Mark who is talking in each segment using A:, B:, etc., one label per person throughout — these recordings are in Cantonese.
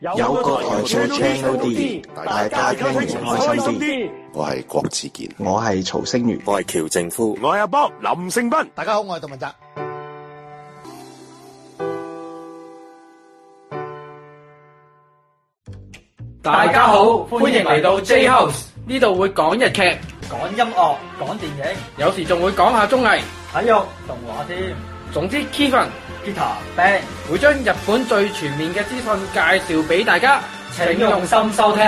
A: 有
B: 有個
A: 個
B: 台
A: 台
B: 做
A: 做
B: channel
A: channel
B: D，
A: D，
B: 大
A: 大
B: 家
A: 家
B: 聽
A: 聽
B: 完
A: 完
B: 開
A: 開
B: 心
A: 心
B: 啲
A: 啲。
B: 我係郭志健，
C: 我係曹星如。
B: 我係喬正夫。
D: 我係阿
A: 啊
D: Bob 林勝斌。
E: 大家好，我係杜文澤。
F: 大家好，歡迎嚟到 J House，呢度會講日劇，
G: 講音樂、講電影、
F: 有時仲會講下綜藝。
G: 體育、動畫添、
F: 總之，Kevin
G: 吉他、band，
F: 會將日本最全面嘅資訊介紹俾大家，
G: 請用心收聽。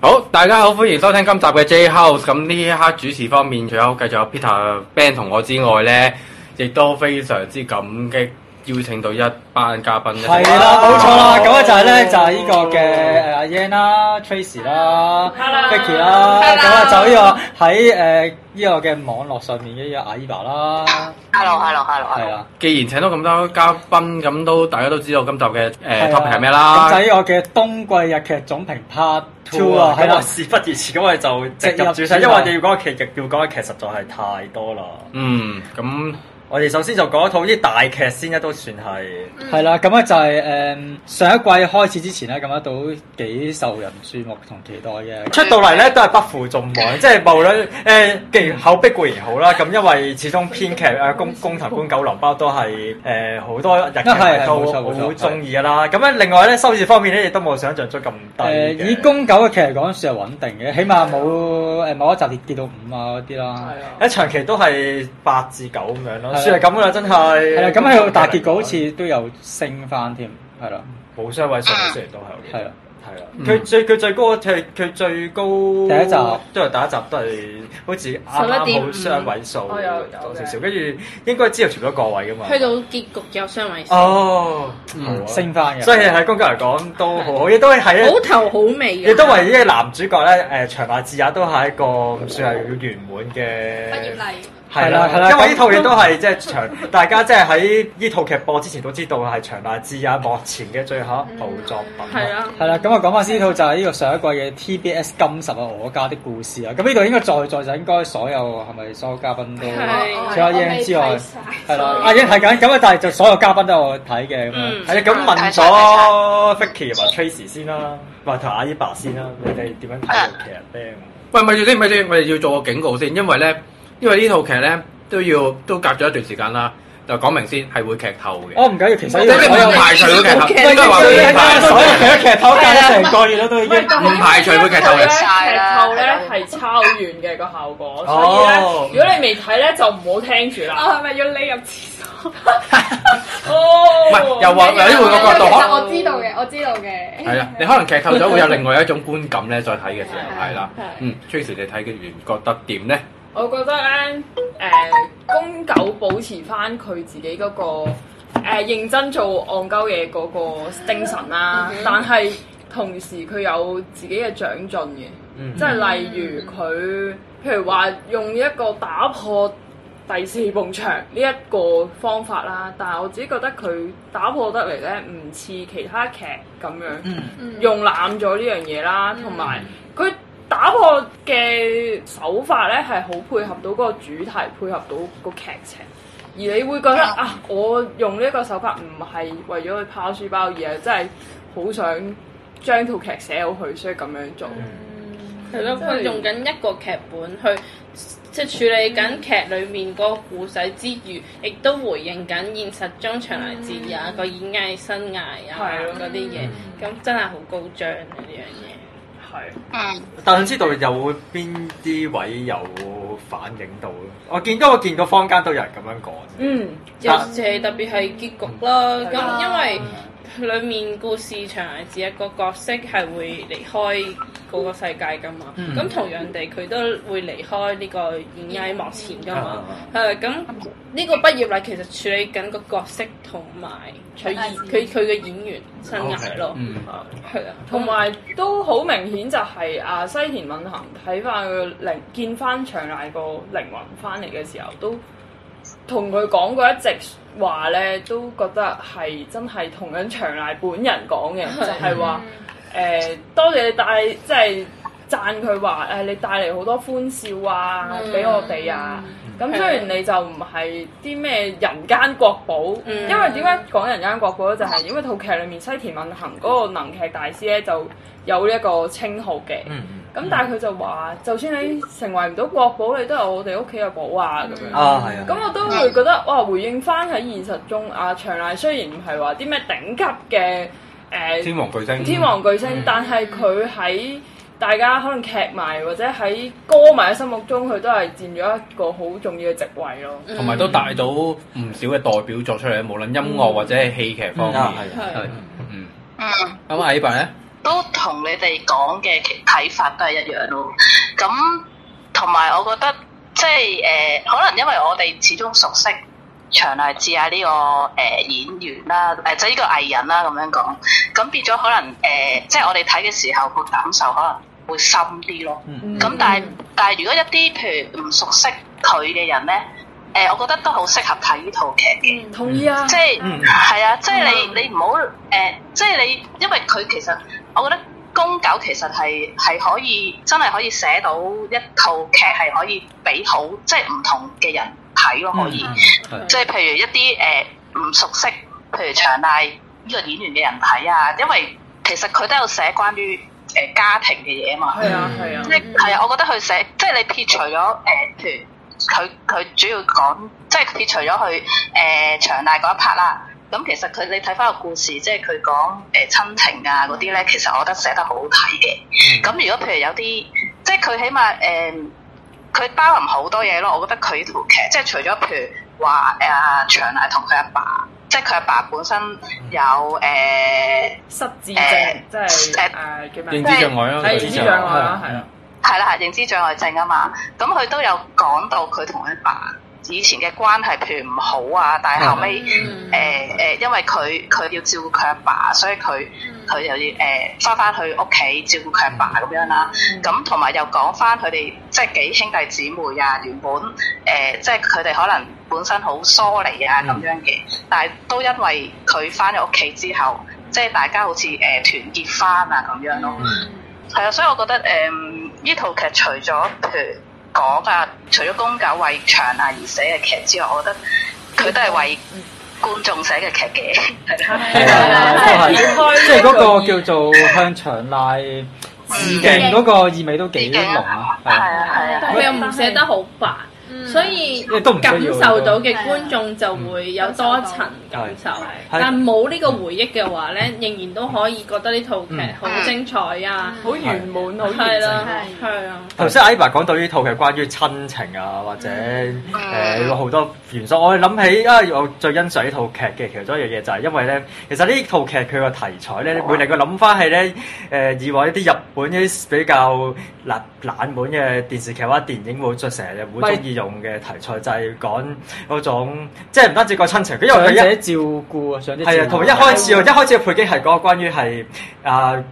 F: 好，大家好，歡迎收聽今集嘅 J House。咁呢一刻主持方面，除咗繼續有 Peter、Ben 同我之外咧，亦都非常之感激邀請到一班嘉賓。
G: 係啦，冇錯啦，咁啊咧就係咧就係呢個嘅誒阿 Yan 啦、Tracy 啦、Becky 啦，咁啊就呢個喺誒呢個嘅網絡上面嘅呢個阿 Eva 啦，係
H: Hello，hello，hello，hello。
G: 啦。
F: 既然請到咁多嘉賓，咁都大家都知道今集嘅誒
G: 係啊
F: topic 係咩啦？
G: 咁就呢個嘅冬季日劇總評 Part Two 啊，係
H: 咁
G: 啦
H: 啊，。事不宜遲，咁我哋就直入主題，因為我哋要講嘅劇，要講嘅劇實在係太多啦。
F: 嗯，咁
H: 我哋首先就講一套啲大劇先啦，都算係。
G: 係啦，咁啊咧就係、誒、上一季開始之前咧，咁樣啊都幾受人注目同期待嘅。
H: 出到嚟咧都係不負眾 望，即係無論誒既然口碑固然好啦，咁因為始終編劇誒工工藤官九郎包都係誒好多日劇
G: 啊係係
H: 迷
G: 冇錯
H: 都
G: 冇錯
H: 好中意噶啦。咁樣另外咧收視方面咧亦都冇想象中咁低
G: 誒、
H: 嘅啊
G: 以公九嘅劇嚟講，算係穩定嘅，起碼冇誒某一集跌跌到五啊嗰啲啦。
H: 一長期都係八至九咁樣
G: 係
H: 咯，
G: 啦
H: 算係咁啦，真係。
G: 係啦，咁喺度大結局好似都有升翻添，係啦，
H: 冇雙位數，雖然都係我記得
G: 係啦。啊
H: 係啦，
F: 嗯
H: 佢最佢最高佢佢最高
G: 第一集
H: 都係第一集都係好似啱啱好雙位數
I: 嗯哦11.5我有有
H: 多
I: 嘅
H: 少少，跟住應該之後全部都個位噶嘛。
I: 去到結局有雙位數，
H: 哦，好啊
G: 升翻嘅。
H: 所以喺公格嚟講都好好，亦都係
I: 好頭好尾嘅。
H: 亦都為呢個男主角咧，誒長馬智也都係一個唔算係圓滿嘅。係啦，
G: 係
H: 係
G: 啦
H: 啦，因為呢套
G: 咁
H: 嘢都係即係長，大家即係喺呢套劇播之前都知道係長大智也幕前嘅最後一部作品。
I: 係啊，
G: 係啦，咁我講翻先呢套就係呢個上一季嘅 TBS 金十啊，我家的故事啊。咁呢度應該在座就應該所有係咪所有嘉賓都
I: 係
G: 除咗阿
I: 我
G: Yan 之外，係啦，阿 Yan 睇緊，咁啊，但係就所有嘉賓都有睇嘅咁樣。
I: 嗯，
H: 係啦，啊咁問咗 Vicky 同埋 Tracy 先啦，或同阿 e b 先啦，你哋點樣睇啊
J: 啊
H: 呢套劇咧？
F: 喂，咪住先，咪住先，我哋要做個警告先，因為咧，因為呢套劇咧都要都隔咗一段時間啦，就講明先係會劇透嘅。
G: 我唔緊要，其實
F: 即
G: 呢
F: 係
G: 個
F: 你
G: 所有
F: 唔排除會劇透，
I: 我有
F: 即係話
G: 所
F: 俾
G: 有
F: 你排除
G: 所有劇都劇透加咗成個月啦，都已經。
I: 但係
F: 唔排除會劇透嘅
I: 因為劇透咧係抄完嘅個效果，所以咧，
H: 哦
I: 如果你未睇咧就唔好聽住啦。
J: 哦我係咪要匿入廁 所？
I: 哦，
F: 唔係又話
I: 唔緊要
F: 又因為個角度
J: 其
F: 可
J: 實我知道嘅，我知道嘅。
F: 係啊，你可能劇透咗會有另外一種觀感咧，再睇嘅時候係啦
I: 係。
F: 嗯，Tracy 你睇嘅完覺得點咧？
I: 我覺得咧，誒、公狗保持翻佢自己嗰、個誒、認真做戇鳩嘢嗰個精神啦，但係同時佢有自己嘅長進嘅，
H: 嗯
I: 即係例如佢譬如話用一個打破第四埲牆呢一個方法啦，但係我自己覺得佢打破得嚟咧，唔似其他劇咁樣。用濫咗呢樣嘢啦，
J: 嗯
I: 同埋佢打破嘅手法咧係好配合到嗰個主題，配合到個劇情。而你會覺得啊，我用呢個手法唔係為咗去拋書包，而係真係好想將套劇寫好佢，所以咁樣做。
H: 嗯
J: 係咯，佢用緊一個劇本去即係處理緊劇裏面嗰個故仔之餘，亦都回應緊現實中長來智也個演藝生涯啊
I: 係咯
J: 嗰啲嘢，咁真係好高張啊呢樣嘢。
I: 係
H: 嗯，但係知道有邊啲位有反映到咯？我見到我見過坊間都有人咁樣講。
I: 嗯，
J: 尤
H: 啊
J: 其係特別係結局啦，
I: 係
J: 咁
I: 啊
J: 因為裡面故事長嚟自一個角色係會離開嗰個世界噶嘛，咁、同樣地佢都會離開呢個演藝幕前噶嘛，係咁呢個畢業禮其實處理緊個角色同埋佢演佢佢嘅演員生涯咯，
F: 嗯，
J: 係啊，
I: 同埋都好明顯就係、啊西田敏行睇翻佢靈見翻長瀨個靈魂翻嚟嘅時候，都同佢講過一直話咧，都覺得係真係同緊長瀨本人講嘅，就係話誒多謝你帶
J: 嗯
I: 即係。讚佢話誒，你帶嚟好多歡笑啊，俾我哋啊，誒、
C: 咁雖然你就唔係啲咩人間國寶，
J: 嗯
C: 因為點解講人間國寶咧？就係、因為套劇裡面西田敏行嗰個能劇大師咧就有呢一個稱號嘅。
G: 嗯嗯
C: 咁但係佢就話，就算你成為唔到國寶，你都係我哋屋企嘅寶啊
F: 嗯
C: 咁樣。
G: 啊係啊，
C: 咁我都會覺得哇，回應翻喺現實中，阿長賴雖然唔係話啲咩頂級嘅誒、呃
F: 天王巨星，
C: 天王巨星，
G: 嗯
C: 但係佢喺大家可能劇迷或者喺歌迷嘅心目中，佢都係佔咗一個好重要嘅席位咯。
F: 同埋都帶到唔少嘅代表作出嚟，無論音樂或者係戲劇方
G: 啊
F: 面。
G: 係
F: 係
G: 啊，
J: 係
F: 嗯，
I: 嗯。
F: 咁阿 A 伯咧，
I: 都同你哋講嘅其睇法都係一樣咯。咁同埋我覺得即係誒、呃可能因為我哋始終熟悉長瀨智也呢、個誒、呃演員啦，誒即係呢個藝人啦咁樣講，咁變咗可能誒、呃即係我哋睇嘅時候個感受可能會深啲咯。
G: 嗯
I: 咁、
J: 嗯
I: 但係但係如果一啲譬如唔熟悉佢嘅人咧，誒、我覺得都好適合睇呢套劇嘅。
C: 同意啊，
I: 即係
G: 嗯
I: 係啊，即係你你唔好誒，即係你因為佢其實我覺得公狗其實係係可以真係可以寫到一套劇係可以俾好即係唔同嘅人睇咯，可以
G: 嗯
J: 嗯
I: 即係譬如一啲誒唔熟悉，譬如長瀨呢個演員嘅人睇啊，因為其實佢都有寫關於誒、呃家庭嘅嘢啊嘛。
C: 係啊係啊
I: 即，係係啊，我覺得佢寫即係你撇除咗誒、呃譬如佢佢主要講，即係撇除咗佢誒長大嗰一 part 啦。咁其實佢你睇翻個故事，即係佢講誒親情啊嗰啲咧，其實我覺得寫得好好睇嘅。咁、如果譬如有啲，即係佢起碼誒。呃佢包含好多嘢咯，我覺得佢呢套劇即係除咗譬如話誒、呃、長大同佢阿爸，即係佢阿爸本身有誒、呃
C: 失智症即係
I: 誒
C: 誒叫
F: 認
C: 咩？
F: 知障礙啦，
C: 係認知障礙啦，係啦
G: 啊，
I: 係啦，認知障礙症啊嘛，咁佢都有講到佢同佢爸以前嘅關係，譬如唔好啊，但係後尾誒誒，因為佢佢要照顧佢阿爸，所以佢佢又要誒翻翻去屋企照顧佢阿爸咁樣啦。咁同埋又講翻佢哋即係幾兄弟姊妹啊，原本誒、呃即係佢哋可能本身好疏離啊咁樣嘅，但係都因為佢翻咗屋企之後，即係大家好似誒、呃、團結翻啊咁樣咯。係啊，所以我覺得誒呢套劇除咗譬如講啊，除咗公狗為長啊而寫嘅劇之外，我覺得佢都係為觀眾寫嘅劇嘅，係啦。
A: 係啊，都係，即係嗰個叫做向長賴致敬嗰個意味都幾濃啊，係
I: 係
A: 啊。
I: 啊係啊，
J: 但佢又唔寫得好白，
C: 嗯
J: 所以感受到嘅觀眾就會有多一層感受。但冇呢個回憶嘅話咧，仍然都可以覺得呢套劇好精彩啊！
C: 好圓滿，好
J: 係
C: 完
J: 啦
C: 整。，
J: 係啊，
G: 頭先 Iva 講到呢套係關於親情啊，或者誒有好多元素，我諗起啊，我最欣賞呢套劇嘅其中一樣嘢就係因為咧，其實呢套劇佢個題材咧，會令佢諗翻係咧誒以往一啲日本一啲比較冷冷門嘅電視劇或者電影會成日會中意用嘅題材，就係講嗰種即係唔單止個親情，因為
A: 長
G: 佢一
A: 者照顧啊，長者照顧
G: 係啊，同埋一開始一開始嘅背景係講關於係啊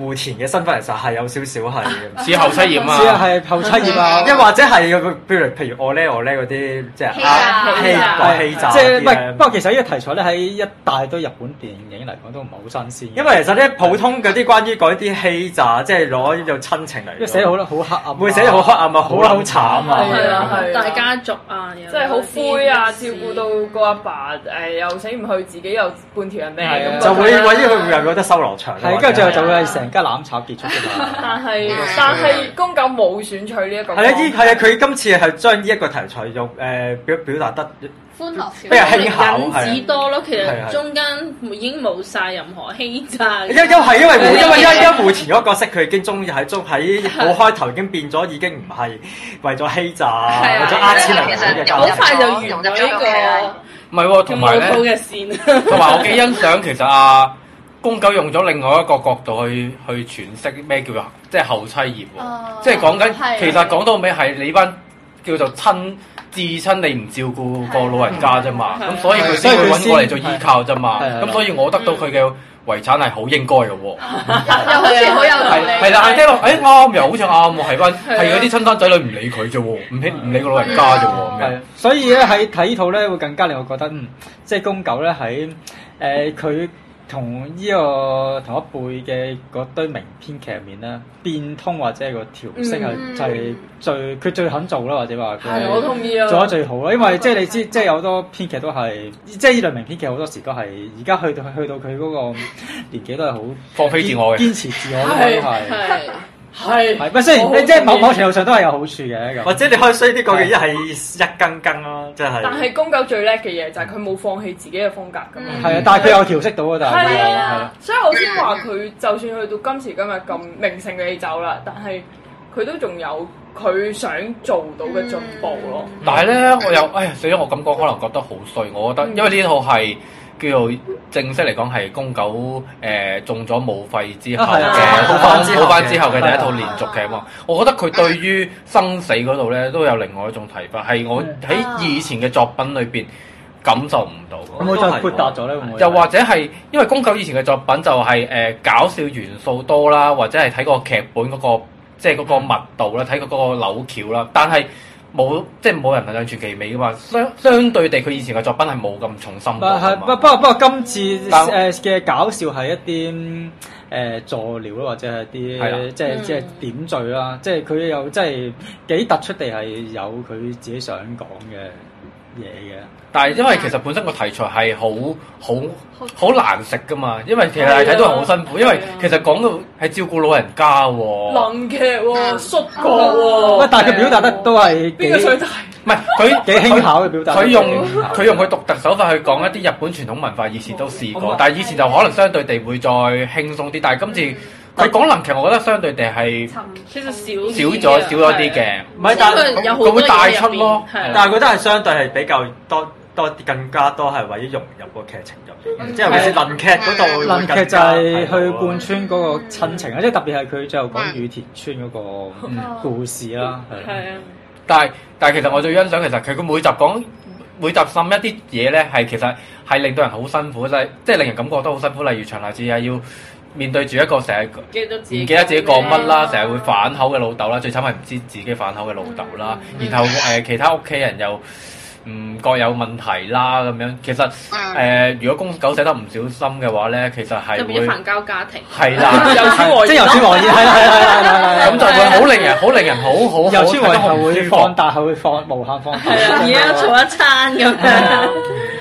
G: 戶田嘅身份，其實係有少少係。
F: 似後妻炎
A: 知啊，
F: 啊，
A: 係後妻業啊，
G: 又或者係有個譬如譬如我咧我咧嗰啲即係啊
K: 欺詐
G: 欺詐欺詐
A: 即係
G: 嗰
A: 唔
G: 啲啊
A: 係？
G: 咧
A: 不過其實呢個題材咧喺一大堆日本電影嚟講都唔係好新鮮，
G: 因為其實咧普通嗰啲關於嗰啲欺詐，即係攞有親情嚟，
A: 因為寫得好啦，好黑暗啊，
G: 會寫得好黑暗啊，好啦好慘
C: 係啊
G: 啊，
C: 係啊
J: 大家族啊，即
C: 即係好灰啊！照顧到個阿爸誒又死唔去，自己又半條人命
A: 係啊
C: 咁，
G: 就會為咗佢會有覺得收留場，啊
A: 係，啊跟住最後就會係成家攬炒結束㗎 嘛。
C: 但係但係公狗冇選取呢一個
G: 係啊，依係啊，佢今次係將呢一個題材用誒表表達得
K: 歡樂少
G: 比較輕巧，
J: 引
G: 係啊
J: 子。多咯，其
G: 係係
J: 實中間已經冇晒任何欺詐
G: 因因係因為胡因為因為因胡田嗰個角色佢已經中意喺中喺好開頭已經變咗，已經唔係為咗欺詐，為咗呃錢嚟嘅
I: 其實
J: 好
G: 角色
J: 快就完咗呢
F: 唔係喎，
J: 個
F: 同埋
J: 冇套
F: 咧，
J: 嘅線。
F: 同 埋我幾欣賞其實啊，公狗用咗另外一個角度去去詮釋咩叫即係後妻業
K: 哦
F: 喎，即係講
K: 係
F: 緊
K: 啊
F: 其實講到尾係你班叫做親至親你唔照顧個老人家啫嘛，
J: 係啊
F: 咁所以佢
A: 所以
F: 先
A: 佢
F: 會揾我
A: 先
F: 嚟做依靠啫嘛，
A: 係啊
F: 咁所以我得到佢嘅遺產係好應該嘅喎。
K: 又好似好有道
F: 係
K: 理。
F: 係啦，係聽落，誒啱又好似啱喎，係翻係嗰啲親生仔女唔理佢啫喎，唔理唔理個老人家啫喎，
A: 係
F: 咁樣
A: 啊，所以咧喺睇呢套咧會更加令我覺得，嗯，即係公狗咧喺誒佢同呢個同一輩嘅嗰堆名編劇入面咧，變通或者係個調色係
K: 嗯
A: 就係最佢最肯做啦，或者話佢
C: 係，我同意啊。
A: 做得最好啦。因為即係你知，即係有好多編劇都係，即係呢類名編劇好多時都係而家去到去到佢嗰個年紀都係好
F: 放飛自我嘅。
A: 堅持自我咯，
C: 係
A: 都係
C: 係係
A: 係。不雖然你即係某某程度上都係有好處 嘅咁。
G: 或者你可以衰啲講嘅一係一更更咯，即係。
C: 但係公狗最叻嘅嘢就係佢冇放棄自己嘅風格噶嘛。
A: 係啊，但係佢有調色到啊，但係佢有
C: 係
A: 係啊
C: 啊，所以我先話佢就算去到今時今日咁名勝嘅走啦，但係佢都仲有佢想做到嘅進
J: Ừ.
C: 步咯。
F: 但係咧，我又哎呀死咗！我咁講可能覺得好衰，我覺得
A: 嗯
F: 因為呢套係叫做正式嚟講係公狗誒中咗武肺之後
A: 啊係
F: 嘅
A: 啊
F: 好
A: 好返
F: 翻
A: 之
G: 後
F: 好翻之後嘅
A: 嘅啊
F: 第一套連續劇嘛。我覺得佢對於生死嗰度咧都有另外一種睇法，係
A: 嗯
F: 我喺以前嘅作品裏邊感受唔到嘅。
A: 會唔會再豁達咗咧？會唔會
F: 又或者係因為宮九以前嘅作品就係、誒、搞笑元素多啦，或者係睇個劇本嗰、個即係嗰個密度啦，睇佢嗰個扭橋啦，但係冇即係冇人能兩全其美噶嘛。相相對地，佢以前嘅作品啊係冇咁重心度
A: 但
F: 㗎
A: 係啊不
F: 嘛。
A: 不過不過今次
F: 但
A: 誒嘅搞笑係一啲嗯誒助料啦，啊或者係
F: 係啦
A: 啲即係即係點綴啦，即係佢又真係幾突出地係有佢自己想講嘅嘢嘅。
F: 但係因為其實本身個題材係好好好難食噶嘛，因為其實
A: 啊
F: 係睇到人好辛苦，因為其實講到係照顧老人家喎、
C: 能劇
J: À.
C: 喎，摔角
J: 哦
A: 喂
C: 喎，，
A: 但係佢表達得都係
C: 邊個
A: 幾
C: 最大？
F: 唔係佢
A: 幾啊輕巧嘅表達。
F: 佢用佢用佢獨特手法去講一啲日本傳統文化，以前都試過，但係以前就可能相對地會再輕鬆啲，但係今次佢講能劇，我覺得相對地係少
J: 其實少
F: 咗少咗啲。嘅，
G: 唔係，但係
J: 有好
F: 佢
J: 多
F: 會帶
J: 嘢
F: 出
J: 入邊
F: 咯。
J: 係
G: 但係佢都係相對係比較多多啲更加多係為咗融入個劇情入邊，即係尤其是能劇嗰度會
A: 能劇
G: 更
A: 就
G: 加
A: 係去
G: 睇到啊咯
A: 貫穿嗰個親情啊，即係特別係佢最後講羽田村嗰個嗯故事啦，係啦
J: 係啊，
F: 但係但係其實我最欣賞其實佢佢每集講每集滲一啲嘢咧，係其實係令到人好辛苦，就係即係令人感覺都好辛苦。例如長瀨智也要面對住一個成日
J: 記得自
F: 唔
J: 己
F: 記得自己講乜啦，
J: 咩
F: 成日會反口嘅老豆啦，最慘係唔知自己反口嘅老豆啦，然後誒、呃其他屋企人又唔覺有問題啦咁樣。其實誒、呃如果公狗寫得唔小心嘅話咧，其實係
J: 就變咗
F: 會
J: 煩交家庭。
F: 係啦，
A: 係
G: 嗯
A: 即係由此和言，係啦係啦係啦係啦係啦。
F: 咁就 會好令人好令人好好
A: 由
F: 好
A: 朱偉
F: 好
A: 係
F: 唔舒
A: 會
F: 服
A: 放大，係會放無限放大。
J: 而家
C: 啊
J: 做一餐咁樣，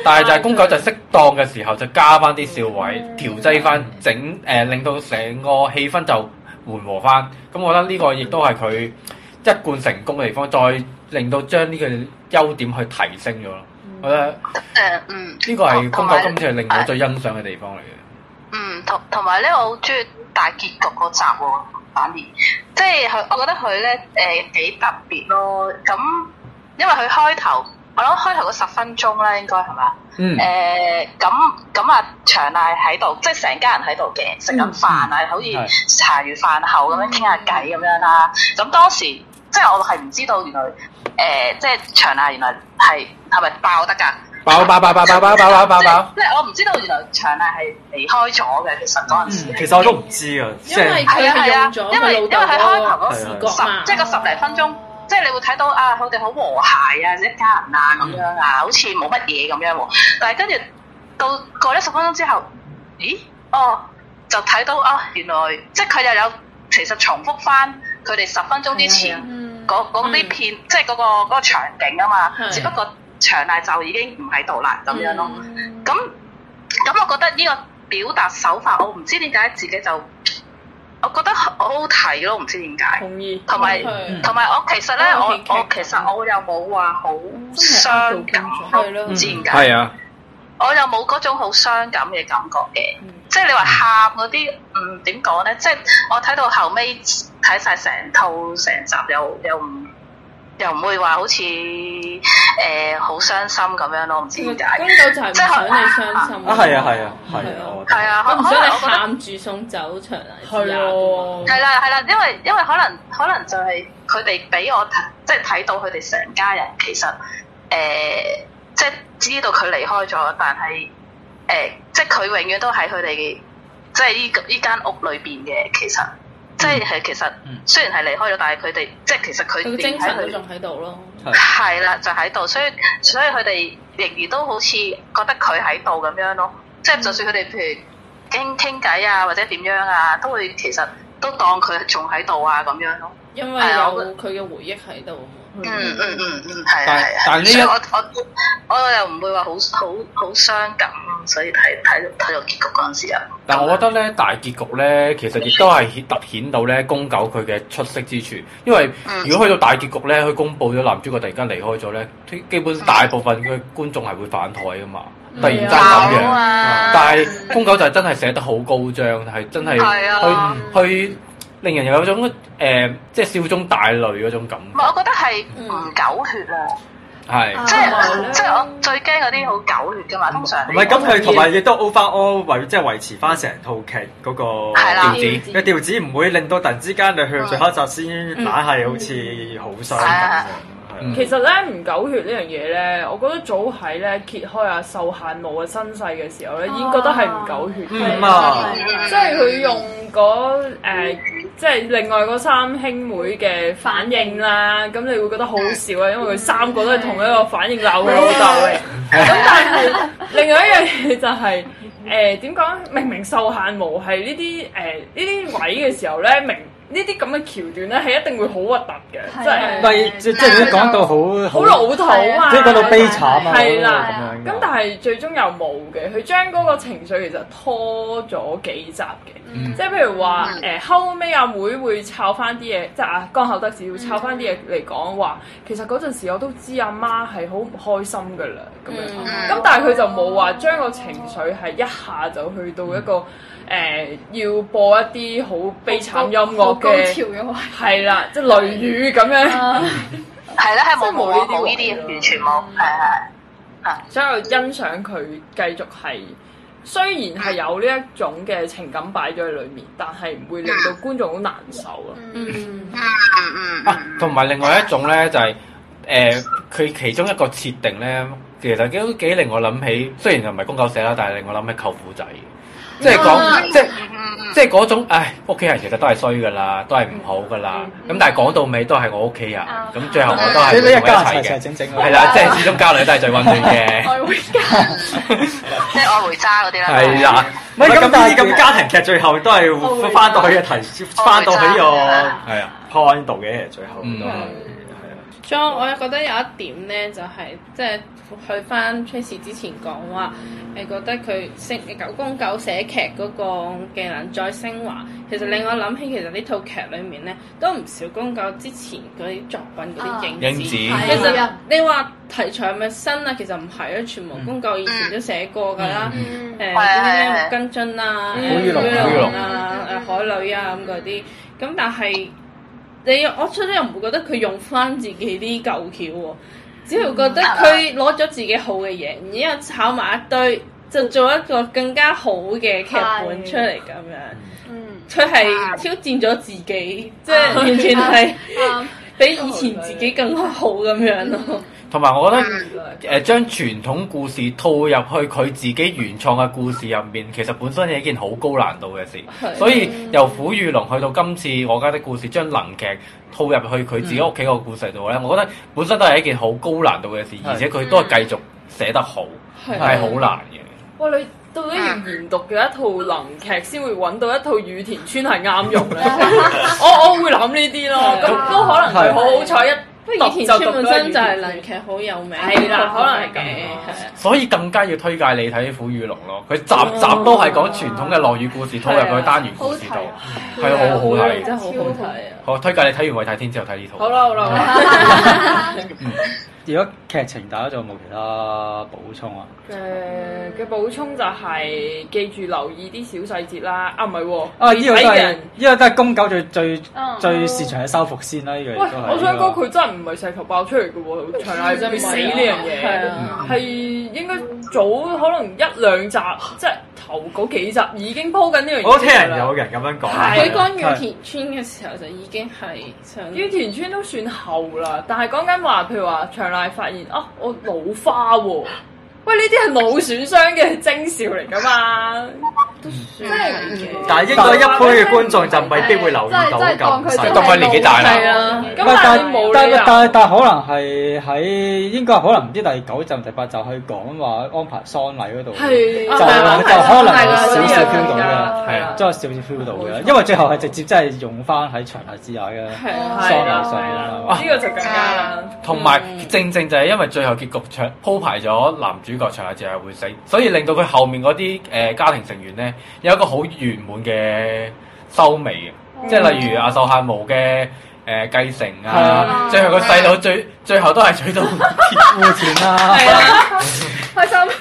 F: 但係就係公狗就適當嘅時候就加翻啲笑位，調劑翻整誒、呃令到成個氣氛就緩和翻。咁我覺得呢個亦都係佢一貫成功嘅地方，再令到將呢個優點去提升咗咯。我覺得
I: 誒嗯，
F: 呢個係
I: 同
F: 公
I: 埋
F: 狗今次係令我最欣賞嘅地方嚟嘅。
I: 嗯，同同埋咧，我好中意大結局嗰集喎，反而即係佢，我覺得佢咧誒幾特別咯。咁因為佢開頭，我諗開頭嗰十分鐘啦，應該係嘛？
F: 嗯，
I: 誒呃咁咁啊，長賴喺度，即係成家人喺度嘅，食
J: 嗯
I: 緊飯啊，好似茶餘飯後咁樣傾下偈咁樣啦。咁當時即係我係唔知道原來誒、呃即係長賴原來係係咪爆得㗎？
F: 爆爆爆爆爆爆爆爆爆爆！
I: 即係我唔知道原來長賴係離開咗嘅，其實嗰陣
F: 嗯
I: 時。
G: 其實我都唔知啊，即
J: 因
G: 係
J: 為佢係
I: 係
J: 用
I: 啊
J: 咗
I: 因
J: 佢
I: 為
J: 老
I: 因為佢開
J: 豆
I: 頭
J: 嗰
I: 嗰
J: 個
G: 時
J: 視覺嘛，
I: 即係個十零分鐘，即係你會睇到啊，佢哋好和諧啊，一家人啊咁樣啊，好似冇乜嘢咁樣喎。但係跟住到過咗十分鐘之後，咦？哦，就睇到啊，原來即係佢又有其實重複翻佢哋十分鐘之
J: 啊
I: 前
J: Ừ.
I: 嗰嗰啲片，即係嗰個嗰個場景啊嘛。
J: 嗯係
I: 只不過長大就已經唔喺度啦，咁樣咯。
J: 嗯
I: 咁咁，我覺得呢個表達手法，我唔知點解自己就，我覺得好好睇咯，唔知點解。
C: 同意。
I: 同埋
J: 嗯
I: 同埋我其實咧，
J: 嗯
I: 我
J: 戲劇
I: 我其實我又冇話好
J: 呃
I: 傷感，
J: 係咯
I: 唔知點解，
F: 係啊，
I: 我又冇嗰種好傷感嘅感覺嘅。
J: 嗯
I: 即係你話喊嗰啲，嗯點講咧？即係我睇到後尾睇晒成套成集，又又唔又唔會話好似誒好傷心咁樣咯，唔知
J: 公狗
I: 點
J: 就係
I: 解。
J: 唔想你傷心
G: 啊係啊係啊係啊，我覺得
I: 係啊，可
J: 佢唔
I: 可
J: 想
I: 能
J: 你
I: 我覺得。
J: 喊住送走長
C: 係
J: 嚟之嗯
C: 喎，
I: 係啦，係啦，因為因為可能可能就係佢哋俾我睇，即係睇到佢哋成家人其實誒、呃即係知道佢離開咗，但係誒、呃即係佢永遠都喺佢哋即係依個依間屋裏邊嘅，其實即係係其實雖然係離開咗，但係佢哋即係其實
J: 嗯
I: 佢
J: 佢個
I: 連
J: 精
I: 喺
J: 神都
I: 佢
J: 仲喺度咯。
I: 係啦，就喺度，所以所以佢哋仍然都好似覺得佢喺度咁樣咯。即係就算佢哋譬如傾傾偈啊，或者點樣啊，都會其實都當佢仲喺度啊咁樣咯。
J: 因為有佢嘅回憶喺度啊嘛。
I: 嗯嗯嗯嗯，係啊
F: 但
I: 係啊。
F: 但呢一
I: 所以我我我又唔會話好好好傷感，所以睇睇到睇到結局嗰陣時啊。
F: 但我覺得咧，大結局咧，其實亦都係顯突顯到咧公狗佢嘅出色之處，因為
I: 嗯
F: 如果去到大結局咧，佢公佈咗男主角突然間離開咗咧，基本大部分嘅觀眾係會反台噶嘛，
I: 嗯
F: 突然間咁
I: 有
F: 樣。
I: 啊，
F: 但係公狗就係真係寫得好高張，係真係
I: 係啊
F: 去去令人有種誒、呃即係笑中帶淚嗰種感
I: 唔係，我覺得係唔狗血啊，
F: 覺，係
I: 即
K: 係咯
J: 嗯
I: 係即係我最驚嗰啲好狗血噶嘛，通常
G: 唔係咁，佢同埋亦都 overall 維即係維持翻成套劇嗰個
I: 係啦
G: 調子，嘅調子唔會令到突然之間你去到最後一集先打係好似好傷咁樣。
F: 嗯
C: 其實咧唔狗血呢樣嘢咧，我覺得早喺咧揭開阿受限奴嘅身世嘅時候咧，已
J: 哦
C: 經覺得係唔狗血嘅。
G: 嗯啊，
C: 即係佢用嗰誒、即係另外嗰三兄妹嘅反應啦，咁你會覺得好笑啊，因為佢三個都係同一個反應鬧佢老豆嘅。咁但係另外一樣嘢就係、誒點講？明明受限無係呢啲誒呢啲位嘅時候咧，明呢啲咁嘅橋段咧係一定會好核突嘅，即係
A: 唔係即即係你講到好
C: 好老土啊！
A: 即係講到悲慘啊，
C: 係啦
A: 咁樣嘅
C: 咁但係最終又冇嘅，佢將嗰個情緒其實拖咗幾集嘅，
I: 嗯
F: 嗯
C: 即係譬如話誒、
K: 嗯
C: 後尾阿妹會抄翻啲嘢，即係啊江口德子
K: 嗯
C: 會抄翻啲嘢嚟講話，其實嗰陣時我都知阿媽係好唔開心噶啦咁樣，
K: 嗯
C: 咁、但係佢就冇話將個情緒係一下就去到一個誒、要播一啲好悲慘音
K: 嗯好
C: 樂
K: 高潮嗯
C: 嘅，
K: 嘅位，
C: 係啦，即係雷雨咁樣。
I: 係啦，係冇
C: 真係冇
I: 冇啊
C: 呢啲
I: 冇呢啲嘢，完全冇，係係。
C: 所以我欣賞佢繼續係雖然係有呢一種嘅情感擺咗喺裏面，但係唔會令到
K: 嗯
C: 觀眾好難受啊咯。
J: 嗯，
I: 嗯嗯
F: 啊，同埋另外一種咧就係、誒，佢、其中一個設定咧，其實都幾令我諗起，雖然就唔係公狗寫啦，但係令我諗起舅父仔，即係
K: 啊
F: 講即係。
I: 嗯嗯
F: 即係嗰種，唉，屋企人其實都係衰噶啦，都係唔好噶啦。咁但係講到尾都係我屋企人，咁最後我都係
A: 啊你
F: 同
A: 你一
F: 佢
A: 家
F: 一
A: 人
F: 齊
A: 齊齊
F: 嘅，
A: 整整啊
F: 係啦，即係始終家裏都係最温暖嘅，
K: 愛回家，
I: 即係愛回家嗰啲啦。
F: 係啊啦。
G: 唔係咁，呢
A: 但係
G: 啲咁家庭劇最後都係翻到去嘅提，翻到去呢
F: 係啊，
G: 個 point 度嘅，最後都
F: 嗯
G: 係係啊。
J: 仲有我又覺得有一點咧，就係、即係去翻 Trace 之前講話，誒覺得佢升九公九寫劇嗰個技能再升華，其實令我諗起其實呢套劇裡面咧都唔少公九之前嗰啲作品嗰啲影
F: 影
J: 子。
F: 子
J: 其
K: 係
J: 實
K: 啊
J: 你話題材係咪新啊？其實唔係啊，全部公教以前都寫過㗎啦。誒
I: 係啊
J: 嗰啲
I: 係
J: 咩
I: 係
J: 木根津啊、
C: 嗯
J: 誒
C: 古雨龍
J: 古
F: 古雨龍
J: 啊、誒
K: 嗯
J: 海女啊咁嗰啲。咁但係你我出咗又唔會覺得佢用翻自己啲舊橋喎，只係覺得
C: 嗯
J: 佢攞咗自己好嘅嘢，然之後炒埋一堆，就做一個更加好嘅劇本出嚟咁樣。
K: 嗯，
J: 佢係
F: 啊
J: 挑戰咗自己，即
C: 啊
J: 係完全係
K: 啱
J: 比以前自己更好咁樣咯。
F: 同埋我覺得誒將傳統故事套入去佢自己原創嘅故事入面，其實本身係一件好高難度嘅事。
C: 嗯
J: 係
F: 所以由虎與龍去到今次我家的故事，將能劇套入去佢自己屋企個故事度咧，我覺得本身都係一件好高難度嘅事，而且佢都係繼續寫得好，
J: 係
F: 係好難嘅。
C: 哇！你到底要研讀嘅一套能劇先會揾到一套羽田村係啱用 咧？我我會諗呢啲咯，
G: 啊
C: 咁都可能佢好好彩一
J: 不過以前村本身就係能
C: 能
J: 劇好有名，
C: 係啦可能係咁
J: 嘅，
G: 哦
J: 係啊
F: 所以更加要推介你睇《虎與龍》咯，佢集集都係講傳統嘅落語故事套入佢單元故事度，係啊好好睇。
J: 真係好好睇啊！
F: 好推介你睇完《偉大天》之後睇呢套。
C: 好啦好啦好啦，
A: 如果劇情大家仲有冇其他補充啊？
C: 誒嘅補充就係記住留意啲小細節啦。啊唔係喎，
G: 哎
A: 啊，呢個都
C: 睇嘅
A: 係
C: 人
A: 呢個都係公狗最最
K: 嗯
A: 最擅長嘅修復先啦，呢個亦
C: 喂
A: 都係。，
C: 我想講佢真係唔係石頭爆出嚟嘅喎，長瀨真係死呢樣
J: 啊係
C: 嘢，
J: 啊，
C: 係應該早可能一兩集，即係頭嗰幾集已經鋪緊呢樣嘢。
G: 我都聽人有人咁樣
A: 啊
C: 係
J: 佢
G: 講。
J: 講羽田村嘅時候就已經係想
C: 於田村都算後啦，但係講緊話，譬如話長瀨發現啊，我老花喎、喂，呢啲係冇損傷嘅徵兆嚟噶嘛？
I: 嗯
J: 算係嘅。
G: 但係應該一般嘅觀眾就未必會留意到
K: 真係當佢
G: 咁
K: 真
G: 細
K: 係
F: 當佢年紀大啦
J: 係啊
C: 咁
A: 唔係
C: 但係你冇
A: 但
C: 理由
A: 但但可能係喺應該可能唔知第九集第八集去講話安排喪禮嗰度，
C: 係
A: 就
J: 啊
A: 就
J: 係啊係啊
A: 可能
J: 係
A: 有
J: 啊
A: 少少
J: 係啊
A: feel 到
J: 係
A: 嘅
J: 啊，
F: 係啊
A: 真係少少 feel 到嘅，因為最後係直接真係用翻喺長夏之下嘅。
J: 係啊
C: 係啦，
A: 喪禮上
C: 係
A: 面
C: 啦，呢個就更加啦。
F: 同埋
J: 嗯
F: 正正就係因為最後結局長鋪排咗男主角長阿姐係會死，所以令到佢後面嗰啲誒家庭成員咧有一個好圓滿嘅收尾嘅，即係例如阿受限無嘅誒繼承啊，
A: 啊
F: 最後個細佬最最後都係 娶到結
A: 冇錢啦，
J: 係啊，
K: 開心，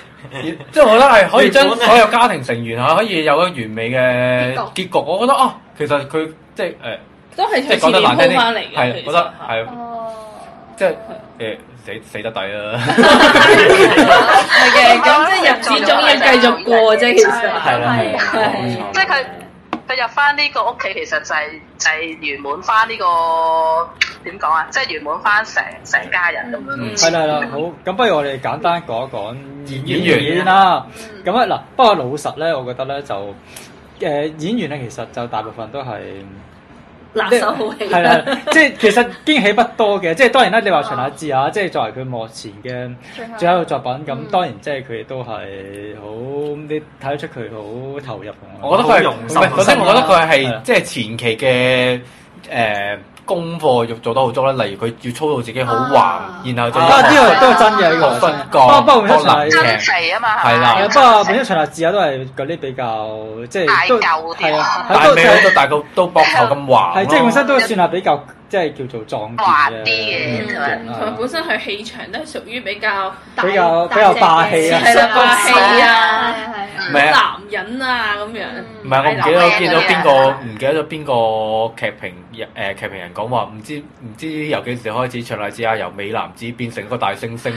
F: 即係我覺得係可以將所有家庭成員嚇可以有一個完美嘅
K: 結
F: 結局，我覺得啊，其實佢即係誒，呃
J: 都係
F: 即係
J: 佢
F: 講
J: 前
F: 得
J: 面
F: 難聽
J: 鋪翻嚟
F: 啲，
J: 嘅。
F: 係
J: 其
F: 覺
J: 實
F: 得係即係誒死死得抵 啦。
J: 係嘅，咁即係日子總要繼續過啫，其實
G: 係啦係啦，
J: 係
G: 冇錯
I: 即係佢佢入翻呢個屋企，其實就係、就係、圓滿翻呢、個點講啊，即係圓滿翻成成家人咁樣。
A: 係啦係啦，好咁，不如我哋簡單講一講
G: 演
A: 演
G: 員
A: 員啦。咁啊嗱，不過老實咧，我覺得咧就誒、演員咧，其實就大部分都係
J: 拿手好戲。
A: 係啦，即係其實驚喜不多嘅。即係當然啦，你話長夏智啊，即係作為佢幕前嘅最後一個作品，咁當然即係佢都係好，你睇得出佢好投入同埋
F: 我覺得佢
G: 好
F: 係
G: 用
F: 唔
G: 心
F: 係首先，我覺得佢
A: 係
F: 係
A: 啊
F: 即係前期嘅誒、呃功課要做得好足啦。例如佢要操到自己好橫，
K: 啊
F: 然後就
A: 啊，呢個都係真嘅，呢個係真
F: 學分
A: 嘅
F: 割
A: 不過不過每一場
F: 學能
A: 係
F: 力。
I: 增肥啊嘛，
F: 係
A: 係
F: 啦
A: 啊，
I: 係
A: 不過
I: 嘛
A: 本身長立字啊都係嗰啲比較即係
I: 大
A: 都
I: 嚿啲
A: 係啊，
F: 但
A: 係
F: 係
A: 都
F: 未去到大到到膊頭咁橫
A: 係即係本
F: 咯。
A: 身都算係比較即係叫做壯
I: 滑
A: 健
I: 啲
A: 嘅運
J: 嗯
I: 嘅係
A: 動
I: 咪
J: 同埋
A: 啦，
J: 本身佢氣場都係屬於比較
A: 比較比較霸氣啊，
J: 係啦霸氣啊
K: 係係係
F: 唔係啊，
J: 男人啊咁樣。
F: 唔係我唔記得咗見到邊
I: 係
F: 個
I: 啦，
F: 唔記得咗邊個劇評人誒劇評人講話，唔知唔知由幾時開始唱荔枝啊，由美男子變成一個大猩猩嘅。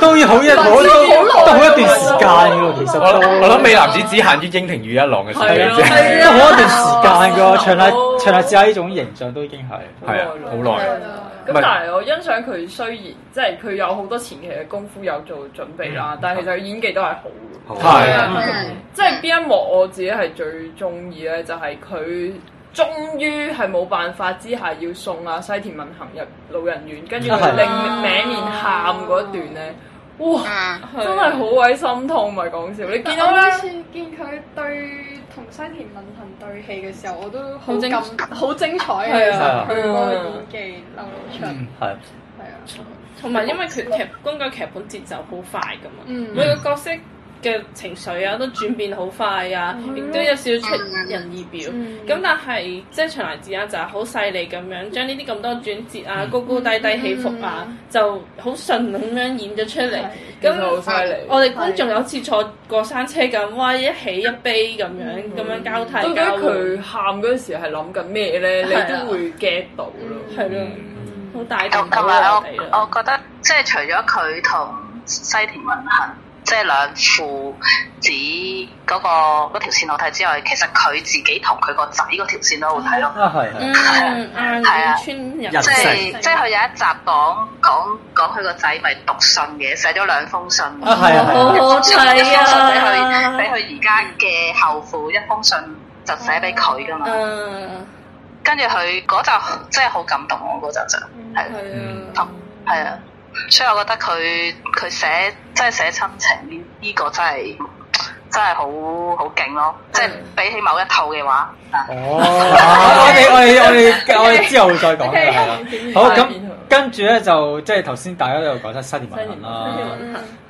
A: 都要好一好都都好一段時間嘅喎，其實
F: 我
A: 都
F: 我諗美男子只限於櫻庭與一郎嘅
A: 啊
F: 時期啫。
C: 係
A: 都好一段時間嘅喎，
C: 係啊
A: 長立長立字啊呢種形象都已經係。
F: 係啊，好耐。唔
C: 咁
F: 係
C: 但係我欣賞佢，雖然即係佢有好多前期嘅功夫有做準備啦，但係其實佢演技都係好嘅。
G: 好
F: 嗯係
C: 啊
K: 嗯
C: 即係邊一幕我自己係最中意咧，就係佢終於係冇辦法之下要送阿西田敏行入老人院，跟住
A: 啊係
C: 佢擰歪面喊嗰一段咧，哇！
I: 嗯，
A: 啊
C: 真係好鬼心痛，唔係講笑。你
K: 我
C: 見到咧
K: 每，次見佢對同西田敏行對戲嘅時候，我都好
J: 精
K: 咁好精彩嘅，其
J: 係啊
K: 實佢嗰個演技流露出，
A: 係
K: 係啊，
J: 同埋因為佢劇公嘅劇本節奏好快噶嘛，
K: 嗯
J: 每個角色嘅情緒啊都轉變好快啊，亦都有少少出人意表。
K: 嗯
J: 咁但係即係長瀨子啊，就係好細膩咁樣將呢啲咁多轉折啊、
K: 嗯
J: 高高低低起伏啊，就好順咁樣演咗出嚟。
C: 其實好
J: 咁
C: 犀利。
J: 我哋觀眾有次坐過山車咁，哇！一起一悲咁
K: 嗯
J: 樣咁樣
C: 到
J: 交替
C: 底
J: 交
A: 啊
J: 換，
C: 佢喊嗰陣時係諗緊咩咧？你
J: 係啊
C: 都會 get 到咯。
J: 係咯，
C: 嗯
J: 好大動
I: 同
J: 到
I: 同埋
J: 我
I: 啊我
J: 哋啦
I: 我。覺得即係除咗佢同西田敏行即係兩父子嗰、個嗰條線好睇之外，其實佢自己同佢個仔嗰條線都好睇咯。
A: 啊係係
J: 嗯，啱
I: 係啊
J: 村
G: 人
J: 人
I: 即係
G: 性
I: 即係佢有一集講講講佢個仔咪讀信嘅，寫咗兩封信。
A: 啊係啊係
J: 好
A: 啊。
J: 好睇哦啊！
I: 俾佢俾佢而家嘅後父一封信就寫俾佢噶嘛，
J: 嗯，
I: 跟住佢嗰集真係好感動我嗰集就
J: 係
I: 係
J: 啊，
I: 同係啊，所以我覺得佢佢寫真係寫親情呢呢個真係真係好好勁咯，即係比起某一套嘅話，啊
A: 哦，我哋我哋我哋我 哋之後會再講嘅，係啦。
J: 啊
A: 好咁，跟住咧就即係頭先大家都有講出西田文行啦，
C: 啊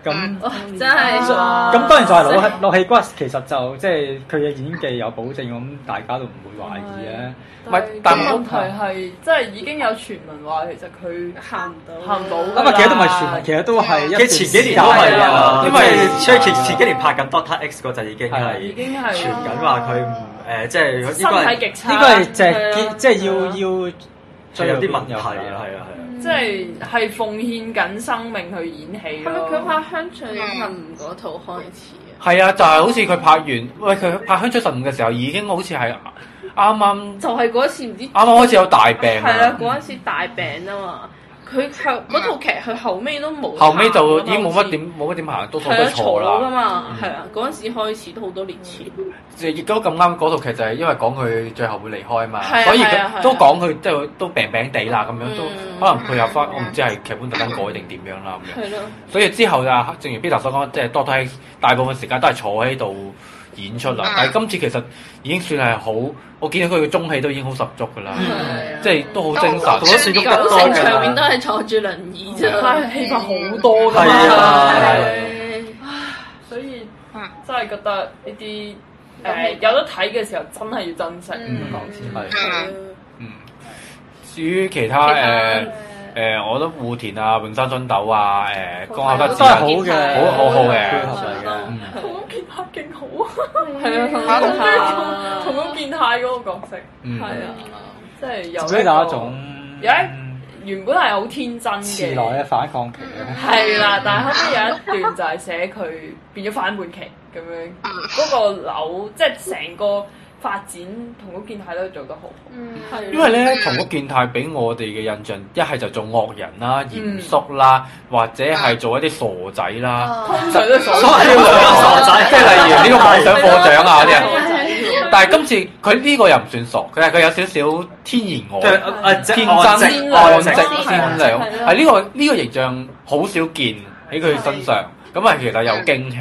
A: 咁。
J: 哇，真係
A: 咁當然就係老戲老戲骨，其實就即係佢嘅演技有保證，咁大家都唔會懷疑嘅。
F: 唔係但係
C: 問題
A: 啊
C: 係，即係已經有傳聞話其實佢
J: 行唔到，
C: 行唔到
A: 咁啊，其實都唔係傳聞，其實都係一
G: 嘅前幾年都係啊，因
A: 因
G: 為
A: 為
G: 所以前前幾年拍緊 Doctor X 嗰陣已經
A: 係
C: 已
G: 係
C: 經
G: 傳
C: 係
G: 緊話佢唔誒，即係應該
C: 身體
G: 係
C: 極差，啊
A: 呢個係就
J: 係啊
A: 係即係要要
G: 係有啲問題
A: 有係
G: 啊，係啊係啊。
C: 即係係奉獻緊生命去演戲
J: 係咪
C: 咯。
J: 佢拍《香腸人嗰套開始啊？
F: 係啊，就係、好似佢拍完，喂佢拍《香出十五》嘅時候，已經好似係啱啱
J: 就係嗰次唔知
F: 啱啱開始有大病
J: 係
F: 啊，
J: 啊，嗰陣時大病啊嘛，佢後嗰套劇佢後尾都冇
F: 後尾就已
J: 行
F: 經冇
J: 㗎嘛
F: 乜點冇乜點行，多數
J: 好似
F: 都
J: 係啊
F: 錯
J: 嘈噶
F: 啦。嗯
J: 嘛，係啊，嗰陣時開始都好多年前，
F: 亦都咁啱嗰套劇就係因為講佢最後會離開嘛，
J: 係啊
F: 所以
J: 係啊係
F: 佢
J: 啊
F: 都講佢即係都病病地啦咁樣，都
J: 嗯
F: 可能配合翻，我唔知係劇本特登改定點樣啦咁樣。
J: 係咯，
F: 所以之後就係正如 Peter 所講，即係 Doctor X 大部分時間都係坐喺度演出啦。
I: 嗯
F: 但係今次其實已經算係好，我見到佢嘅中氣都已經好十足㗎啦，即係都好精
I: 都
F: 神。
I: 算足
J: 九
I: 多
J: 成
I: 㗎
J: 場面
G: 啦
J: 都係坐住輪椅啫，
C: 但係戲份好多㗎
G: 係啊
C: 嘛，
J: 係
C: 所以
I: 嗯
C: 真係覺得呢啲誒有得睇嘅時候真係要珍惜。
F: 嗯
C: 講先
G: 係
I: 嗯
F: 嗯，至於其他誒
J: 其他
F: 誒、我覺得戶田啊、永山春斗啊、誒、江口
G: 都
F: 德子
G: 係好
F: 啊，
G: 嘅，
F: 好好好嘅
G: 配合嚟嘅。
F: 嗯
C: 同工健太勁好啊！
J: 係啊，同
I: 啊
J: 埋
C: 同同工健太嗰個角色
F: 嗯，
C: 係啊，即係有
A: 總之有一
C: 個
A: 種
C: 有原本係好天真
A: 遲來
C: 嘅
A: 嘅，反抗期咧，
C: 係啦，但係後尾有一段就係寫佢變咗反叛期咁樣，嗰個樓即係成個發展同工健太都做得好好。
K: 嗯，
J: 係
F: 因為咧，同屋健太俾我哋嘅印象，一係就做惡人啦、嚴肅啦，或者係做一啲傻仔
J: 嗯
F: 啦，
C: 通常 都所
F: 所謂傻仔，即哦係例如呢個妄想課長啊嗰啲人。但係今啊次佢呢個又唔算傻，佢係佢有少少天然
G: 即係
F: 呆、
G: 誒，即係
F: 天
G: 安
F: 真、
G: 靜
F: 安
G: 安
F: 靜、
G: 靜
F: 善良，
J: 係
F: 係呢個呢個形象好少見喺佢身上，咁啊其實有驚喜。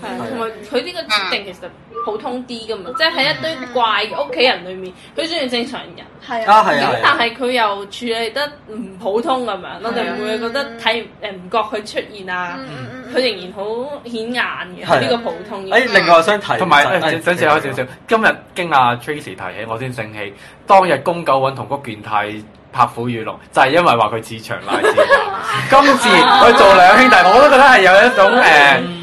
J: 係啊同埋佢呢個設定其實普通啲噶嘛，即係喺一堆怪嘅屋企人裏面，佢雖然正常人，
K: 係
G: 啊，係啊
J: 咁
G: 係
J: 但
G: 啊，
J: 係佢又處理得唔普通咁樣咯，你唔會覺得睇誒唔覺佢出現啊，
C: 嗯
J: 佢仍然好顯眼
G: 嗯係啊
J: 嘅呢個普通嘅。
G: 誒，另外我想提，
F: 同埋
G: 誒
F: 誒，想少少少，今日經阿 Tracy 提起，我先醒起，當日公狗揾同谷健太拍虎與龍，就係因為話佢似長拉子。今次佢做兩兄弟，我都覺得係有一種誒，
G: 嗯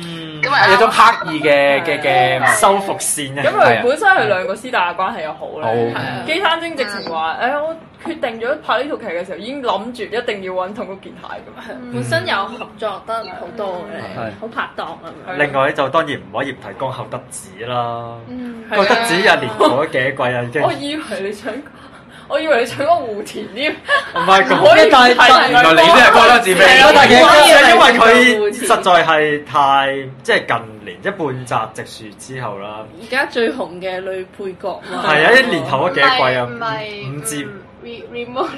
I: 咁啊
F: 有一種刻意嘅嘅嘅
G: 修復線
C: 咁
G: 啊，
C: 佢本身佢兩個師大嘅關係又好
F: 好
C: 咧。基山精直情話：誒，我決定咗拍呢套劇嘅時候，已經諗住一定要揾同谷健太咁樣。
J: 本身有合作得好多嘅
G: 嗯係，
J: 好拍檔咁樣。
G: 另外咧就當然唔可以唔提江口德子啦，
K: 嗯，
G: 江口德子一年過咗幾季啊已經，
J: 哦
C: 我
G: 唔
C: 以為你想，我以為你想講胡田添。
G: 係
C: 可以
G: 咁，但
C: 提
G: 係
F: 原來你都係江德子
G: 係咯，但係
F: 俾
G: 其
J: 可以
G: 實因
J: 係
G: 為佢
J: 做
G: 實在係太即係近年即係半集直樹之後啦，
J: 而家最紅嘅女配角嘛，
G: 係啊，一年頭嗰幾季啊
K: 唔，係
G: 五至唔
K: remove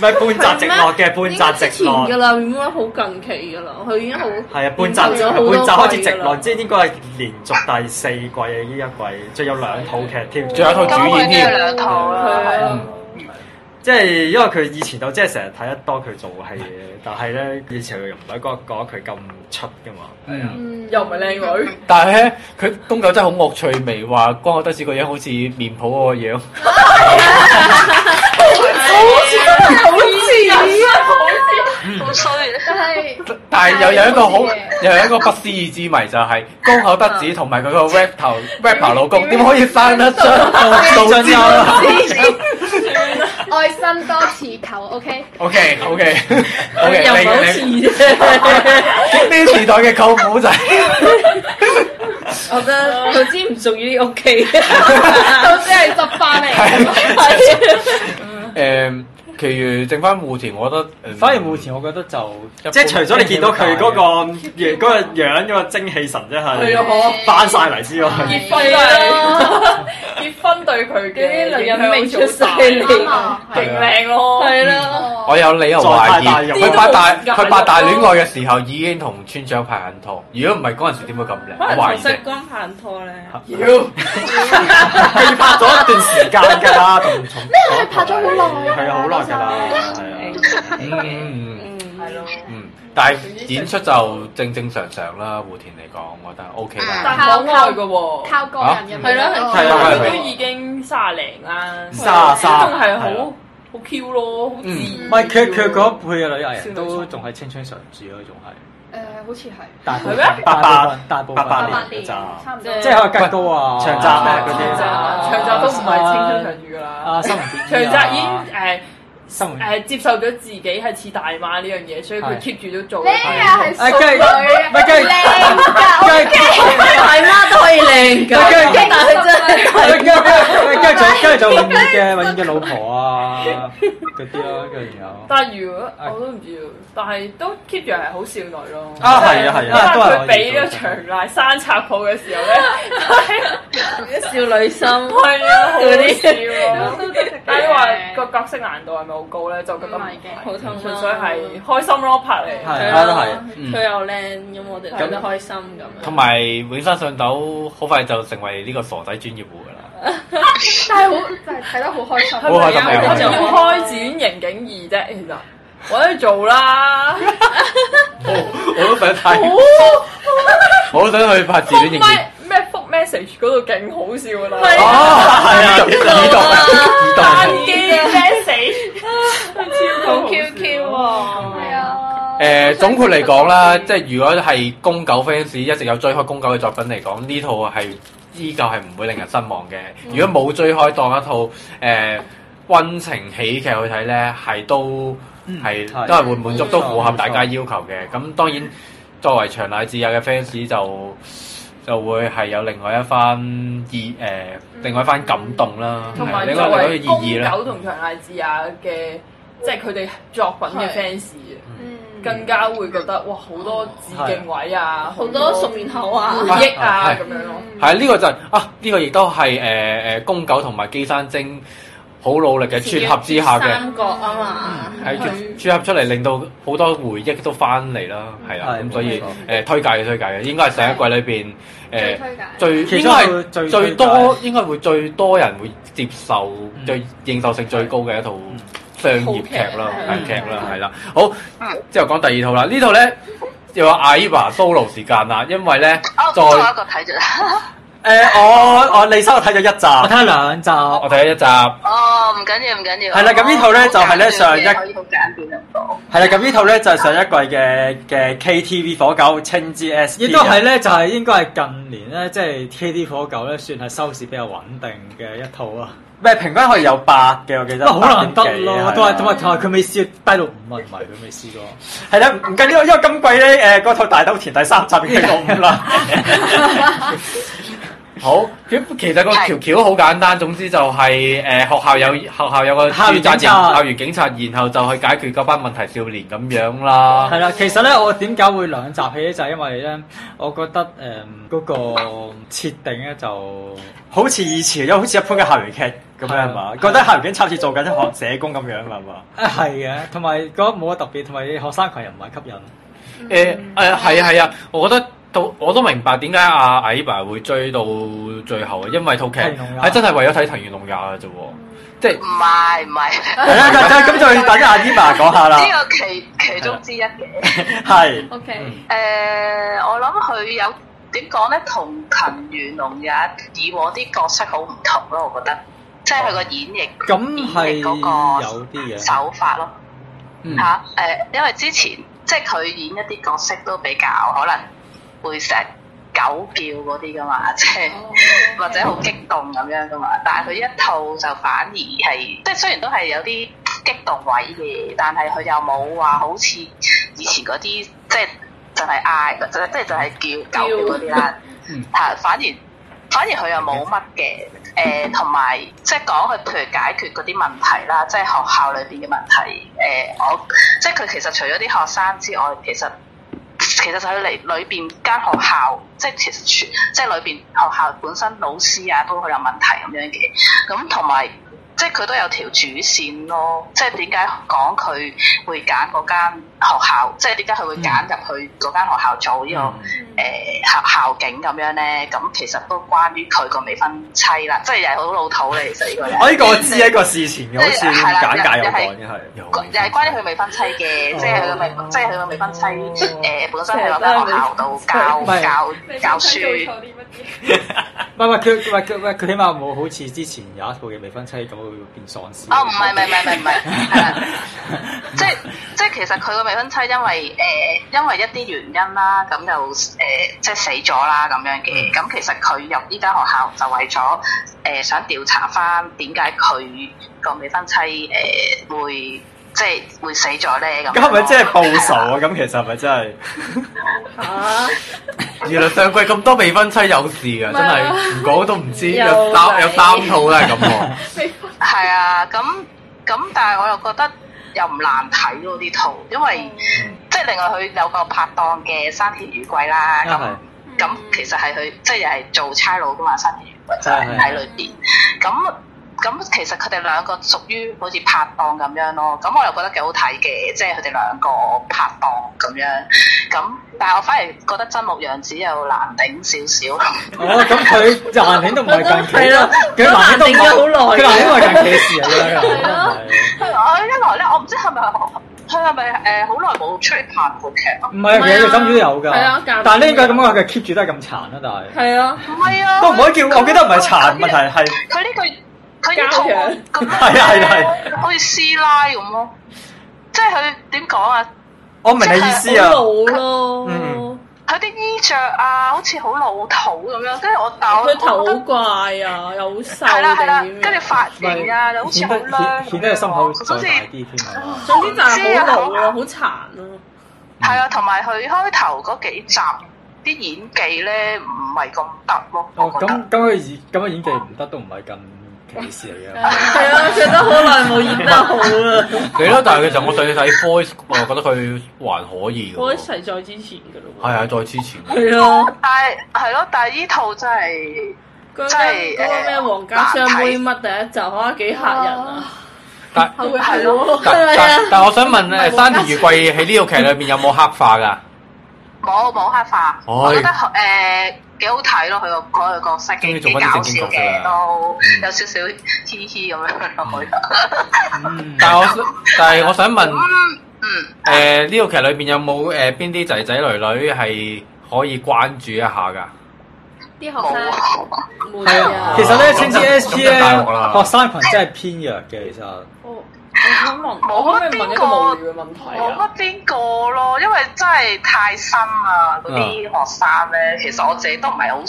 G: 係半集直落嘅，
J: 應該
G: 半集
J: 之
G: 直
J: 前
G: 落
J: 㗎。啦，應該好近期㗎啦，佢已經好
G: 係啊，半集半集
J: 好多
G: 開始
J: 季
G: 直
J: 㗎啦
G: 落，即係應該係連續第四季嘅呢一季，仲有兩套劇添，
F: 仲有一套
J: 啊
F: 主
I: 咁
F: 演
I: 佢都有
F: 添。
I: 兩套
J: Ờ,
I: 啦，係
J: 係
F: 嗯
I: 啊
J: 啊
G: 即係因為佢以前就即係成日睇得多佢做戲嘅，但係咧以前佢又唔係覺覺得佢咁出噶嘛，
F: 嗯
G: 係啊，
J: ừ.
C: 又唔係靚女，
F: 但係咧，佢公狗真係好惡趣味，話光我德子個樣好似面譜嗰個樣。
J: 啊
I: 好衰。
K: 但係
F: 但係又有一個好
K: 太好嘢，
F: 又有一個不思議之謎就
J: 啊
F: 係、高口德子同埋佢個 rap 頭 rapper 老公點可以生得出杜杜之
J: 啊
K: 愛新多似求，OK，
F: o k OK
J: 又唔係好
F: OK，
J: 似
F: 你你
J: 啫。
F: 呢時代嘅舅母仔，
J: 我覺得佢知唔屬於呢屋 企，
K: 到只係執翻嚟，
F: 誒，其餘剩翻戶田，我覺得誒嗯
A: 反而戶前我覺得就
G: 即係除咗你見到佢嗰個樣嗰個樣嗰個精氣神真
C: 係啊
G: 係
C: 好
G: 翻晒嚟之外，
C: 結婚都啊係啊結婚對佢嘅
J: 女人未出世
C: 影響好
J: 嚟
C: 大
K: 啊
C: 勁靚咯，
J: 係咯，
F: 哦我有理由懷
G: 再大大
F: 疑
G: 肉
F: 佢八大
C: 呢啲都
F: 佢八大戀愛嘅時候已經同村長拍緊拖，如果唔係嗰陣時點會咁靚？
J: 可
F: 我懷
J: 能同
F: 疑
J: 膝
F: 啫。
J: 光拍緊拖咧，
G: 佢拍咗一段時間㗎啦，同同咩
K: 佢拍咗好耐啊
G: 係啊，好耐㗎啦，係啊。
F: 嗯嗯嗯
C: 係咯。
F: 嗯，但係演出就正正常常啦，戶田嚟講，我覺得 OK 啦。
C: 但係好耐嘅喎。
K: 靠個人嘅，
J: 係咯
G: 係啊
C: 佢
G: 係啊
C: 都已經卅零啦，
G: 卅卅
C: 仲係
G: 係
C: 好
G: 啊
C: 好 Q 咯，好自然。
A: 唔係佢佢嗰一輩嘅女藝人都仲係青春常駐咯，仲係
J: ờ,
K: 誒，好似係
A: 大部分
C: 係咩
A: 大部分大部分
G: 八八
K: 八
G: 年
K: 年，差唔多，
A: 即係可以吉高啊、
G: 長澤啊嗰
C: 長
G: 啲
C: 澤，長澤都唔係青春常駐㗎啦，
A: 啊啊，新聞
C: 長澤已經誒
A: 生活
C: 誒接受咗自己係似大媽呢樣嘢，所以佢
A: 係
C: keep 住都做。
K: 呢係
A: 啊，跟住唔係跟住
K: 靚㗎，
D: 大
J: 啊
D: 媽都可以靚㗎，
A: 跟住
D: 但係佢真係
A: 跟住跟住跟住就永遠嘅永遠嘅老婆啊嗰啲咯，跟住有。
C: 但係如果我都唔知喎，但係都 keep 住係好少女咯。
A: 啊係啊係啊
C: 因
A: 都
C: 為
A: 係我
C: 佢
A: 意
C: 俾
A: 思
C: 呢個長賴生插抱嘅時候咧，
D: 少女心，
C: 係啊，好 好
J: Ừ,
D: 嗰
C: 笑啊！但係你話個角色難度係咪好高咧？就覺得唔係嘅，
J: 普通
C: 純粹係開心咯，拍嚟。
A: 係
J: 啦
A: 啊都係啊，
F: 嗯
J: 佢又靚，咁我哋睇得開心咁樣。
F: 同埋永生上斗好快就成為呢個傻仔專業户㗎啦。
K: 但係好就係睇得好開心。
F: 好開心
C: 我
F: 係啊
C: 哋
F: 係
C: 要
F: 啊
C: 開展刑警二啫，其實我都做 啦。
G: 哦
F: 我我都想睇，我都想去拍自戀型嘅。
C: 咩咩覆 message 嗰度勁好笑啊啦，
F: 哦，係啊，哦耳朵耳
G: 啊
F: 朵。
C: 機 message 超
J: 好 Q Q 喎，
K: 係啊，
F: 誒、總括嚟講啦，
J: Ừ.
F: 即係如果係公狗 fans 一直有追開公狗嘅作品嚟講，呢套係依舊係唔會令人失望嘅。
C: 嗯
F: 如果冇追開當一套誒、温情喜劇去睇咧，係都係、
A: 係
F: 都係會滿足，
A: 冇錯
F: 都符合大家要求嘅。咁當然作為長乃智也嘅 fans 就就會係有另外一番意誒、另外一番感動啦，
C: 嗯同埋
F: 啊另
C: 作
F: 外另外
C: 為
F: 一個意義
C: 公
F: 啦。
C: 狗同長賴智也嘅，即係佢哋作品嘅
J: 係
C: fans
K: 嗯，
C: 更加會覺得哇好多致敬位啊，
J: 好多
F: 嗯
J: 熟面口啊
C: 回！憶啊
F: 係
C: 咁樣咯。
F: 係呢、個就係啊，呢、個亦都係誒誒公狗同埋基山精好努力嘅撮合之下嘅，嗯
J: 三角啊嘛，
F: 係撮撮合出嚟，令到好多回憶都翻嚟啦，係啦，
A: 係
F: 咁所以
A: 冇
F: 誒
A: 錯、
F: 推介嘅推介嘅，應該係上一季裏邊
K: 最推介。
F: 誒最
A: 其
F: 應
A: 中
F: 該
A: 一個最嗯
F: 係最
A: 推
F: 多應該會最多人會接受、最認受性最高嘅一套
A: 嗯
F: 商業劇啦
J: 好劇、
F: 大
J: 嗯
F: 劇啦，係啦，好之後講第二套啦，呢套咧又有 Aiba solo 時間啦，因為咧
J: 啊
I: 哦，
F: 再
I: 仲有一個睇咗。
G: 誒，我我李生我睇咗一集，
A: 我睇下兩集，
F: 我睇咗一集。
I: 哦，唔緊要，唔緊要。
G: 係啦咁呢套咧就係咧上一
I: 可以好簡便咁講。
G: 係啦，咁呢套咧就係上一季嘅嘅 KTV 火狗青之 S，啊
A: 亦都係咧，就係應該係近年咧，即係 K D 火狗咧，算係收視比較穩定嘅一套啊。
G: 咩平均可以有八嘅，我記得啊
A: 不過好難得咯，都係同
G: 同埋
A: 埋同埋佢未試低到五啊，唔係佢未試過。
G: 係啦，唔緊要，因為今季咧誒嗰套大豆田第三集已經去到五啦。
F: 好，咁其實個
I: 係
F: 條橋好簡單，總之就係、誒、學校有學校有個
A: 校園
F: 駐紮營
A: 警察
F: 校園警察，然後就去解決嗰班問題少年咁樣啦
A: 係。啦，其實咧，我點解會兩集起咧，就係因為咧，我覺得誒嗰、個設定咧就
G: 好似以前，又好似一般嘅校園劇咁樣係嘛？
A: 係
G: 覺得校園警察好似做緊一學社工咁樣係嘛？
A: 啊係嘅，同埋覺得冇乜特別，同埋學生群又唔係吸引，
F: 誒誒係啊係啊，我覺得到我都明白點解阿 a 爸會追到最後啊，因為套劇
A: 藤原龍也
F: 係真係為咗睇藤原龍也嘅啫喎，即係
I: 唔係唔係，
G: 係啦，咁咁就要等阿 Eva 講下啦。
I: 呢個其其中之一嘅。
G: 係
K: OK，
F: 嗯
I: 誒、呃我諗佢有點講咧，同藤原龍也以往啲角色好唔同咯，我覺得，即係佢個演繹
A: 咁係
I: 演繹嗰
A: 有啲
I: 個
A: 嘅。
I: 手法咯
F: 嗯
I: 嚇。誒、呃因為之前即係佢演一啲角色都比較可能會成日狗叫嗰啲噶嘛，即係。或者好激動咁樣噶嘛，但係佢一套就反而係，即係雖然都係有啲激動位嘅，但係佢又冇話好似以前嗰啲，即係就係嗌，即係即係就係叫狗嗰啲啦，嚇，反而反而佢又冇乜嘅，誒同埋即係講佢譬如解決嗰啲問題啦，即係學校裏邊嘅問題，誒、我即係佢其實除咗啲學生之外，其實。其實就係嚟裏邊間學校，即係其實全即係裏邊學校本身老師啊都好有問題咁樣嘅，咁同埋即係佢都有條主線咯，即係點解講佢會揀嗰間學校，即係點解佢會揀入去嗰間學校做呢、個
F: 嗯
I: 誒、校校警咁樣咧？咁其實都關於佢個未婚妻啦，即係又係好老土咧，其實呢個人。
G: 我呢個我知啊喺個事前嘅，好似
I: 係啦
G: 簡介有
I: 又係
G: 講嘅係。
F: 又
I: 個又係關於佢未婚妻嘅，即係佢個未，即係佢個未婚妻誒、本身係落喺學校度教
A: 唔係
I: 教教書
K: 做。錯啲乜嘢？
A: 唔係唔係，佢唔係佢唔係佢起碼冇好似之前
I: Ờ,
A: 有一套嘅未婚妻咁會變喪屍。
I: À. 哦，唔係唔係唔係唔係唔係，係啦，即係即即係其實佢個未婚妻因為誒、呃因為一啲原因啦，咁就誒、呃即係死咗啦咁樣嘅。咁其實佢入呢間學校就為咗誒、呃想調查翻點解佢個未婚妻誒、呃、會即係會死咗咧咁樣咯。
G: 咁係咪真係報仇啊？咁其實係咪真係？
J: 啊
F: 原來上季咁多未婚妻有事㗎，真係唔講都唔知，
D: 又
F: 有三有
D: 嚟
F: 三套啦咁喎。
I: 係啊，咁咁但係我又覺得又唔難睇咯呢套，因為、即係另外佢有個拍檔嘅山田裕貴啦，咁
A: 啊
I: 咁、其實係佢即係又係做差佬噶嘛，山田裕貴就係喺裏邊，咁咁其實佢哋兩個屬於好似拍檔咁樣咯，咁我又覺得幾好睇嘅，即係佢哋兩個拍檔咁樣，咁但係我反而覺得真木陽子又難頂少 少。
A: 哦，咁佢就難聽都唔係近期，
D: 係咯
A: 佢難聽都唔
D: 都難頂咗好耐
A: 佢難聽都係近期嘅事嚟啦。
I: 佢我一來咧，我唔知係咪佢係咪誒好耐冇出嚟拍過劇啊？
A: 唔係
J: 唔係啊
A: 嘅，佢心都有
J: 係啊
A: 㗎
J: 間唔中。
A: 但係呢個咁講，佢 keep 住都係咁殘啦，但係。
J: 係啊，
I: 唔係啊，
A: 都唔可以叫，我記得唔係殘問題
I: 佢呢
A: 係
I: 佢呢句佢呢套
J: 家
I: 我
J: 長
I: 咁
A: 係啊係啊
I: 啊，好似師奶咁咯，即係佢點講啊？
A: 我明你意思啊，
J: 好老咯，
A: 嗯
I: 佢啲衣着啊，好似好老土咁樣，跟住我但我
J: 佢頭好
I: 我
J: 怪啊，又好瘦
I: 係啦係啦
J: 定，點
I: 跟住
J: 樣？
I: 髮型啊，又好似
A: 顯
I: 好
A: 得
I: 啦，
A: 顯顯得佢心口再
I: 好似
A: 大啲添啊係嘛
J: 總之就係好老咯，
I: 唔
J: 啊好殘咯。
I: 係啊，同埋佢開頭嗰幾集啲演技咧唔係咁得咯，
A: 哦，
I: 我覺
A: 咁
I: 得。
A: 咁佢演咁佢演技唔得都唔係近期事嚟嘅。
J: 係啊，佢都好耐冇演得好啦。
F: 係咯，但係其實我對睇 Boys，我覺得佢還可以
J: 我
F: 㗎。
J: 一齊再之前噶咯
F: 係啊，再之前
J: 喎。係啊，
I: 但係係咯，但係依套真係
J: 嗰
I: 真係
J: 間嗰個咩皇家雙妹乜第一集啊，幾嚇人啊！
F: 但
J: 係會係咯，係
F: 但
J: 咪
F: 但
J: 啊？
F: 但我想問誒，山田裕貴喺呢套劇裏面有冇黑化㗎？
I: 冇冇黑化，
F: 哎
I: 我覺得誒幾好睇咯，佢個嗰個角色
F: 終於
I: 幾
F: 做
I: 幾
F: 返
I: 搞
F: 啲
I: 笑
F: 正經角色啦
I: 嘅，都
F: 嗯
I: 有少少嘻嘻咁樣咯，我覺得
F: 嗯但係我想但係我想問
I: 嗯嗯，
F: 誒，呢套劇裏面有冇誒邊啲仔仔女女係可以關注一下㗎？
D: 啲學
I: 冇
D: 生
I: 嗯
J: 冇
A: 係
J: 啊
A: 啊，其實咧，青之
F: 咁就
A: S P 咧，
F: 哦咁就大鑊啦
A: 學哦生群真係偏弱嘅，其實。
C: 我我想問，
I: 冇
C: 我可唔可以問一個無聊嘅問題
I: 冇
F: 哦
C: 啊？
I: 乜邊個咯，因為真係太新啦，嗰啲
F: 啊
I: 學生咧，其實我自己都唔係好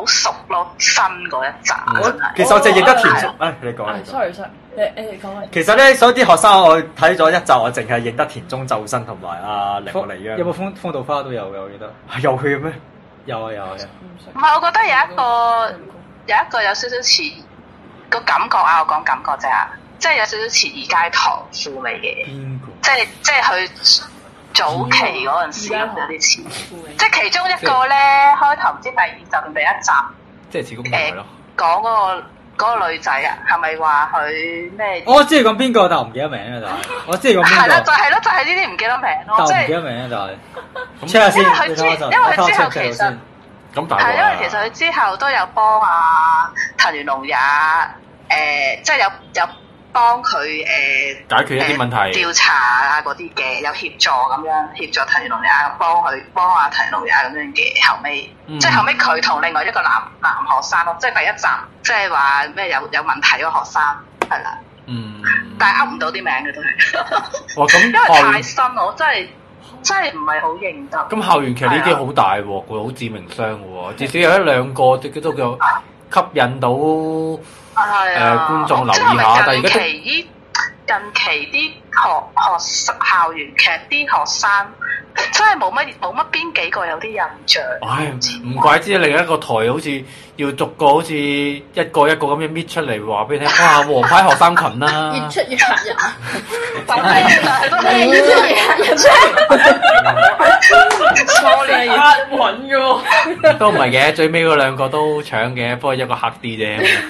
I: 好熟咯，新嗰一集
F: 嗯
I: 真係。
A: 嗯其實我淨係認得田
I: 係
A: 中，唉，你講
C: 係
A: 你講。
C: sorry sorry，你你講啦。啊
G: 其實咧，所以啲學生我睇咗一集，我淨係認得田中宙生同埋阿鈴木梨央。
A: 有冇風風度花都有嘅，我記得。
G: 係有佢嘅咩？
A: 有啊有啊有啊。
I: 唔係，我覺得有一個有一個有少少似個感覺啊，我講感覺咋，即係有少少似二階堂父味嘅。
A: 邊個？
I: 即係即係佢早期嗰陣時咁有啲似，即係其中一個咧開頭唔知第二集定第一集
F: 即係似公仔咯。
I: 講嗰、個嗰個女仔啊，係咪話佢咩？
A: 我知你講邊個，但我唔記得名啦，但哦係。我知你講
I: 係啦，
A: 邊
I: 就
A: 個，
I: 係咯，就係呢啲唔記得名
A: 但
I: 咯，
A: 我
I: 即
A: 唔記
I: 係
A: 得名啦，但係。check 下先，
I: 因為佢
A: 你等我一陣，
I: 之因為佢
A: 我睇
I: 之
A: 下 check
I: 後其實
A: 先。
F: 咁大鑊
I: 係因
F: 啊
I: 為其實佢之後都有幫啊藤原龍也誒、呃即係有有幫佢誒。呃
F: 解決一啲問題。
I: 調查啊嗰啲嘅，有協助咁樣協助提龍也幫佢幫阿提龍也咁樣嘅，後尾、
F: 嗯
I: 即係後尾佢同另外一個男男學生咯，即係第一集即係話咩有有問題嗰個學生係啦，
F: 嗯，
I: 但係噏唔到啲名嘅都係，
F: 哇
I: 因為太
F: 咁
I: 新我真係真係唔係好認得。
F: 校咁校園劇呢啲好大鑊喎，好致命傷嘅喎，至少有一兩個都都叫吸引到。
I: 係啊，
F: 誒觀眾留意下
I: 即係咪
F: 但係而家
I: 近
F: 都
I: 期依近期啲學學生校園劇啲學生真係冇乜冇乜邊幾個有啲印象。
F: 唉，唔怪之另一個台好似要逐個好似一個一個咁樣搣出嚟話俾你聽，哇！黃牌學生群啦、
J: 越出越嚇人，
I: 就係就係
J: 越出越嚇人。
C: 我哋係押韻嘅喎。
F: 都唔係嘅，最尾嗰兩個都搶嘅，不過一個黑啲啫。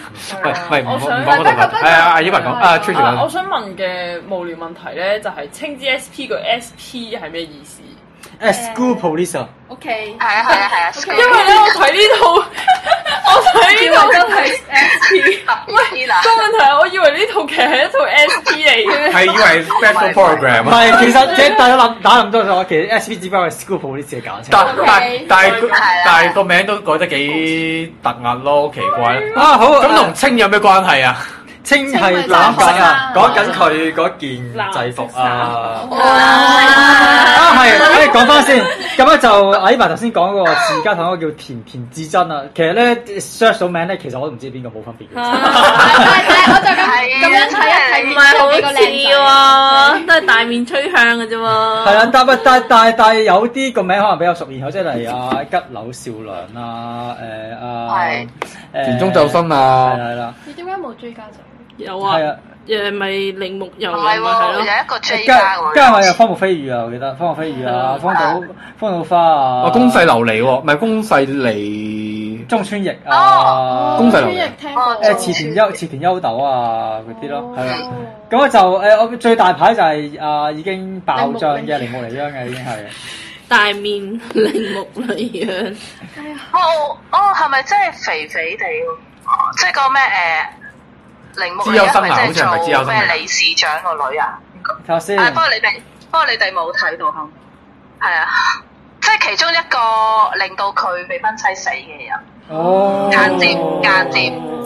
F: 喂喂，唔好
C: 我
F: 唔
C: 想
F: 講嗰度啦，係啊，阿依文講啊，Tracy
C: 啊我
F: 講，
C: 想問嘅無聊問題咧，就係青之 SP 個 SP 係咩意思？
A: 誒，school police 啊。
D: O K，
I: 係啊係啊係啊，
C: 因為 咧，我睇呢套，我睇呢套
D: 都係 SP，
I: 喂
C: 個問題，我以為呢套劇係一套 SP 嚟嘅。
F: 係以為 special program
A: 唔
F: 啊，
A: 係，其實即係大家諗打諗多咗，其實 S P 只不過係 school police 嘅簡稱。
F: 但但但係
I: 係啊
F: 但係個名都改得幾突兀咯，奇怪。
A: 啊好，
F: 咁同清有咩關係啊？
A: 清係
D: 係
A: 講緊啊，
D: 衫
A: 講緊佢嗰件制服啊。啊，係，誒講翻先，咁咧就阿依凡頭先講嗰個自家堂嗰個叫田田至真啊，其實咧 search 到名咧，其實我都唔知邊個冇分別 嘅。
D: 我就咁咁樣睇
J: 唔
D: 一睇，
J: 係好
D: 邊個
J: 似喎，都係大面吹向嘅啫喎。
A: 係啦，但係但但但係有啲個名可能比較熟然口，即係例如阿吉柳少良啊，誒啊，
I: 係
A: 誒
F: 田中就身
A: 係
F: 啊
A: 啦，係啦，
K: 你點解冇追家長？
J: 有啊
A: 係，啊，
J: 誒咪鈴木又
I: 唔
J: 咪
I: 係喎，
J: 係咯，
I: 有一個 J 加
A: 加
I: 喎，
A: 加埋有方木飛宇啊，我記得方木飛宇啊，方島方島花啊，
F: 哦，公勢流離喎，唔係公勢離，
A: 中村翼
I: 哦
A: 啊，
F: 公仔流
K: 村
F: 嘅
K: 亦聽過
I: 哦
A: 誒池田優池田優斗啊嗰啲咯，係啦。
K: 哦
A: 咁啊我就誒，我最大牌就係啊已經爆漲嘅鈴木嚟央嘅已經係，
J: 大面鈴木女樣，
I: 哦哦，係咪真係肥肥地喎？即係個咩誒鈴木
F: 資優生啊
I: 係
F: 好似係咪資優
I: 做
F: 生嚟㗎
I: 咩理事長個女啊？
A: 睇下先
I: 啊，，不過你哋不過你哋冇睇到後面，係啊，即係其中一個令到佢未婚妻死嘅人，
A: 哦，
I: 間接間接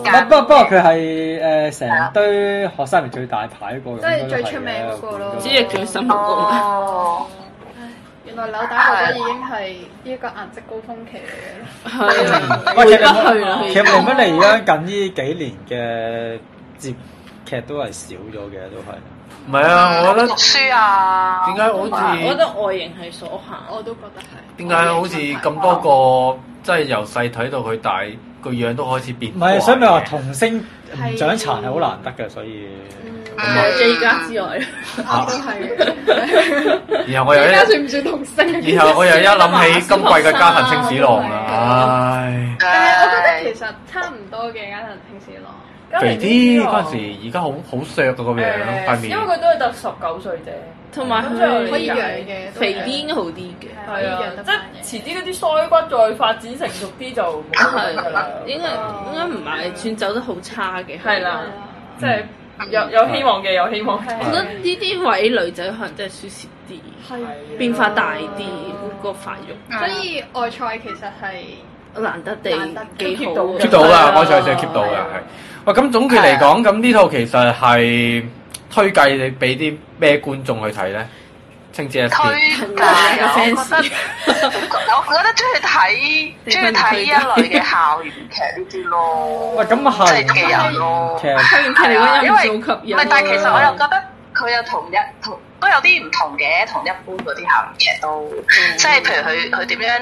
I: 間
A: 不不不過佢係誒成堆學生入面最大牌嗰個，
K: 即係最出名嗰個咯
F: 啊
J: 只係最深木個。
I: 哦，
K: 原來扭打我覺得已經係呢個顏值高峰期嚟
J: 係啊，
A: 喂，
J: 回不去啦。
A: 其實鈴木嚟央近呢幾年嘅接劇都係少咗嘅，都係。
F: 唔係啊，我覺得
I: 讀書啊，
F: 點解好似
J: 我覺得外形係所
K: 嘅，
J: 限，
K: 我都覺得係。
F: 點解好似咁多個，即係由細睇到佢大，個樣都開始變
A: 唔
F: 怪嘅。
A: 係，所以咪話童星唔長殘係好難得嘅，所以
J: 除
F: 啊
J: 咗 J 家 之外，
K: 我都係嘅。
F: 然後我又
K: 而家
F: 一，
K: 算唔算童星？
F: 然後我又一諗起今季嘅家下青史郎啦，唉，
K: 但係我覺得
I: 唉
K: 其實差唔多嘅，家陣平時郎。
F: 肥啲嗰陣時，而家好好削啊個個樣塊面
C: 因。為佢都係得十九歲啫，
J: 同埋
C: 咁
J: 佢
C: 就
K: 可以養嘅
J: 肥啲應該好啲嘅。
C: 係啊
K: 得，翻嘅
C: 即係遲啲嗰啲腮骨再發展成熟啲就冇
J: 係啊啊
C: 㗎啦，
J: 應該應該唔係算走得好差嘅。
C: 係啦，即係
J: 嗯
C: 有有希望嘅，有希望
J: 我覺得呢啲位女仔可能真係舒適啲，
K: 係啊
J: 變化大啲，個發育
K: 所以外賽其實係
J: 難得地
K: 難得
J: 幾好
F: keep 到啦，
C: 係啊
F: 我上上 keep 到嘅係。喂，咁總結嚟講，咁呢套其實係推介你俾啲咩觀眾去睇咧？青之 S
I: 推
F: D
I: 介，
J: 啊
I: 啊 我覺得我覺得中意睇中意睇呢一類嘅校園劇呢啲咯。
A: 喂咁啊
I: 即係
A: 係
I: 嘅人咯。
A: 其實
J: 推完劇嚟講因素吸引
I: 唔係，但係其實我又覺得佢又同一同都有啲唔同嘅，同一般嗰啲校園劇都，即係譬如佢佢點樣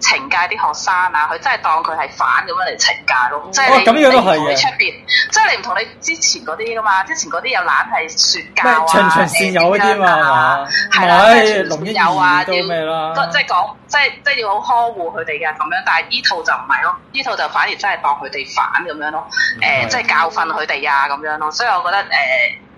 I: 懲戒啲學生啊，佢真係當佢係反咁樣嚟懲戒咯，即係
A: 哦
I: 你
A: 咁呢個都係嘅
I: 你唔同你出邊，即係你唔同你之前嗰啲噶嘛，之前嗰啲又懶係説教啊，
A: 咩循循善誘嗰啲嘛係嘛
I: 係啦，
A: 唔係
I: 即係循循善誘啊，
A: 龍英兒都咩啦
I: 要即係講即係即係要好呵護佢哋嘅咁樣，但係依套就唔係咯，依套就反而真係當佢哋反咁樣咯。誒、
A: 係
I: 即係教訓佢哋啊咁樣咯，所以我覺得誒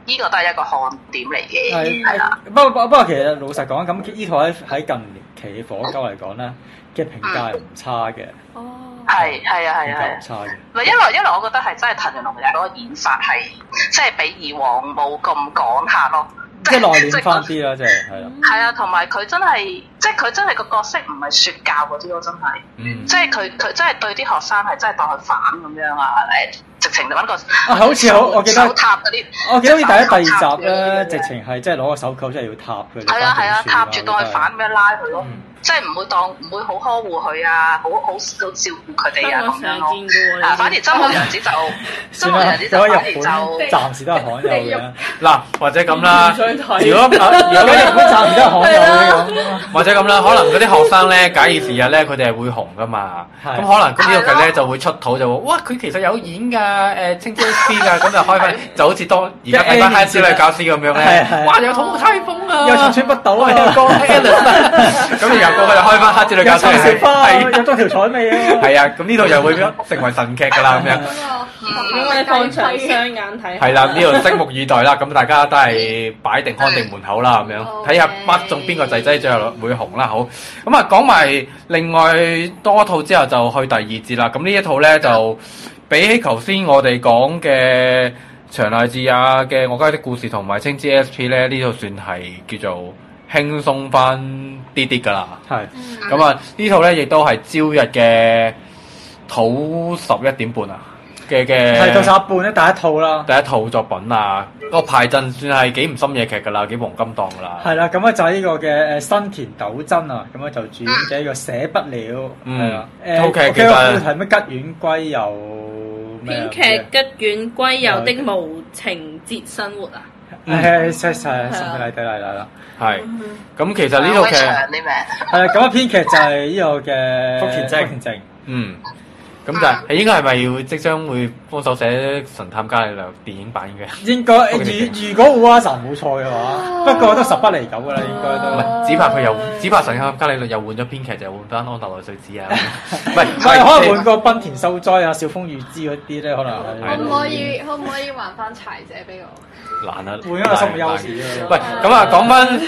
I: 依、個都係一個看點嚟嘅，係啦，
A: 係，不過不過不過其實老實講，咁呢套喺喺近年期嘅火鳩嚟講咧嘅評價係唔差嘅，
J: 哦
I: 係係
F: 嗯
I: 啊係
A: 評價唔
I: 啊係啊。
A: 差嘅。
I: 咪一來一來，我覺得係真係藤原龍也嗰個演法係即係比以往冇咁趕下咯，
A: 即係內斂翻
I: 即係
A: 啲啦，即係係啦。
I: 係啊，同埋佢真係即係佢真係個角色唔係説教嗰啲咯，真係。
F: 嗯，
I: 即係佢佢真係對啲學生係真係當佢反咁樣啊！誒，直情就揾個
A: 啊好似好我記得
I: 手塔嗰啲，
A: 我記得好似第
I: 手
A: 一、第
I: 塔
A: 二
I: 嗰啲
A: 集咧，直情係即係攞個手扣，即係要塔佢。
I: 係啊係啊，塔住當佢反咁樣拉佢咯
A: 嗯，
I: 即係唔會當唔會好呵護佢啊，好好好照顧佢哋啊
J: 香港
I: 咁
J: 成
I: 樣
J: 日
I: 咯。
J: 見嘅
I: 啊，
J: 喎，
I: 反而周末洋子就周
A: 算
I: 末
A: 啦
I: 洋，子
A: 走
I: 就
A: 喺日
I: 反而就
A: 本暫時都係罕有嘅，
F: 嗱或者咁啦
C: 唔，啊想睇
F: 如果
A: 走
F: 如果
A: 喺日本暫時都係罕有嘅咁。
F: 或者咁啦，可能嗰啲學生咧，假以時日咧，佢哋係會紅噶嘛。
A: 係
F: 咁可能咁呢個劇
I: 係
F: 咧
I: 咯
F: 就會出土就話，哇！佢其實有演㗎，誒、青春 C 㗎，啊咁就開翻，就好似當而家睇翻 h i 女教師咁
A: 係
F: 樣
A: 係
F: 咧，哇！有土西風啊，
A: 又長穿不到
F: 我
A: 啊！
F: 有 個 Alice 啊咁然後過去就開翻黑子女
A: 又
F: 教
A: 長
F: 師
A: 小花，
F: 係
A: 有啊多條彩尾啊！
F: 係啊，咁呢度就會成為神劇㗎啦，咁樣
J: 因為放長雙眼睇，
F: 係啊啦，呢度拭目以待啦。咁啊大家都係擺定看定門口啦，咁樣睇下北中邊個仔仔最後會紅啦。好，咁啊講埋另外多套之後就去第二節啦。咁呢一套咧就比起頭先我哋講嘅長瀨智也嘅《我家的故事》同埋《青之 S.P.》咧，呢套算係叫做輕鬆翻啲啲㗎啦。
A: 係
F: 咁啊，呢套咧亦都係朝日嘅土十一點半啊，嘅嘅
A: 係到晒一半咧，第一套啦，
F: 第一套作品啊，個排陣算係幾唔深夜劇㗎啦，幾黃金檔㗎啦。
A: 係啦，咁咧啊就係呢個嘅誒呃新田斗真啊，咁咧就主演嘅一個寫不了，
F: 嗯
A: 係啦，
F: 套劇
A: 誒，
F: 其
A: 佢
F: 實
A: 個副題咩吉遠歸遊咩啊
J: 編劇吉遠歸遊的
F: 啊
J: 無情節生活啊，
G: 嗯
A: 誒，係係係啦，係啦，係啦，
F: 係咁，其實呢套
I: 好鬼長
F: 劇
I: 啲名。
A: 係啦，咁啊編劇就係呢個嘅
G: 福田正
A: 福田正，
F: 嗯，咁就係應該係咪要即將會幫手寫《神探伽利略》電影版 嘅？
A: 應該
F: 福田正
A: 如如果烏阿神冇
G: 啊
A: 錯嘅話，不過都十不離九噶啦，應該
F: 嗯唔
A: 都。
F: 係，只怕佢又只怕神探伽利略又換咗編劇，就係換翻安達奈水子啊。唔係，唔
A: 唔係可能
F: 係
A: 換個濱田秀哉啊、小風雨之嗰啲咧，可能係
F: 係
D: 可唔可以可唔可以還翻柴姐俾我？
F: 難啊，
A: 換一個心有時
F: 難喂，咁啊，講翻。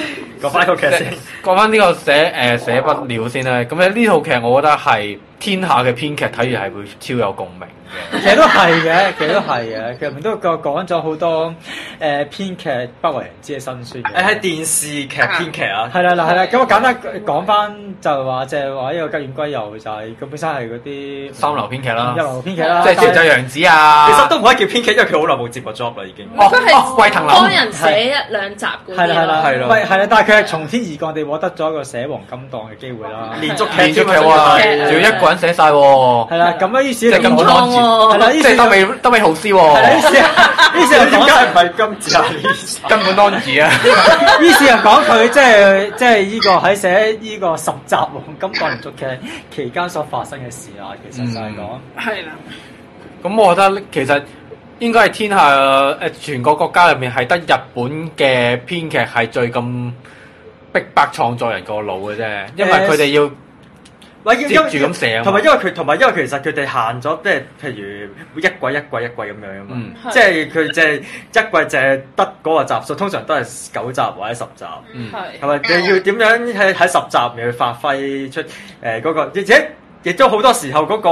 G: 講翻個劇先。
F: 講翻呢個寫誒、呃、寫不了先啦，咁咧呢套劇我覺得係天下嘅編劇睇完係會超有共 鳴嘅。
A: 其實都係嘅，其實都係嘅，其實都講講咗好多誒編劇不為人知嘅辛酸嘅。
G: 誒喺電視劇編劇啊，
A: 係啦，嗱係啦，咁我簡單講翻就係話，即係話呢個吉遠歸遊就係佢本身係嗰啲
F: 三流編劇啦
A: 一，流編劇啦，
F: 即係朝仔
A: 但係
F: 楊子啊，
G: 其實都唔可以叫編劇，因為佢好耐冇接過 job 啦，已經。
F: 哦
J: 佢
F: 哦
J: 係
F: 桂藤
J: 幫
F: 林，
J: 人寫一兩集嗰
A: 係啦係啦，
J: 啲咯。
G: 係
A: 係
G: 咯
A: 啦，係啦，但係佢係從天而降地獲得咗一個寫黃金檔嘅機會啦。
G: 連續劇
F: 連續劇
G: 添啊
F: 喎，
J: 係
F: 仲要一個人寫晒喎，
A: 啊係啦，咁啊，於是
F: 即係咁
A: 就
F: 多安住，
A: 係啦，於
F: 即
A: 是就
F: 係德美德美豪斯
A: 係啦，於
F: 喎，
A: 是於是就
G: 點
A: 講
G: 解唔係金子啊？
F: 根本安住 啊！
A: 於是又講佢即係即係呢個喺寫呢個十集黃金檔連續劇期間所發生嘅事
G: 啊
A: 啦，其實就係講
J: 係啦，
F: 咁我覺得其實應該係天下誒、呃全個國家入面係得日本嘅編劇係最咁逼迫創作人個腦嘅啫，因為
A: 誒
F: 佢哋要
G: 喂，因為
F: 接住咁射啊嘛
G: 同埋因為佢同埋因為其實佢哋限咗，即係譬如一季一季一季咁樣啊嘛
F: 嗯，
G: 即係佢即係一 季就係得嗰個集數，通常都係九集或者十集。
F: 嗯
J: 係
G: 係。咪？你要點樣喺喺十集入面去發揮出誒嗰、個？而且亦都好多時候嗰個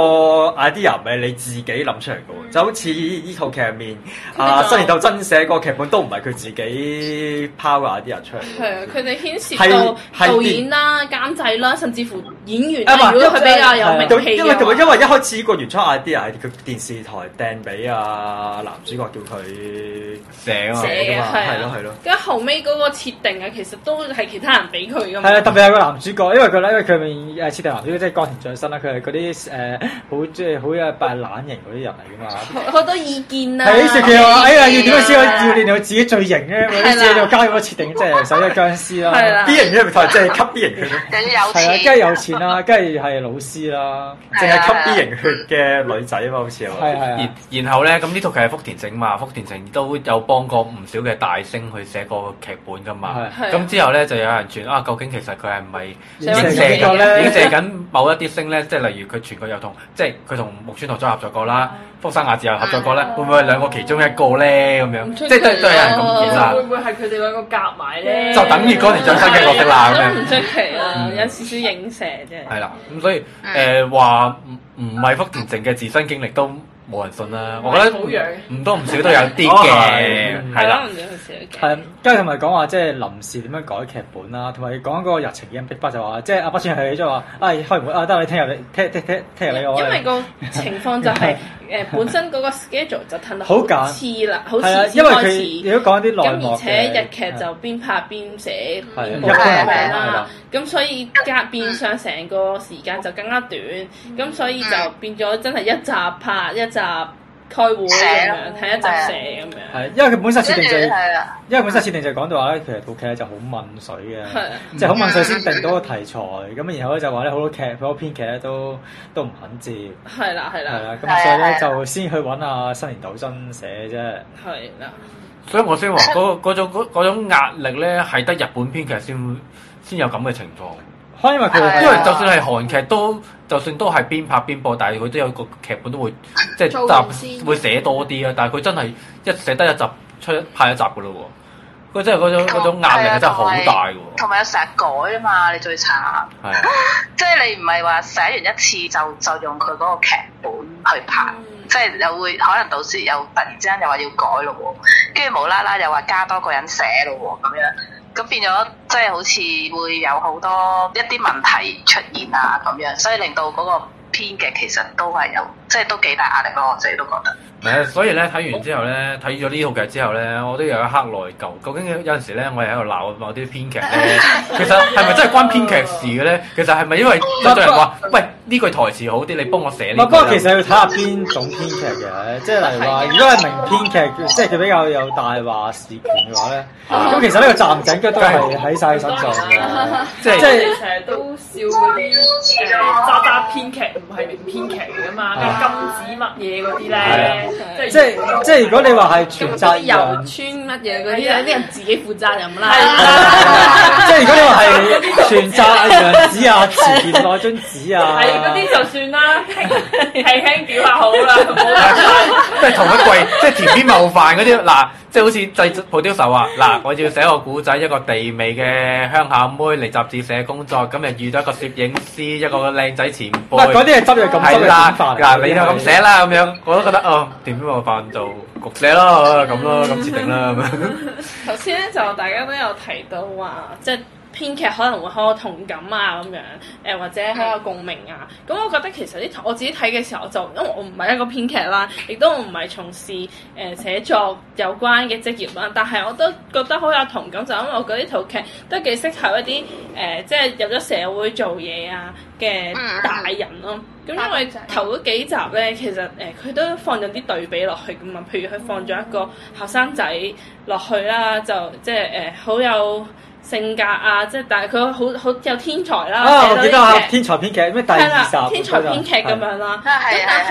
G: idea 唔係你自己諗出嚟嘅喎，就好似呢套劇入面啊，新年鬥真寫個劇本都唔係佢自己拋個 idea 出嚟。
J: 係啊，佢哋牽涉
G: 係
J: 到
G: 係
J: 導演啦、監製啦，甚至乎演員
G: 啊
J: 啦。
G: 嘛
J: 如果佢比較有名
G: 咁
J: 氣
G: 因為
J: 嘅
G: 同埋
J: 話，
G: 因為一開始個原創 idea 係佢電視台掟俾啊男主角叫佢
F: 寫啊嘛
J: 寫。嘅
G: 寫㗎嘛
J: 係
G: 係咯係咯。
J: 跟住後尾嗰個設定啊，其實都係其他人俾佢噶嘛。
A: 係啦，特別係個男主角，因為佢咧，因為佢面誒設定男主角即係江田俊生啦，佢係嗰啲誒好即係好有扮懶型嗰啲人嚟噶嘛。
J: 好好多意見啊啦。
A: 係於是佢話：哎呀，要點樣先可
J: 係啊
A: 以要練到自己最型咧？於
J: 係啦
A: 是就加入個設定，即係首先係僵屍
J: 係
A: 啦，
J: 啦
G: B 型嘅咪就係即係吸 B 型血咯，
I: 又要有
A: 係啦，跟住
I: 錢，啊
A: 有錢啦， 跟住係老師啦，
G: 淨係吸
J: 啊
G: B 型血嘅女仔啊嘛，好似係
A: 係
G: 嘛。
A: 係啊
F: 然然後咧，咁呢套劇係福田正嘛，福田正都有幫過唔少嘅大星去寫過劇本噶嘛。
A: 係
J: 係啊
F: 咁之後咧就有人傳啊，究竟其實佢係唔係
A: 影
J: 射
F: 影射
J: 緊邊個
F: 緊
A: 咧
F: 影射緊某一啲星咧？即係例如佢全國有同，即係佢同木村拓哉合作過啦，福山雅治又合作過咧，會唔會係兩個其中一個咧？咁樣
J: 唔
F: 即
J: 出
F: 係都
J: 奇啊
F: 都有人咁見
J: 咯
F: 啦
C: 會。唔會係佢哋兩個夾埋咧？
F: 就等於嗰年長生嘅角色啦咁樣
J: 都唔出奇啊，
F: 嗯
J: 有少少影射啫。
F: 係啦，咁所以誒話唔唔係福田正嘅自身經歷都冇人信啦。我覺得
C: 唔係好
F: 唔多唔少都有啲
G: 哦
F: 嘅，
G: 係
F: 係啦
J: 啦，。唔知佢寫嘅。
A: 係，啊跟住同埋講話即係臨時點樣改劇本啦，同埋講嗰個日程幾咁逼迫就話，即係阿北川係即係話，哎開完會啊，得你聽日你聽聽聽聽日你啊我
J: 因為
A: 哋。
J: 個情況就係誒本身嗰個 schedule 就褪得
A: 好緊
J: 似啦，好似
A: 係啊，因
J: 先
A: 為佢
J: 開始。
A: 如果講啲內幕
J: 咁而
A: 嘅
J: 且日劇就邊拍邊寫
A: 係
J: 邊
A: 日
J: 播
A: 本
J: 咁
I: 係
J: 樣
A: 係啊
J: 啦
A: 啦，
J: 咁所以隔變相成個時間就更加短，咁所以就變咗真係一集拍一集開會咁
I: 寫
J: 樣
I: 咯，
J: 睇一集寫咁樣。
A: 係，因為佢本身設
I: 跟
A: 定
I: 住
A: 就係
I: 係啊啦，
A: 因為本身設定就係講到話咧，其實套劇咧就好問水
J: 係
A: 嘅
J: 啊，
F: 嗯
A: 即係好問水先定到個題材，咁然後咧就話咧好多劇好多編劇咧都都唔肯接，
J: 係啦，係
A: 係
J: 啦，
A: 啦，
I: 係
A: 咁
I: 啊
A: 所以咧
I: 係啊
A: 就先去揾阿新年斗真寫啫。
J: 係啦。
F: 所以我先話嗰嗰種嗰嗰種壓力咧，係得日本編劇先會先有咁嘅情況。
A: 可能因為佢
I: 係啊
F: 因為就算係韓劇都，就算都係邊拍邊播，但係佢都有個劇本都會即
D: 做完
F: 係集
D: 先
F: 會寫多啲啊。但係佢真係一寫得一集出派一集噶咯喎，佢真係嗰種嗰種壓力係真係好大嘅喎。
I: 同埋有成日改啊嘛，你最慘。
F: 係啊。
I: 即係你唔係話寫完一次就就用佢嗰個劇本去拍，
J: 嗯
I: 即係又會可能到時又突然之間又話要改咯喎，跟住無啦啦又話加多個人寫咯喎咁樣，咁變咗即係好似會有好多一啲問題出現啊咁樣，所以令到嗰個編劇其實都係有，即係都幾大壓力咯。我自己都覺得。
F: 係所以咧睇完之後咧，睇咗呢套劇之後咧，我都有一刻內疚。究竟有陣時咧，我係喺度鬧某啲編 劇咧，其實係咪真係關編劇事嘅咧？其實係咪因為有啲人話，喂呢句台詞好啲，你幫我寫
A: 唔
F: 呢
A: 係，
F: 句
A: 不
F: 啦？
A: 過其實要睇下邊種編劇嘅，即係例如
G: 啊
A: 話，如果係名編劇，即係佢比較有大話事權嘅話咧，
G: 啊
A: 咁其實呢個站整嘅都係喺晒佢身上 嘅，
F: 即係
A: 即係
C: 你成日都笑嗰啲誒渣渣編劇唔係名編劇嚟噶
F: 啊
C: 嘛，咩金子乜嘢嗰啲咧，
A: 即係即係如果你話係全
J: 咁
A: 責
J: 嗰啲油
A: 任，
J: 穿乜嘢嗰啲，有啲人自己負責任啦。
A: 即係如果你話係全責任紙啊、 詞件內張紙 啊，
C: 係嗰啲就算 啦，輕輕屌下好啦，
F: 即係同一季，即係田邊謀飯嗰啲嗱，即係好似製作 producer 話嗱，我要寫個古仔，一個地味嘅鄉下妹嚟雜誌社工作，咁又遇到一個攝影師，一個靚仔前
A: 唔係嗰
F: 輩，
A: 啲係執嘢咁執
F: 係
A: 嘅
F: 啦
A: 典，範嚟嘅。
F: 嗱你就咁寫啦咁樣，我都覺得哦，田邊謀飯就焗寫咯，咁咯，咁設定啦咁樣。
J: 頭先咧就大家都有提到話，即係編劇可能會好有同感啊咁樣，誒、或者好有共鳴啊。咁我覺得其實呢套我自己睇嘅時候就，因為我唔係一個編劇啦，亦都唔係從事誒、呃、寫作有關嘅職業啦，但係我都覺得好有同感，就因為我覺得呢套劇都幾適合一啲誒、呃即係入咗社會做嘢啊嘅大人咯。咁因為頭嗰幾集咧，其實誒呃佢、都放咗啲對比落去噶嘛，譬如佢放咗一個後生仔落去啦，就即係誒好有性格啊，即係但係佢好好有天才啦，
A: 啊，我記
J: 寫
A: 得
J: 到
A: 啊
J: 啲，劇
A: 天才編劇咩第
J: 係
A: 二
J: 啦，
A: 集
J: 天才編劇咁
A: 係
J: 樣啦。咁
I: 啊係啊
J: 但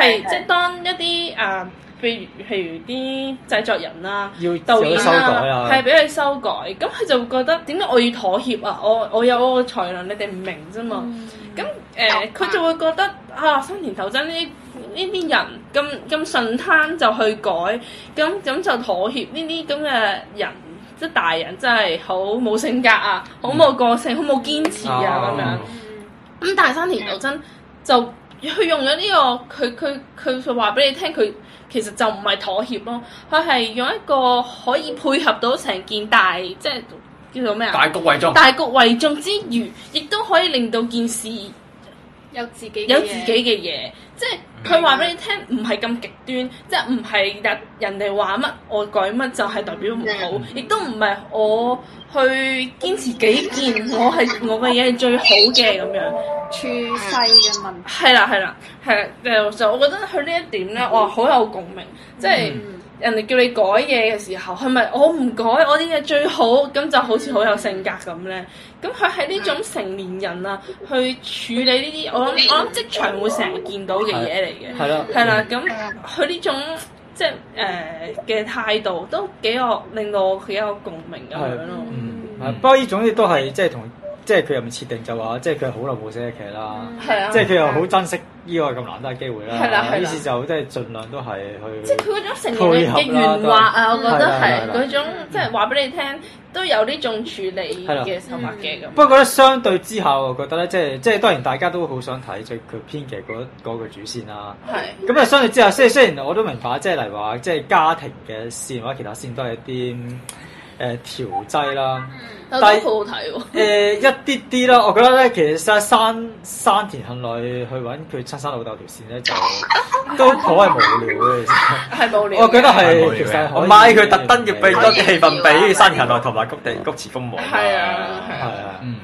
J: 係
I: 係啊
J: 即係當一啲啊，譬如譬如啲製作人啊啦、
A: 要
J: 導
A: 有
J: 演
A: 得修改
J: 啦，
A: 啊，
J: 係俾佢修改，咁佢就會覺得點解我要妥協啊？我我有我嘅才能，你哋唔明啫嘛。咁誒，佢、就會覺得啊，新田頭真呢啲呢啲人咁咁順攤就去改，咁咁就妥協呢啲咁嘅人。即係大人真係好冇性格啊，好冇個性，好冇堅持啊咁樣。咁但係山田有真就佢用咗呢、個佢佢佢就話俾你聽，佢其實就唔係妥協咯，佢係用一個可以配合到成件大即係叫做咩啊？
F: 大局為重，
J: 大局為重之餘，亦都可以令到件事
D: 有自己嘅
J: 有
D: 嘢
J: 自己嘅嘢，嗯即係佢話俾你聽，唔係咁極端，即係唔係人人哋話乜我改乜就係代表唔好，亦都唔係我去堅持己見，我係我嘅嘢係最好嘅咁樣。
D: 處世嘅問題。
J: 係啦，係啦，係啦，誒就我覺得佢呢一點咧，
A: 嗯
J: 我好有共鳴，即係人哋叫你改嘢嘅時候，係咪我唔改，我啲嘢最好，咁就好似好有性格咁咧？咁佢喺呢
A: 嗯
J: 種成年人啊，去處理呢啲，我諗我諗職場會成日見到嘅嘢嚟
A: 係
J: 嘅。
A: 嗯啦，
J: 係啦，咁佢呢種即係誒嘅態度都幾有令到我幾有共鳴咁樣咯。嗯
A: 係嗯啊不過呢種亦都係即係同即係佢入面設定就話，即係佢好耐冇寫劇啦，
J: 係啊，
A: 即係佢又好珍惜呢個咁難得嘅機會
J: 係啦係
A: 啦，
J: 啦
A: 於是就即係盡量都係去
J: 即係佢嗰種成年嘅原話啊，我覺得係嗰種即係話俾你聽，都有呢種處理嘅手法嘅
I: 嗯
J: 咁。
A: 不過咧，相對之下，我覺得咧，即係即係當然大家都好想睇最佢編劇嗰嗰個主線啦。
J: 係
A: 咁啊，相對之下，雖雖然我都明白，即係例如話，即係家庭嘅線或者其他線都係一啲誒、呃、調劑啦。
J: 但係都好好睇喎。
A: 誒、一啲啲啦，我覺得咧，其實山山田幸奈去揾佢親生老豆條線咧， 就都頗係無聊嘅。其 實
J: 係無聊嘅。
A: 我覺得
F: 係無
A: 係
F: 聊嘅
A: 其實可以
G: 唔係佢特登要俾多啲氣氛
I: 可以
G: 俾山人內同埋谷地谷池風王。
J: 係啊
A: 係啊，
F: 嗯，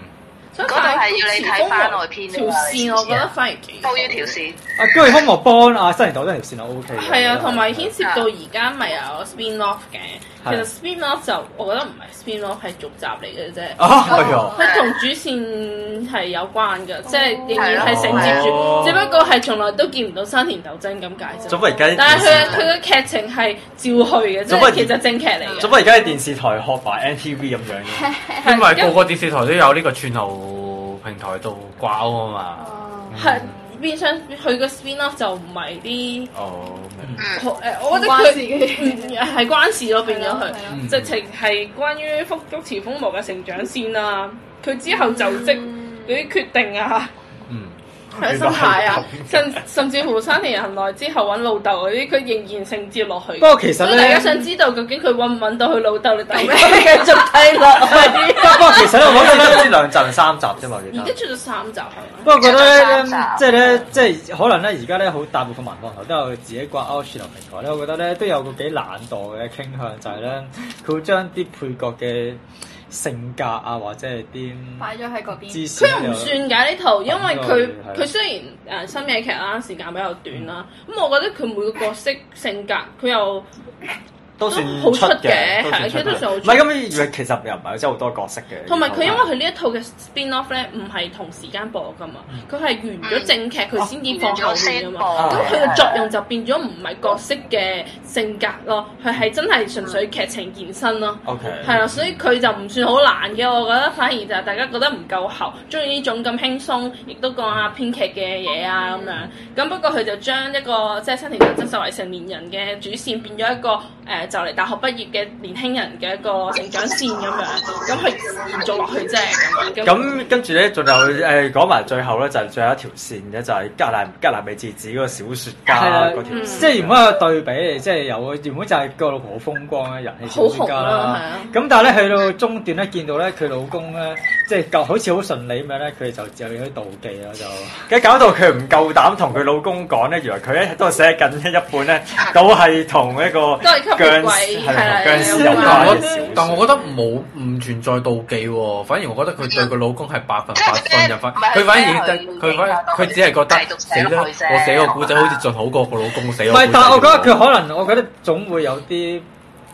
J: 所以
I: 嗰度係要你睇番外篇㗎啊
J: 條線，我覺得反而幾好
I: 高於條。線，
A: 啊，居然康樂幫啊新田斗真條線我 O K 嘅。
J: 係啊，同埋牽涉到而家咪有 spin off 嘅，其實 spin off 就我覺得唔係 spin off 係續集嚟嘅啫。
G: 啊，
F: 哦哎
G: 係啊。
J: 佢同主線係有關嘅，即係仍然係
I: 哦係咯
J: 承接住
G: 哦，
J: 只不過係從來都見唔到山田斗真咁解啫
G: 做。乜而家啲
J: 但係
G: 電
J: 佢佢
G: 視？
J: 嘅劇情係照去嘅，即
G: 做乜
J: 係其實正劇嚟嘅。
G: 做乜而家啲電視台學埋 NTV 咁樣 嘅？
F: 因為個個電視台都有呢個串流平台度掛鈎啊嘛，
J: 係變相佢個 spin off 就唔係啲
F: 哦，明白
J: 好誒，我覺得
D: 關事嘅
J: 佢嗯係關事咯，變咗
D: 係咯啊係
F: 嗯
J: 佢直情係關於福谷池
D: 嗯
J: 風磨嘅成長線啦。佢之後就職嗰啲決定啊，
F: 嗯。
J: 係心態啊，甚甚至乎三年人來之後揾老豆嗰啲，佢仍然承接落去。
A: 不過其實
J: 所 以大
A: 咧
J: 家。想知道究竟佢揾唔揾到佢老豆，你等咩繼續睇落去？
A: 不過其實咧，我覺 得咧，
G: 兩陣三集啫嘛，其
J: 而
G: 實
J: 家出咗三集係咪？
A: 不過覺得咧
I: 出咗三，
A: 即
I: 集
A: 係咧，即係可能咧，而家咧好大部分文化台都有自己掛 o u t l 平台咧，我覺得咧都有個幾懶惰嘅傾向，就係咧佢會將啲配角嘅性格啊，或者係啲
D: 擺咗喺嗰邊。
A: 知識
J: 佢又
A: 又
J: 唔算㗎呢套，因為佢
A: 係
J: 佢雖然呃誒深夜劇啦，時間比較短啦，咁我覺得佢每個角色性格佢又
G: 都算
J: 好出
G: 出
J: 嘅
G: 嘅，
J: 係啊佢都算好
G: 唔
J: 出
G: 係咁，其實又唔係真係好多角 色嘅。
J: 同埋佢因為佢呢一套嘅 spin off 咧，唔係同時間播㗎嘛，佢係完咗正劇佢先至放後面啊㗎嘛，
I: 哦
J: 咁佢嘅作用就變咗唔係角色嘅性格咯，佢係真係純粹劇情延伸咯。
G: OK
J: 係啦，所以佢就唔算好難嘅，我覺得反而就係大家覺得唔夠喉，中意呢種咁輕鬆，亦都講下編劇嘅嘢啊咁樣。咁不過佢就將一個即係新田真真實為成年人嘅主線變咗一個誒、呃就嚟大學畢業嘅年輕人嘅一個成長線咁樣，咁佢延續落去啫咁樣。
G: 咁跟住咧，仲有誒講埋最後咧，就係最後一條線咧，就係加拿加拿美智子嗰個小説家
A: 係啦
G: 嗰
J: 嗯
G: 條線。
A: 啊即係原本有對比，即係有原本就係個老婆好風光嘅人氣小說家
J: 好紅啦
A: 啦
J: 係啊。
A: 咁但係咧，去到中段咧，見到咧佢老公咧，即係就好似好順利咁樣咧，佢就就有啲妒忌啦，就
G: 嘅搞到佢唔夠膽同佢老公講咧，原來佢咧都係寫緊一 本咧，都係同一個
J: 都係吸血鬼
G: 僵屍
J: 係啦
G: 係僵屍有
J: 有關
F: 但
G: 關
F: 我
G: 嘅小
F: 但
G: 說
F: 我覺得冇唔存在妒忌喎，反而我覺得佢對個老公係百分百信任翻，
I: 唔係
F: 佢反而
I: 佢
F: 佢反佢只係覺得
I: 繼續
F: 死
I: 寫
F: 啦
I: 落去，啫
F: 我寫個古仔好似仲好啊過個老公死
A: 唔
F: 個古仔。
A: 係，但係我覺得佢可能，我覺得總會有啲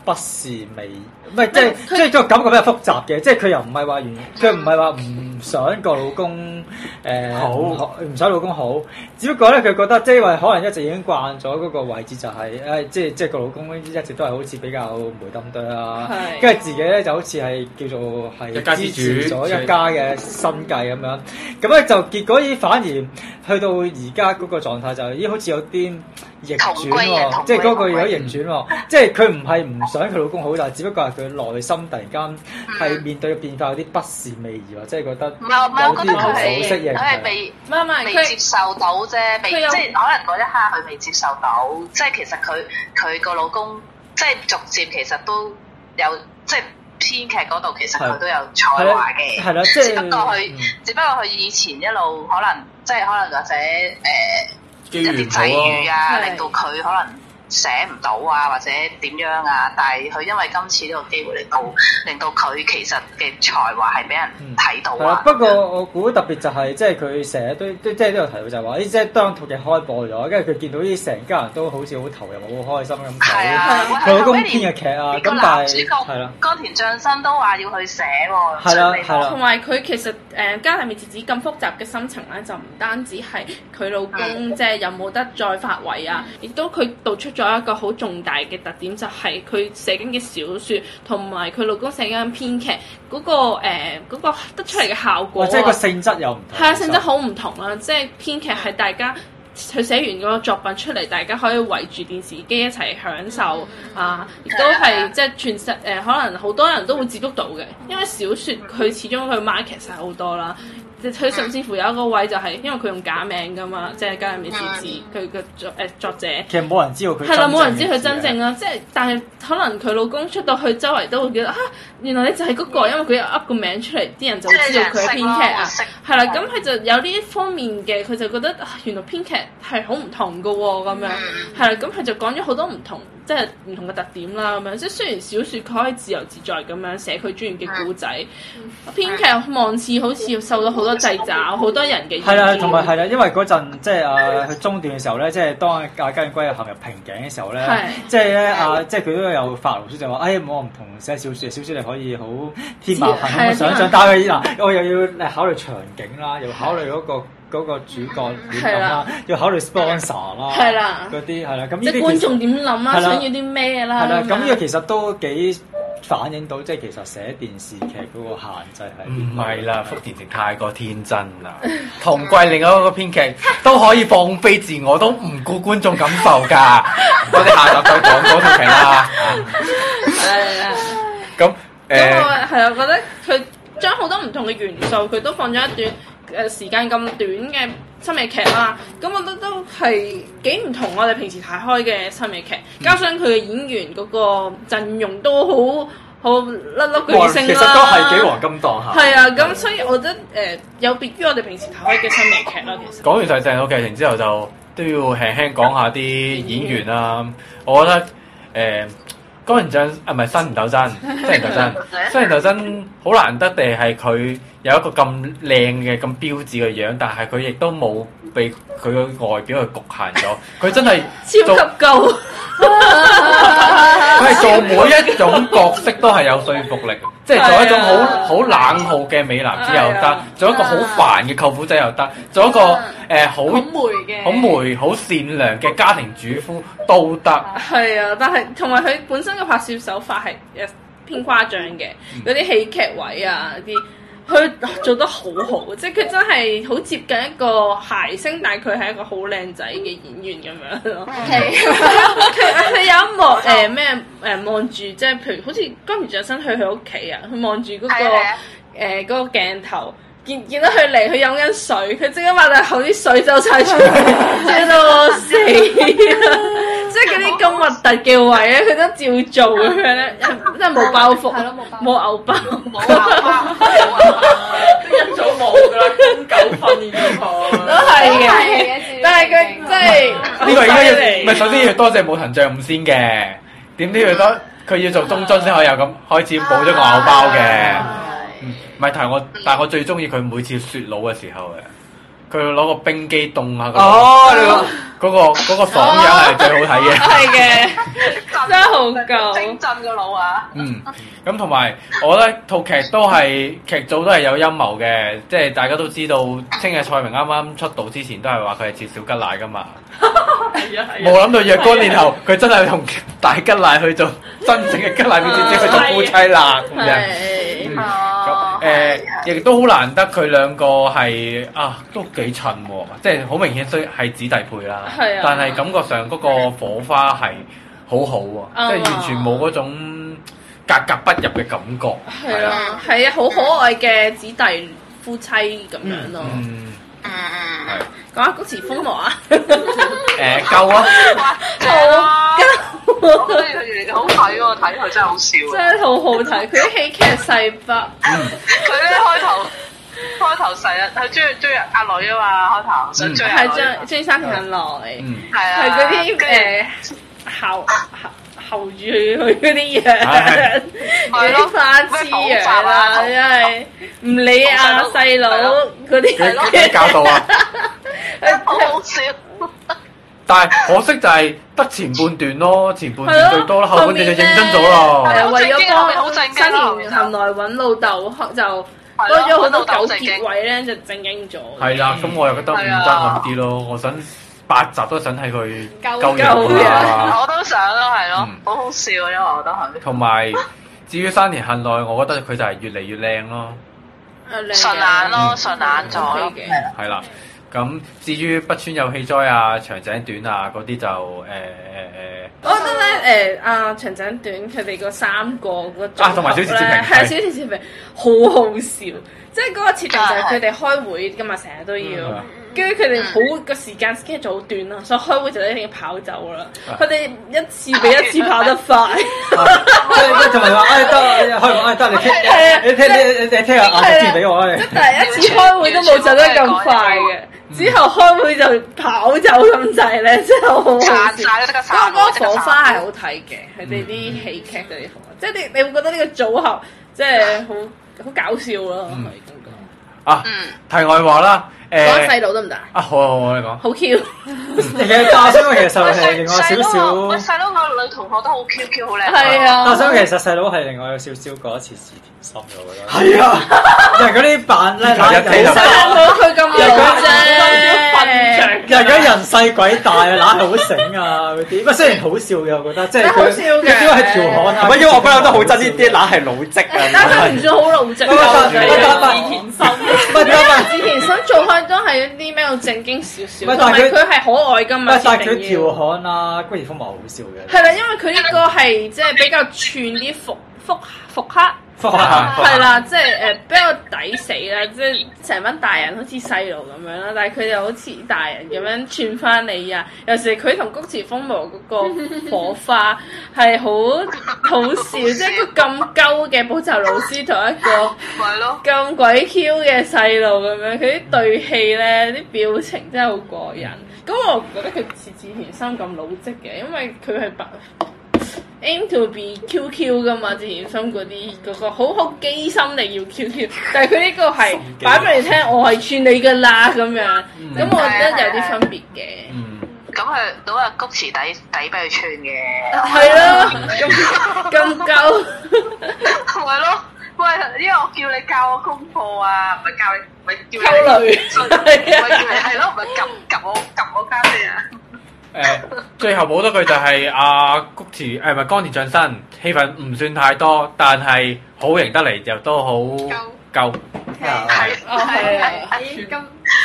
A: 不是味，唔係即係即係個感覺比較複雜嘅，即係佢又唔係話完，佢唔係話唔想個老公誒、
G: 好
A: 唔唔想老公好，只不過咧佢覺得即係因為可能一直已經慣咗嗰個位置就係、誒、即係即係個老公一直都係好似比較梅冧對啊，
J: 係
A: 跟住自己咧就好似係叫做係
F: 一家之
A: 支
F: 主
A: 持咗一家嘅生計咁樣，咁咧就結果咦反而去到而家嗰個狀態就係咦好似有啲逆轉
I: 同歸啊
A: 喎，
I: 同
A: 即係嗰個
I: 歸嗯
A: 有逆轉喎，即係佢唔係唔想佢老公好，但係只不過係佢內心突然間
I: 嗯
A: 係面對嘅變化有啲不是味兒，或者係覺得
I: 唔係唔係，
A: 有
I: 我覺得
A: 啲唔
I: 佢
A: 好適
I: 係
A: 應
I: 佢係未
J: 唔係唔係
I: 未
J: 佢
I: 接受到啫，未
J: 佢有
I: 即係可能嗰一刻佢未接受到，即係其實佢佢個老公即係逐漸其實都有即係編劇嗰度其實佢都有才
A: 係啦
I: 華嘅，
A: 係啦，即係
I: 只不過佢
A: 嗯
I: 只不過佢以前一路可能即係可能或者誒。
F: 機
I: 呃一
F: 緣
I: 啲
F: 唔好
I: 際遇
F: 咯。
I: 啊，
J: 係
I: 令到佢可能寫唔到啊，或者點樣啊。但係佢因為今次呢個機會令到令到佢其實嘅才華係俾人睇到
A: 嗯係啦
I: 啊，。
A: 不過我估特別就係、即係佢成日都都即係都有提到就係話，咦即係當套劇開播咗，跟住佢見到啲成家人都好似好投入、好開心咁
I: 係
A: 睇
I: 啊，
A: 佢老公
I: 喂
A: 編嘅劇啊，
I: 連個
A: 咁
I: 男
A: 但
I: 主
A: 係係啦
I: 角，江田將生都話要去寫喎，
A: 係啦
I: 出嚟
A: 係啦
J: 同埋佢其實誒、呃、家庭面節子咁複雜嘅心情咧，就唔單止係佢老公即係有冇得再發圍啊，亦都佢道出咗一個好重大嘅特點，就係佢寫緊嘅小説同埋佢老公寫緊嘅編劇嗰、個誒嗰、個得出嚟嘅效果
A: 或
J: 啊，
A: 者個性質又唔同，
J: 係啊，性質好唔同啦，即係編劇係大家。佢寫完個作品出嚟，大家可以圍住電視機一齊享受
A: 嗯
J: 啊！亦都係即係全世誒、呃可能好多人都會接觸到嘅，因為小説佢始終佢 market 晒好多啦。即係佢甚至乎有一個位就係、因為佢用假名噶嘛，即係加入面字字
A: 嗯
J: 佢嘅作誒、呃作者。
A: 其實冇人知啊道佢
J: 係啦，冇人知佢
A: 嘅
J: 真正啊啦，即係但係可能佢老公出到去周圍都會覺得啊，原來你就係嗰、個，因為佢又噏個名出嚟，啲人就會知道佢嗯係編劇啊
I: 即係人。識
J: 係
I: 咯
J: 啦，咁佢就有呢一方面嘅，佢就覺得、啊、原來編劇係好唔同嘅喎，咁樣係啦，咁佢就講咗好多唔同，即係唔同嘅特點啦，咁樣即係雖然小説佢可以自由自在咁樣寫佢專業嘅故仔，編劇望似好似受到好多掣肘，好多人嘅意見
A: 啊係啦，同埋係啦，因為嗰陣即係啊，佢中段嘅時候咧，即係當阿嘉永圭陷入瓶頸嘅時候咧
J: 係，
A: 即係咧啊，即係佢都有發牢騷就話：，哎，我唔同寫小説，小説你可以好天馬行空咁想
J: 係啊
A: 像，但係嗱， 我又要考慮場景啦，又考慮嗰個嗰個主角點諗
J: 係啦
A: 啦，要考慮 sponsor 啦，
J: 係啦
A: 嗰啲係啦，咁呢
J: 即係
A: 啲
J: 觀
A: 其實
J: 眾點諗啊，
A: 係啦
J: 想要啲咩啦，
A: 係啦，咁呢個
J: 樣
A: 其實都幾反映到即係其實寫電視劇嗰個限制係
J: 嗯
F: 唔係啦，福田城太過天真啦。 同季另外一個編 劇都可以放飛自我，都唔顧觀眾感受 㗎。我哋下集再講嗰套劇啦。
J: 係啦。
F: 咁
G: 呃
J: 咁我
F: 誒。
J: 係啊，我覺呃得佢將好多唔同嘅元素，佢都放咗一段誒、時間咁短嘅新美劇啦，咁我覺得都係幾唔同我哋平時睇開嘅新美劇，
G: 嗯
J: 加上佢嘅演員嗰個陣容都好好甩甩
G: 哇
J: 巨
G: 其
J: 星啦，
G: 實都係幾黃金檔下。
J: 係啊，咁所以我覺得誒、呃有別於我哋平時睇開嘅新美劇 啦，其實。
F: 講完晒成個劇情之後，就都要輕輕講下啲演員啦。我覺得誒，高人將啊唔係新人鬥爭，新人鬥 爭，新人鬥爭好難得地係佢有一個咁靚嘅、咁標緻嘅樣，但係佢亦都冇被佢嘅外表去局限 咗。佢真係
J: 超
F: 做
J: 級夠，
F: 佢係做每一種角色都係有說 服力，即係做一種好
J: 係啊
F: 好冷酷嘅美男子又
J: 係
F: 得
J: 啊，
F: 做一個好煩嘅舅父仔又得，做一個誒好
D: 好霉嘅，
G: 啊
F: 好梅好善良嘅家庭主婦都得，
J: 係啊，但係同埋佢本身嘅拍攝手法係誒偏誇張嘅，嗰啲戲劇位啊啲，佢做得好好，即係佢真係好接近一個諧星，但係佢係一個好靚仔嘅演員咁樣 咯。
I: 嗯
J: 佢佢有一幕誒咩誒望住，即係譬如好似金魚上身去佢屋企啊，佢望住嗰個
I: 係
J: 誒
I: 啊
J: 嗰個鏡頭。見見到佢嚟，佢飲緊水，佢即刻擘大口啲水走晒 出嚟，笑到我死啦！即係嗰啲咁核突嘅位咧，佢都照做咁樣 咧，真係冇包袱，
D: 係咯冇包袱
J: 冇牛包，
I: 冇啊，冇啊。
C: 一早冇㗎啦，公狗訓練嘅
J: 都
C: 佢。
J: 係
D: 都係
J: 嘅。
D: 嘅，自己
J: 但係佢
D: 明白
J: 真係
F: 呢個應該
J: 好犀
F: 要，
J: 利
F: 唔係首先要多謝武藤丈五先嘅，點都要
J: 嗯
F: 多佢要做中津先可以有咁開始冇咗個牛包嘅。
J: 啊
F: 嗯唔係，但係我但係我最中意佢每次雪佬嘅時候嘅，佢攞個冰機凍下個
G: 哦，你個
F: 嗰個嗰個爽樣係最好睇
J: 都
F: 嘅。
J: 係嘅，真係 好夠
I: 精進個腦啊！
F: 嗯，咁同埋我覺得套劇都係劇組都係有陰謀嘅，即係大家都知道，清嘅蔡明啱啱出道之前都係話佢係似小吉奶噶嘛。
C: 係啊
F: 冇諗到若干年後，佢真係同大吉奶去做真正嘅吉奶表
C: 啊
F: 姐姐，去做夫妻啦咁樣。
J: 係
F: 嗯
I: 哦
F: 咁誒，亦都好難得佢兩個係啊，都幾襯喎，即係好明顯雖係子弟配啦，
J: 係啊
F: 但係感覺上嗰個火花係好好喎，
J: 啱啊
F: 即係完全冇嗰種格格不入嘅感覺，
J: 係啊，係啊，好可愛嘅子弟夫妻咁樣咯。
F: 嗯，
I: 嗯嗯，
F: 係
J: 講下谷時風磨啊，
F: 誒夠啊，
I: 好，我覺得佢哋好睇喎，睇佢真係好笑
J: 真
I: 啊。
J: 係好好睇。佢啲戲劇細筆，
I: 佢咧開頭開頭成日佢追追阿女啊嘛，開頭想追阿
J: 係
I: 女
J: 將，將山行來，
F: 嗯，
I: 係啊，
J: 係嗰啲
I: 跟
J: 誒
I: 住
J: 後後後住佢嗰啲樣
F: 係，
J: 嗰啲花痴樣啦，真係唔理啊
I: 同
J: 細
I: 細佬
J: 佬嗰啲
F: 佢佢教導啊，
I: 好好笑。
F: 但係可惜就係得前半段咯，前半
J: 係
F: 段
J: 咯
F: 最多啦，後半段就認真咗咯。
J: 係
I: 係
J: 啊，
I: 好
J: 為
I: 正經
J: 咗幫
I: 後面好正經
J: 新
I: 啦
J: 田行來揾老豆，就多
I: 係咯
J: 咗好多
I: 揾老豆
J: 糾
I: 正
J: 結
I: 經
J: 位咧，就正經咗。
F: 係啦，咁我又覺得唔得
I: 係啊
F: 咁啲咯，我想八集都想睇佢
D: 夠
F: 夠
J: 夠
F: 人啊。
I: 我都想咯，係咯
F: 嗯，
I: 好好笑啊，因為我覺得佢
F: 同埋至於山田幸奈，我覺得佢就係越嚟越靚咯，
J: 啊靚嘅
I: 順眼咯，順眼咗咯
J: OK。嘅呃
F: 係啦。咁至於北川有氣災啊、長井短啊嗰啲就誒誒誒，
J: 我覺得咧，誒阿長井短佢哋嗰三個嗰組
F: 啊同埋小池徹平
J: 係
F: 係
J: 小池徹平好好笑，即係嗰個設定就係佢哋開會噶嘛，成日都要
F: 嗯。
J: 跟住佢哋好個時間 schedule 好短啦，所以開會就一定要跑走啦
F: 啊。
J: 佢哋一次比 一次跑得快，
G: 即係同埋話，哎得，開哎得，你聽
J: 係啊，
G: 你聽你你聽下眼先俾我啊！你
J: 即係第一次開會都冇走得咁快嘅，之後開會就跑走咁滯咧，真係好好
I: 散
J: 笑。
I: 晒都即刻
J: 嗰
I: 散喎，
J: 嗰
I: 即
J: 個
I: 刻
J: 火
I: 散
J: 花係好睇嘅，佢哋啲戲劇嗰啲火嗯花，即係你你會覺得呢個組合即係好好搞笑咯，
F: 嗯
J: 可以咁
F: 啊
I: 嗯
F: 題外話啦，
J: 講。講細
F: 誒
J: 佬得唔得啊？
F: 啊好啊好啊你講，
J: 好 Q，
G: 其實大聲其實係另
I: 喂
G: 外少
I: 細細佬
J: 啊
I: 個，喂
G: 少，
I: 細佬個女同學都好 Q Q 好靚，
J: 係
G: 大聲
J: 啊，
G: 其實細佬係另外有少少過一次事甜心嘅，我覺得。係啊，人嗰啲扮咧，
F: 啊頭一聽就
G: 好
J: 細佬佢咁
G: 人
J: 老
G: 嗰
J: 啫，
G: 人嗰 人細鬼大啊，乸係好醒啊嗰啲，不過雖然好笑嘅，我覺得即係
J: 好
G: 佢
J: 笑嘅
G: 佢因為調侃啊，
F: 唔係因為我不嬲都好
G: 憎呢啲乸係老積
J: 但
A: 啊
J: 佢唔算好老啫。
G: 但
J: 我覺得
G: 但
C: 田心，
G: 唔係但係
J: 之前想做開都係一啲咩正經少
G: 喂
J: 少，同
G: 但
J: 埋
G: 係佢
J: 佢係可愛噶
G: 唔
J: 嘛，
G: 係但係
J: 設
G: 佢
J: 定要
G: 調侃啊，關傑峰咪好笑嘅。
J: 係啦，因為佢呢個係即係比較串啲復復復刻
G: 科學啊科學
J: 係啦，即係誒比較抵死啦，即係成班大人好似細路咁樣啦，但係佢哋好似大人咁樣串翻你啊！尤其是佢同谷池風磨嗰個火花 係好好笑，即係一個咁鳩嘅補習老師同一個
I: 咪咯。
J: 咁鬼 Q 嘅細路咁樣，佢啲對戲咧，啲表情真係好過癮。咁我覺得佢似志田心咁老積嘅，因為佢係白 aim to be QQ 噶嘛，志田心嗰啲嗰個好好機心地要 QQ，但係佢呢個係擺俾你聽，我係串你噶啦咁樣，
F: 嗯
J: 咁我覺得有啲分別嘅。
G: 嗯，
I: 咁佢都係谷池底底俾佢穿嘅，
J: 係咯，咁咁夠，
I: 咪咯。喂，因為我叫你教我功課啊，唔係教你，唔係叫
J: 溝
I: 你
J: 女
I: 唔係叫你係咯，唔係撳撳我撳我家姐啊。
F: 誒、最後補多句就係、阿、谷池誒唔係江田俊生戲份唔算太多，但係好型得嚟又都好夠。
I: 係
J: 哦係啊。
K: 喺今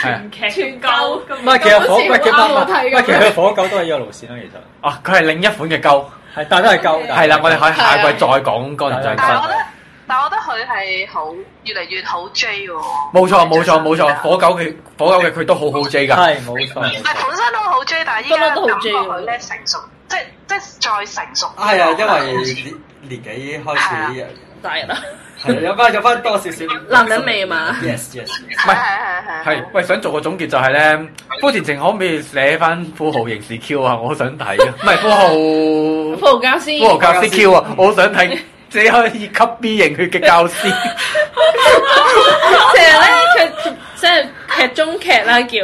F: 係啊
J: 全夠
A: 唔係，其實火唔係
K: 好
A: 其實唔
K: 似好啱我睇咁
A: 係唔係，其實火狗都係呢個路線啦，其
F: 啊，佢係另一款嘅鳩。
A: 實係，但係都係夠。但
F: 係啊啦，我哋可以下季再講江田俊
I: 但係我
F: 生
I: 覺。得，但係我覺得佢係好越嚟越好 J 喎。
F: 冇錯冇錯冇錯，火狗佢火狗嘅佢都好好 J 㗎。
A: 係冇錯冇
I: 唔係
A: 錯。
I: 本身都好 J，但係依家
J: 不嬲
I: 感
J: 都好
I: 覺
J: J
I: 佢咧成熟，即係即係再成熟啲咯。
A: 係啊，因
I: 好似
A: 為年年紀開始
J: 大人啦，
A: 係啊有翻有翻多少少
J: 男人味嘛
A: Yes yes。
I: 係係係
F: 係，喂，想做個總結就係咧，福田晴可唔可以寫翻富豪刑事 Q 啊？我好想睇 啊，唔係富豪。
J: 葡教先。
F: 科學教師 Q 啊，我好想 睇只可以吸 B 型血嘅教師，
J: 成日咧佢即係劇中劇啦叫，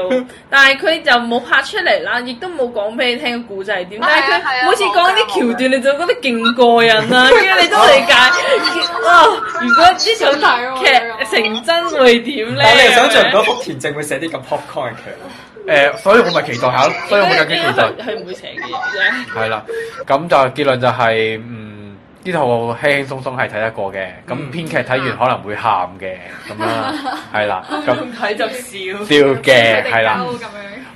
J: 但係佢就冇拍出嚟啦，亦都冇講俾你聽個故仔係點。但係
I: 係啊係
J: 佢
I: 啊
J: 每次講啲橋段，你就覺得勁過癮啦，跟住你都理解哇！如果呢種劇成真會點咧？
A: 但係你又想象唔到
J: 咁樣，
A: 福田正會寫啲咁 popcorn 嘅劇，啊
F: 誒，所以我咪期待下咯，所以我咪更加期待
J: 應。該佢唔會寫嘅嘢
F: 係啦，咁就結論就係、嗯，呢套輕輕鬆鬆係睇得過嘅，咁編劇睇完可能會喊嘅，咁 啦，係啦，咁
J: 啫，睇就笑。
F: 笑嘅，係啦。
K: 咁樣。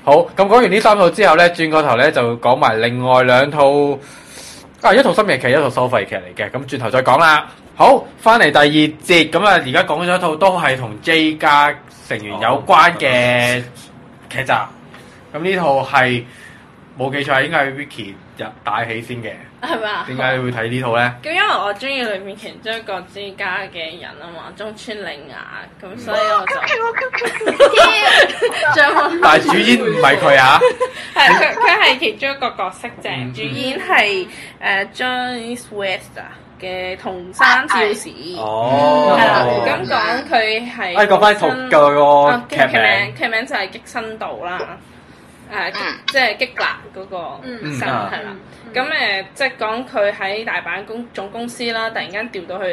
F: 好，咁講完呢三套之後咧，轉個頭咧就講埋另外兩套，啊一套深夜劇，一套收費劇嚟嘅，咁轉頭再講啦。好，翻嚟第二節，咁啊而家講咗一套都係同 J 家成員有關嘅劇集，咁呢套係冇記錯係應該係 Vicky 日帶起先嘅，
J: 係咪啊？
F: 點解你會睇呢套咧？
J: 咁因為我中意裏面其中一個之家嘅人啊嘛，中村玲雅，咁所以我 就 將我
F: 但係主演唔係佢啊，
J: 係佢佢係其中一個角色啫，主演係誒 Johnny West 啊嘅桐山照史，係
A: 哦哎
J: 啦，咁講佢係
A: 誒講翻套
J: 新
A: 個
J: 啊
A: 劇
J: 劇
A: 名
J: 名，劇名就係激身道啦，誒激即係激辣嗰個身
A: 嗯
J: 係
A: 啊
J: 啦。咁誒即係講佢喺大阪公總公司啦，突然間調到去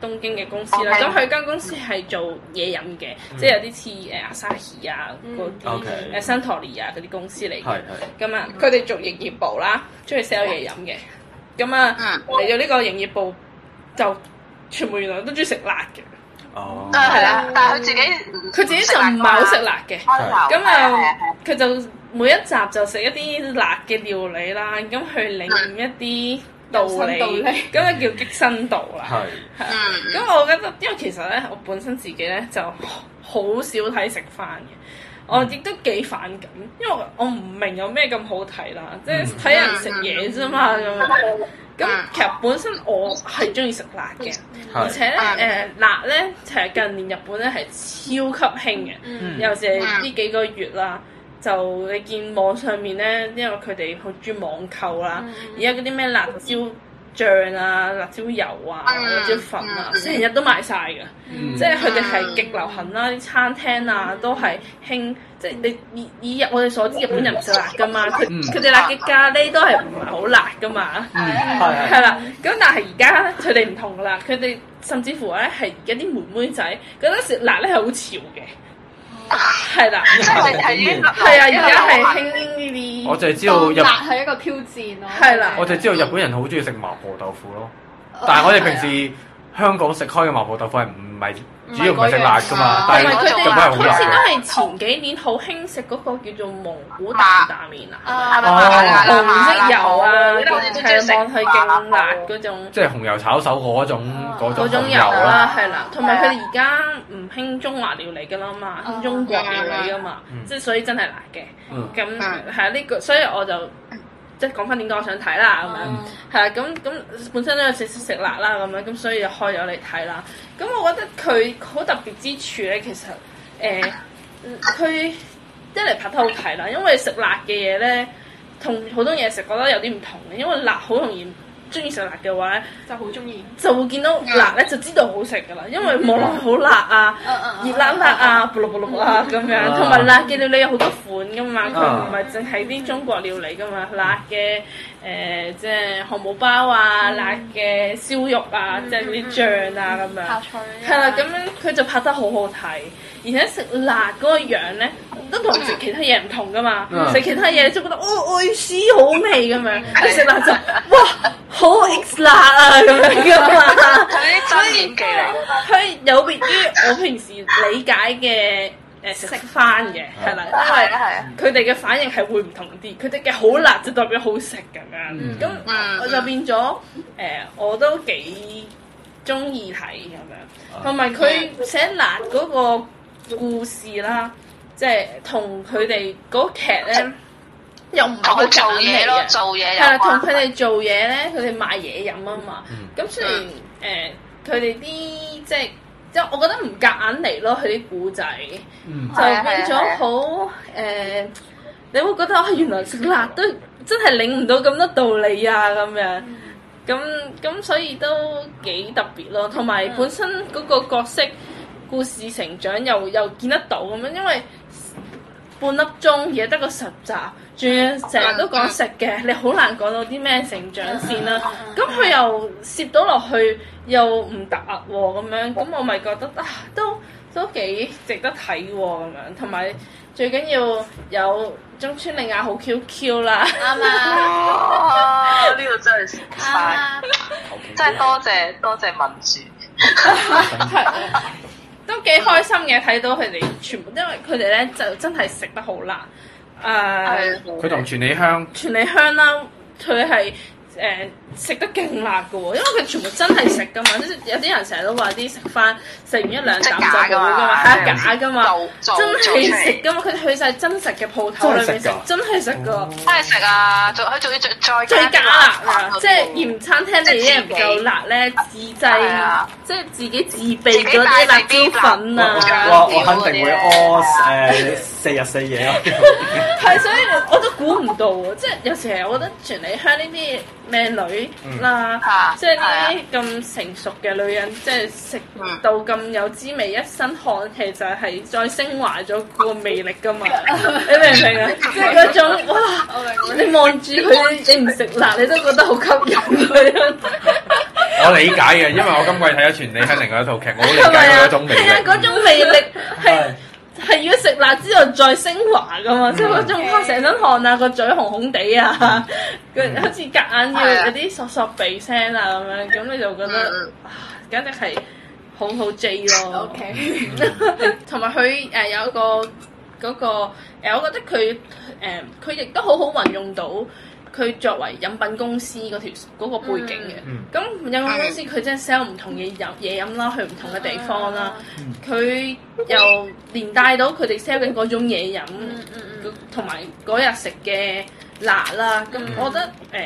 J: 東京嘅公司啦。
I: Okay
J: 咁佢間公司係做嘢飲嘅，即係有啲似誒阿沙希啊嗰啲
A: 嗯 OK
J: 誒新托利啊嗰啲公司嚟嘅
A: 係。
J: 咁啊，佢哋做營業部啦，中意 sell 嘢飲嘅。咁啊
I: 嗯
J: 嚟到呢個營業部就全部原來都中意食辣嘅，
A: 哦
I: 啊係啦，但係佢自己佢
J: 佢自己就唔係好食辣嘅。
I: 開頭
J: 咁
I: 係係
J: 啊
I: 係，
J: 佢就每一集就食一啲辣嘅料理啦，咁去領悟一啲道理，咁啊叫激身道啦。
A: 係
I: 嗯
J: 咁啊我覺得，因為其實咧，我本身自己咧就好少睇食飯嘅，
A: 嗯
J: 我亦都幾反感，因為我唔明有咩咁好睇啦，即
A: 嗯
J: 係睇人食嘢啫嘛咁樣。咁其實本身我係中意食辣嘅，而
A: 係
J: 且咧誒、
A: 嗯
J: 辣咧，其實近年日本咧係超級興嘅。
A: 嗯
J: 尤其係呢幾個月啦，就你見網上面咧，因為佢哋好中意網購啦，
I: 嗯
J: 而家嗰啲咩辣椒醬啊、辣椒油啊、
I: 嗯
J: 辣椒粉啊，成日都賣晒㗎。即係佢哋係極流行啦，啲餐廳啊
I: 嗯
J: 都係興，即係你以以日我哋所知日本人唔食辣㗎嘛，佢
F: 嗯
J: 佢哋辣嘅咖喱都係唔係好辣㗎嘛。
A: 係
J: 係
A: 係
J: 啦，咁但係而家佢哋唔同噶啦，佢哋甚至乎咧係有啲妹妹仔覺得食辣咧係好潮嘅，
I: 哦
J: 係啦，
I: 即係係已經
J: 係
I: 係
J: 啊，而家係興呢
F: 我
J: 啲，
F: 就係知道日，
D: 辣係一個挑戰咯。
J: 係啦啊哦
F: 我就係知道日本人好中意食麻婆豆腐咯，但係我哋平時。香港食開嘅麻婆豆腐係唔係主要唔係食
K: 唔係嗰樣
F: 辣噶嘛
K: 啊？
J: 同
F: 但係
J: 埋哦佢
I: 嗰
J: 哋
F: 日本係好辣嘅。
J: 好似都係前
I: 種
J: 幾年好興食嗰個叫做蒙古大蛋麵啊，
I: 啊，
A: 哦
J: 紅色油啊，
I: 你好似都中意食
J: 係望佢勁辣嗰種
F: 即係紅油炒手嗰種嗰
J: 哦嗰種
F: 種
J: 油啊
F: 油啊啦。
J: 啦，係哦啦，同埋佢哋而家唔興中華料理噶啦嘛，興中國料理噶嘛
F: 嗯，
J: 即係所以真係辣嘅。
F: 嗯
J: 咁
I: 嗯
J: 啊係啊呢個，所以我就即係講翻點解我想睇啦咁樣。係啊，咁咁本身都有食食食辣啦咁樣，咁所以就開咗嚟睇啦。咁我覺得佢好特別之處咧，其實誒嗯佢、一嚟拍得好睇啦，因為食辣嘅嘢咧，同普通嘢食覺得有啲唔同嘅，因為辣好容易。中意食辣嘅話咧，
D: 就好中意。嗯
J: 就會見到辣咧就知道好食㗎啦，因為望落去好辣啊，熱辣辣啊，卜碌卜碌啊
D: 嗯
J: 咁樣，同埋辣嘅料理有好多款噶嘛，佢唔係淨係啲中國料理噶嘛，辣嘅誒、呃即係漢堡包
D: 嗯
J: 啊，辣嘅燒肉啊，即係嗰啲醬啊咁樣。
D: 泡菜
J: 係啦，咁樣佢就拍得好好睇，而且食辣嗰個樣咧，都同食其他嘢唔同噶嘛。
F: 嗯
J: 食其他嘢你就覺得哦，愛絲好味咁樣，
A: 嗯
J: 你食辣就哇好 ex 辣啊咁樣噶 嘛。
I: 佢啲真演技嚟，
J: 佢有別於我平時理解嘅誒食翻嘅，係啦，因為
I: 係啊係啊，
J: 佢哋嘅反應係會唔同啲，佢哋嘅好辣就代表好食咁
A: 嗯
J: 樣，咁
I: 嗯
J: 我就變咗誒、我都幾中意睇咁樣，同埋佢
I: 哦
J: 寫辣嗰個故事啦，即係同佢哋嗰劇咧又唔係
I: 同
J: 好
I: 佢做
J: 簡
I: 嘢
J: 嚟
I: 咯，
J: 嘅。
I: 做嘢有
J: 係啦，同
I: 關
J: 佢哋做嘢咧，佢哋賣嘢飲啊嘛
F: 嗯。
J: 咁、雖然誒，佢哋啲即係即係，我覺得唔夾硬嚟咯，佢啲古仔
F: 嗯
J: 就
I: 係啊
J: 變
I: 係啊係
J: 咗
I: 啊
J: 好誒，你會覺得啊，原來食辣都真係領唔到咁多道理啊咁樣。
I: 嗯
J: 咁咁所以都幾特別咯，同
I: 嗯
J: 埋本身嗰個角色故事成長又又見得到咁樣，因為半粒鐘而家得個十集，仲要成日都講食嘅，你好難講到啲咩成長線啦。咁佢又攝到落去又唔突兀喎，咁樣咁我咪覺得啊，都都幾值得睇喎，咁樣同埋最緊要有中村令亞好 Q Q 啦。
D: 啱啊，
I: 哇！哦呢個真係食晒，
J: 啊
D: 啱
I: 真係多謝多謝民主。
J: 都幾開心嘅，睇到佢哋全部，因為佢哋咧就真係食得好辣。啊誒、
I: 係
F: 佢同全李香
J: 全利香啦，佢係誒食得勁辣嘅喎，因為佢全部真係食噶嘛，即係有啲人成日都話啲食翻食完一兩
I: 即
J: 啖
I: 係
J: 就冇
I: 假㗎
J: 噶嘛，
I: 嘛
J: 係啊假噶嘛，
I: 做
J: 真
I: 做做出
J: 係食
I: 嚟，
J: 噶嘛，佢哋去晒真實嘅鋪頭裏面食，真係食哦噶。
I: 真係食啊！仲佢仲要再再
J: 最假辣
I: 啊
J: 啊！！即係嫌餐廳你啲嘢唔夠辣咧，自
I: 係
J: 製
I: 啊
J: 即係自己自備咗啲辣椒粉啊！
I: 哇
A: 哇！我肯定會
I: 啊
A: 屙誒四日四夜啊咯。
J: 係，所以我我都估唔到喎，即係有時係我覺得全李香呢啲靚女啦，
I: 嚇
J: 即係呢啲咁成熟嘅女人，即係食到咁有滋味，一身汗氣就係再升華咗個魅力噶嘛，你明唔明啊？即係嗰種哇，你望住佢，你唔食辣，你都覺得好吸引佢。
F: 我理解嘅，因為我今季睇咗全李香另外一套劇，我好理
J: 係
F: 解佢
J: 咪啊？
F: 嗰種味
J: 係啊， 嗰
F: 力。
J: 種魅力係
A: 係。
J: 係要食辣之後再升華噶嘛，即係嗰種哇成身汗啊，個嘴紅紅地啊，佢好似夾硬要有啲索索鼻聲啊咁樣，咁你就覺得
I: 嗯
J: 啊簡直係好好 J 咯。
D: ，OK，
J: 同埋佢誒有一個嗰個誒，我覺得佢誒佢亦都好好運用到佢作為飲品公司嗰條嗰個背景嘅。
F: 嗯
J: 咁飲品公司佢真係 sell 唔同嘅飲嘢飲啦，去唔同嘅地方啦。佢又連帶到佢哋 sell 嘅嗰種嘢飲，同埋嗰日食嘅辣啦。咁
A: 嗯
J: 我覺得誒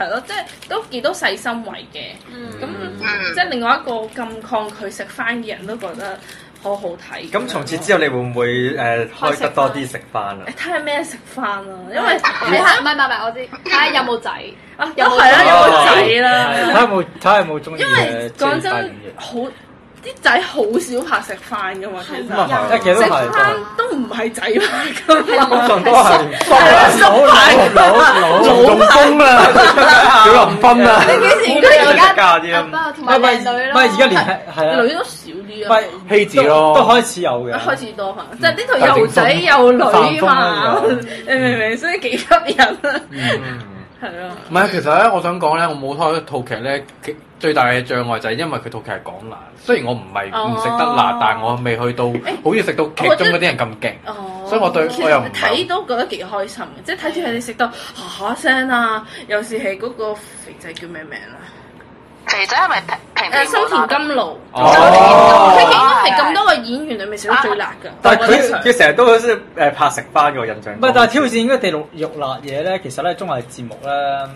J: 係咯，即係都幾多細心為嘅。咁
I: 嗯
J: 即係另外一個咁抗拒食翻嘅人都覺得好好睇。
A: 咁從此之後，你會唔會誒開得多啲食飯啊
J: 你？睇下咩食飯啦，
C: 嗯
J: 因為
D: 睇下，唔係唔係唔係，我知，睇下有冇仔，
J: 啊都係啦，有個仔啦，
A: 睇下有冇睇下有冇中意
J: 因
A: 嘅
J: 為講
A: 即係大啊
J: 真
A: 年嘅
J: 好啲仔好少拍食飯噶嘛，其
A: 咁啊係，
J: 實
A: 其實
J: 食
A: 都係都
J: 飯
A: 係。
J: 都唔係仔拍噶嘛。
A: 通常都係
J: 縮埋
A: 老老老
F: 仲風啦， 小林芬啊！
D: 應該
A: 該而
D: 而
A: 家
D: 家
A: 加啲啊
D: 不過同
A: 唔係
D: 埋靚
A: 唔
D: 女咯，
A: 係唔係而家連係係啊，
J: 女都少啲
A: 唔係
J: 啊，
F: 希子咯
A: 都開始有嘅，
J: 開始多嘛，即係呢度有仔有女
A: 繁
J: 嘛
A: 風啦，
J: 你明唔明？所以幾吸引啊！
A: 嗯
J: 係咯，
F: 唔係，其實咧，我想講咧，我冇睇一套劇咧，其最大嘅障礙就係因為佢套劇係講辣。雖然我唔係唔食得辣，
J: 哦
F: 但係我未去到好似食到劇中嗰啲人咁勁。
J: 哦，
F: 所以我對
J: 其實
F: 我又唔
J: 睇都覺得幾開心嘅，即係睇住佢哋食到嚇聲啊，尤其是係嗰個肥仔叫咩名啊？
I: 肥仔係咪平平
J: 誒，新田金勞。佢應
F: 哦，
J: 該係咁多個演員裏面食得最辣㗎。
G: 但係佢佢成日都好似誒拍食翻嘅我印象
A: 唔
G: 中。
A: 係，但係挑戰嗰啲地獄肉辣嘢咧，其實咧綜藝節目咧
I: 啊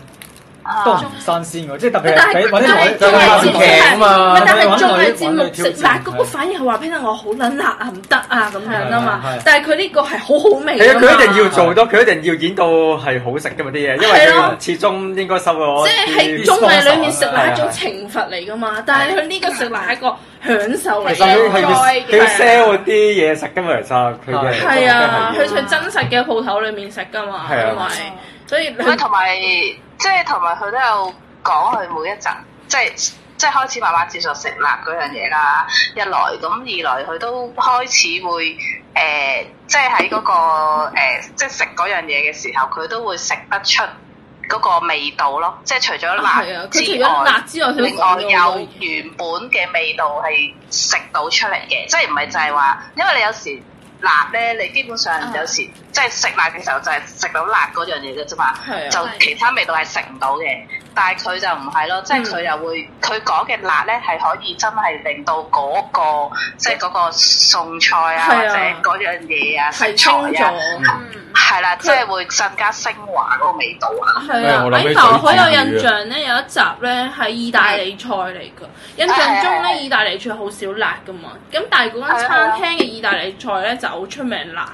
A: 都唔新鮮嘅，即係特別
J: 但
A: 係
J: 係
A: 俾
J: 但
A: 揾啲
J: 係
A: 女
F: 就係拍
J: 綜藝節目
F: 劇
J: 係
F: 啊嘛
J: 唔係但係綜
A: 揾女
J: 藝節
A: 揾
J: 目食辣
A: 女挑
J: 嗰
A: 戰
J: 個反而係話俾你聽我好撚辣啊，唔得啊咁
A: 係係
J: 樣啊
A: 係
J: 嘛。但係佢呢個係好好味
G: 係啊，
J: 㗎嘛
G: 佢一定要做到，佢一定要演到係好食㗎嘛啲嘢，因為
J: 係咯
G: 佢始終應該收咗
J: 即係喺
G: 啲
J: 綜藝裏面食辣係一種
G: 係係
J: 懲罰嚟㗎嘛。但係佢呢個食辣係一個享受嚟
G: 其實佢佢要
J: 嘅，
G: 佢要 sell 嗰啲嘢食㗎嘛，其實佢嘅
J: 係啊，佢
G: 佢
J: 去真實嘅鋪頭裏面食㗎嘛，
G: 係啊
J: 因為所以
I: 哦佢
J: 佢
I: 同埋即係同埋佢都有講佢每一集，即係即係開始慢慢接受食辣嗰樣嘢啦。一來咁，二來佢都開始會誒、呃即係喺嗰個、呃、即係食嗰樣嘢嘅時候，佢都會食得出嗰個味道咯。即係除咗辣
J: 係啊，佢除
I: 之
J: 咗辣
I: 外。
J: 之外，佢都
I: 另
J: 講咗
I: 外
J: 好多
I: 有
J: 嘢
I: 原本嘅味道係食到出嚟嘅，即係唔係就係話，因為你有時辣咧，你基本
J: 啊
I: 上有時即係食辣嘅時候就係食到辣嗰樣嘢嘅啫嘛
J: 係啊，
I: 就其他味道係食唔到嘅。但係佢就唔係咯，即
J: 嗯
I: 係佢又會佢講嘅辣咧係可以真係令到嗰、個即係嗰個餸菜啊
J: 係啊
I: 或者嗰樣嘢啊食
J: 係
I: 材
J: 清
I: 啊，
J: 咗。嗯
I: 係啦，即係會更加升華嗰個味道啊。
J: 係啊，
F: 哎我諗起
J: 喺頭好
F: 水
J: 有
F: 煮魚
J: 印象咧，有一集咧係意大利菜嚟㗎。印象中
I: 係係係
J: 咧，意大利菜好少辣㗎嘛。咁但係嗰間
D: 啊
J: 餐廳嘅意大利菜咧就好出名辣。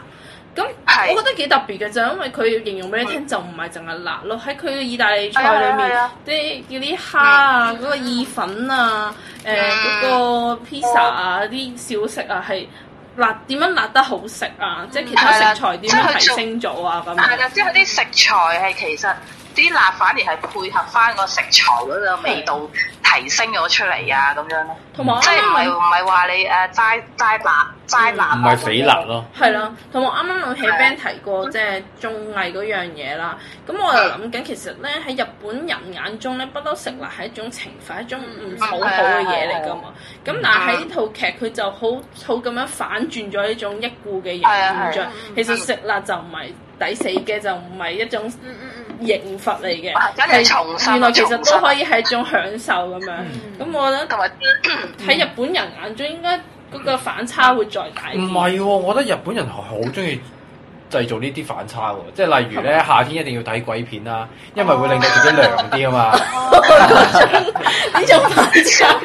J: 咁
I: 係
J: 我覺得幾特別嘅就因為佢形容俾你聽就唔係淨係辣咯，喺佢嘅意大利菜裏
I: 係
J: 面
I: 啊
J: 啲叫啲蝦啊、嗰個意粉啊、
I: 嗯
J: 誒嗰個 pizza 啊、啲小食啊係辣點樣辣得好食啊，即係其他
I: 嗯係啦
J: 食材點樣提
I: 即係佢做
J: 升咗啊咁樣。
I: 係啦，即係啲食材係其實啲辣反而係配合翻個食材嗰個味道提升咗出嚟啊，咁樣咯。
J: 同埋我
I: 即係唔
J: 啱啱
I: 係唔係話你誒齋齋辣齋辣啊
F: 唔係死辣咯。
J: 係啦，同埋我啱啱諗起
I: 係啊
J: Ben 提過即係綜藝嗰樣嘢啦，咁我就諗緊其實咧喺日本人眼中咧，不嬲食辣係一種懲罰，一種
I: 嗯
J: 唔好好
I: 啊
J: 嘅嘢嚟噶嘛。咁但係喺呢套劇佢就好好咁樣反轉咗呢種一顧嘅
I: 係啊係啊
J: 形象，其實食辣就唔係抵死嘅，就唔係一種
I: 嗯
J: 刑罰嚟嘅，
I: 係真係重新
J: 原來其實
I: 重啊
J: 都
I: 新
J: 可以係一種享受咁樣。咁我覺得
I: 同埋嗯
J: 喺日本人眼中應該嗰個反差會再大
F: 唔
J: 啲。
F: 係喎，我覺得日本人係好中意製造呢啲反差喎，即係例如咧夏天一定要睇鬼片啦，因為會令到自己涼啲啊嘛。
J: 哦呢種反差，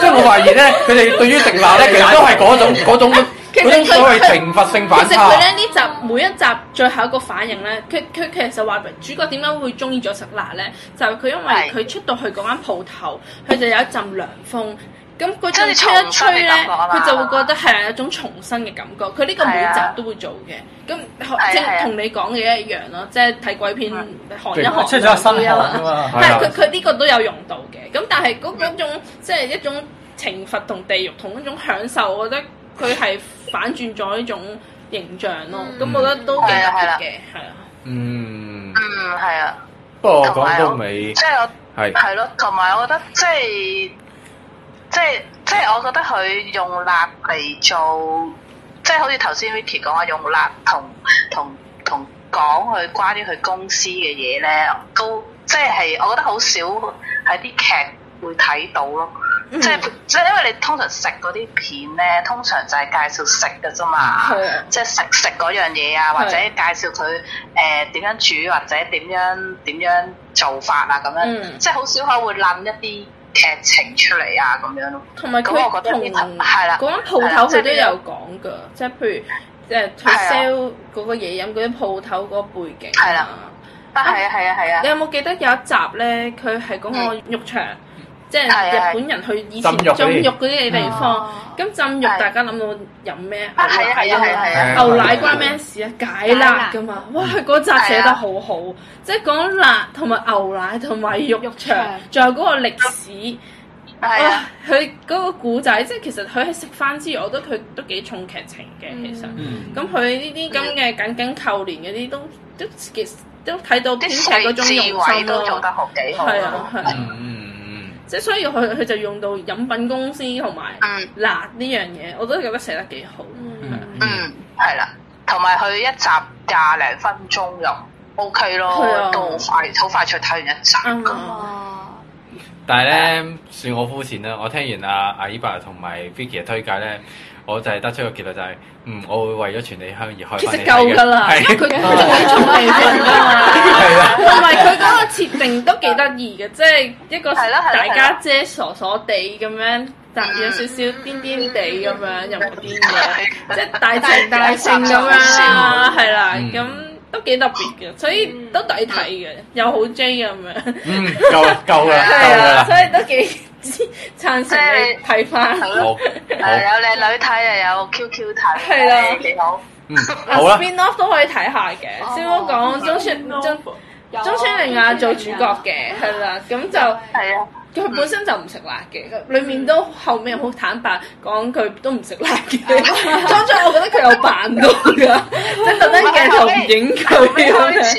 F: 即係我發現咧，佢哋對於食辣咧，其實都係嗰種嗰種
J: 其實
F: 嗰種
J: 佢
F: 所謂懲罰性反
J: 其實佢
F: 差。
J: 咧呢集每一集最後一個反應咧，佢佢佢其實話主角點解會中意咗食辣咧，就係、佢因
I: 係
J: 為佢出到去嗰間鋪頭，佢就有一陣涼風。咁嗰
I: 即係
J: 陣吹一吹咧，
I: 重新嘅感覺啊嘛
J: 佢就會覺得係有一種重新嘅感覺。佢呢個每
I: 係
J: 集
I: 啊
J: 都會做嘅，咁
I: 係
J: 即
I: 係
J: 係
I: 啊
J: 同你講嘅一樣咯，即係睇鬼片寒一
F: 即係
J: 寒
A: 出咗新
J: 都有
A: 汗啊嘛，
J: 但係佢佢呢個都有用到嘅，咁但係嗰嗰種即係一種懲罰同地獄同一種享受，我覺得佢係反轉咗呢種形象咯。咁、我覺得都幾特別嘅，係啊。
F: 嗯，
I: 嗯係啊，
F: 不過哦講到尾
I: 即係我。
F: 係
J: 啊
I: 係咯，同埋我覺得即係即係即係，我覺得佢用辣嚟做，即係好似頭先 Vicky 講話用辣同同同講佢關於佢公司嘅嘢咧，都即係我覺得好少喺啲劇會睇到咯。即係即係，因為你通常食嗰啲片咧，通常就係介紹食嘅啫嘛。
J: 係啊
I: 即係食食嗰樣嘢啊，或者
J: 係
I: 介紹佢誒點樣煮，或者點樣點樣做法啊咁樣，
J: 嗯
I: 即係好少可會諗一啲劇情出嚟啊咁樣咯。
J: 同埋佢
I: 咁我覺得
J: 同
I: 呢個係啦
J: 嗰間鋪頭佢都有講噶，即係譬如即係佢
I: 係啊
J: sell 嗰個嘢飲嗰啲鋪頭嗰個背景
I: 係啦啊係啊係啊係啊
J: 你！有冇記得有一集咧？佢係講
I: 嗯
J: 個浴場，即係日本人去以前
F: 浸浴嗰啲
J: 浸浴嗰啲地方。咁浸浴
I: 係
J: 大家諗到飲咩？
I: 啊係啊係啊係啊係
F: 啊
J: 牛奶關咩事啊？解辣噶嘛！哇，佢嗰集寫
I: 啊
J: 得好好，即係講辣同埋牛奶同埋浴場，仲有嗰個歷史。
I: 係
J: 哇
I: 啊！！
J: 佢嗰個故仔，即係其實佢喺食翻之餘，我覺
F: 嗯
J: 得佢都幾重劇情嘅。其實，咁佢呢啲咁嘅緊緊扣連嗰啲都都其都睇到編
I: 啲
J: 劇嗰
I: 細
J: 種用
I: 智慧
J: 心
I: 都做得
J: 咯。
I: 好幾好
J: 係
I: 咯
J: 啊，。係啊
F: 嗯嗯
J: 即係所以佢佢就用到飲品公司同埋
I: 嗯
J: 辣呢樣嘢，我都覺得寫得幾好。
F: 嗯嗯
I: 嗯，係啦，同埋佢一集廿零分鐘又 OK
J: 係啊
I: 咯，都好快好快脆睇完一集
J: 啱
I: 咁。
J: 啊！
F: 但係咧，算我膚淺啦。我聽完阿阿伊爸同埋 Vicky 嘅推介咧，我就係得出個結論就係、嗯，我會為咗全李香而開
J: 其
F: 返
J: 實
F: 你睇
J: 夠
F: 嘅
J: 㗎啦，
F: 係
J: 佢佢仲要仲未盡㗎
F: 係
J: 嘛
F: 啊，
J: 同埋佢嗰個設定都幾得意嘅，即係一個
I: 係啦係啦
J: 大家姐傻傻地咁樣，但有少少癲癲地咁樣，又冇癲嘅，即係大情大性咁樣啦，係啦，
F: 嗯
J: 咁都幾特別嘅，所以都抵睇嘅，又好 J 咁樣，
F: 嗯，夠啦，夠啦，夠
J: 係啊，
F: 啦
J: 所。以都幾撐成你睇翻。
I: 係
F: 好
I: 咯，係有靚女睇又有 QQ 睇，
J: 係啊啦
I: 幾好。
F: 嗯，好啦，
J: 啊 spin off 都可以睇下嘅。
I: 哦
J: 先好講中村中中村玲啊做主角嘅，係啦，咁就
I: 係啊，
J: 佢本身就唔食辣嘅，裏面都後面好坦白講佢都唔食辣嘅。當初我覺得佢有扮到㗎，即係特登鏡頭唔影
I: 後
J: 佢
I: 尾
J: 咁
I: 開
J: 樣。
I: 始，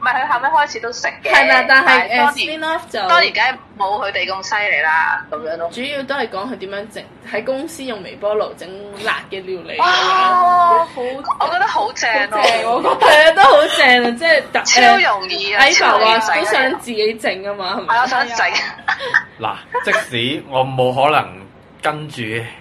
I: 唔係佢後尾開始都食嘅。
J: 係啦，但係誒
I: 當
J: spin
I: 然
J: off 就
I: 當然梗係冇佢哋咁犀利啦，咁樣咯。
J: 主要都係講佢點樣整喺公司用微波爐整辣嘅料理咁樣。
I: 哇！
D: 好
I: 我覺得哦好正咯，
J: 係啊，都好正啊！即係特
I: 超
J: 誒
I: 容易啊！
J: 矮浮
I: 超容易
J: 話
I: 整啊
J: 都想自己整啊嘛，係
I: 係啊
J: 咪？
I: 我想整，
F: 嗱，即使我冇可能跟住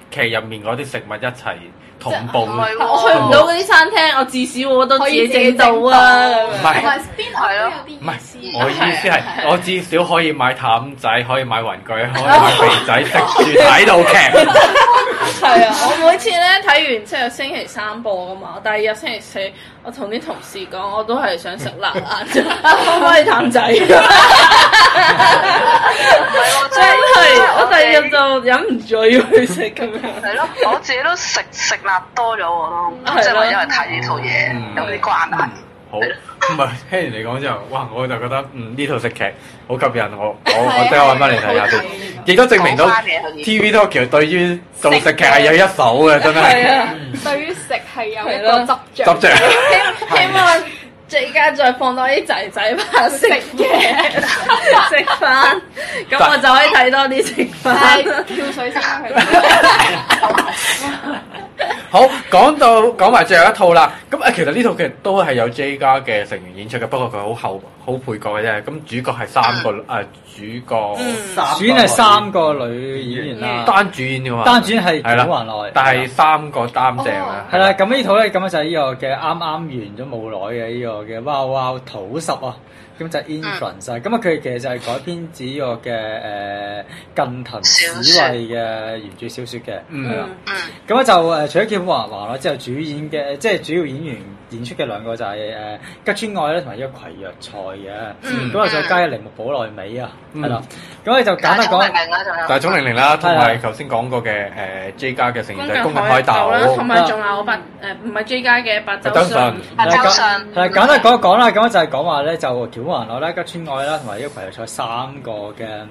F: 劇入面嗰啲食物一齊同步
I: 唔，係
J: 我去唔到嗰啲餐廳，我至少我都自己整到啊！
F: 唔
J: 咁樣
F: 係
D: 同埋 spin off 都有
F: 唔
D: 啲
F: 係
D: 意思。
F: 我意思
J: 係
F: 係，我至少可以買淡仔，可以買雲具，可以買肥仔，食住睇到劇。
J: 係啊！我每次咧睇完之後，星期三播噶嘛，我第二日星期四，我同啲同事講，我都係想食辣辣啫，可唔可以淡仔？
I: 唔係喎，
J: 真
I: 真係
J: 係，我第二日就忍唔住要去食咁樣。
I: 係咯，我自己都食食辣多咗我
J: 係咯
I: 咯，嗯即係話因為睇呢套
A: 嗯
I: 嘢有啲關係。
F: 嗯好，唔係聽完你講之後，哇！我就覺得嗯呢套食劇好吸引我，我我即刻揾翻嚟睇下先，亦都證明到
I: 講返嘢佢已經
F: TV Tokyo 對於做食劇係有一手嘅，真
J: 係
F: 係
J: 啊，
K: 對於食係有
J: 係
K: 一
J: 咯
K: 個執着。
F: 執着。
J: 希希望 J 家再放多啲仔仔拍食嘢食飯，咁我就可以睇多啲食
K: 但
J: 飯。
K: 係跳水先啦，佢。
F: 好，講到講埋最後一套啦。咁啊，其實呢套劇都係有 J 家嘅成員演出嘅，不過佢好後好配角嘅啫。咁主角係三個誒、主角，
A: 主演係三個女演員啦，
F: 單主演嘅嘛，
A: 單主演係
F: 係啦
A: 古雲來，
F: 但係三個擔正啦。
A: 哦係啦，咁呢套咧，咁就係呢個嘅啱啱完咗冇耐嘅呢個嘅哇哇土十啊，咁就 influence 啊，咁啊佢其實就係改編自呢個嘅誒近藤史惠嘅原著小說嘅，
F: 嗯
A: 係啦
I: 嗯，
A: 咁啊咧就誒除咗叫華華啦之後，主演嘅即係主要演員演出嘅兩個就係誒吉川愛咧同埋呢個葵若菜嘅，咁啊再加鈴木保奈美啊，係啦，咁咧就簡單
I: 但係聰
A: 講
I: 明。明啊，仲有
F: 但係總玲玲啦，同
A: 係
F: 埋
A: 啦
F: 頭先講過嘅誒 J 家嘅成員就係
J: 宮
F: 宮
J: 近
F: 近海
J: 鬥啦，同
F: 鬥。
A: 啊
J: 埋仲有白誒唔係 J 家嘅白周
F: 白周
J: 信，
F: 信
I: 阿周信
A: 係啦，簡單講一講啦，咁就係講話咧，就橋環奈啦、吉川愛啦，同埋呢個葵菜三個嘅誒、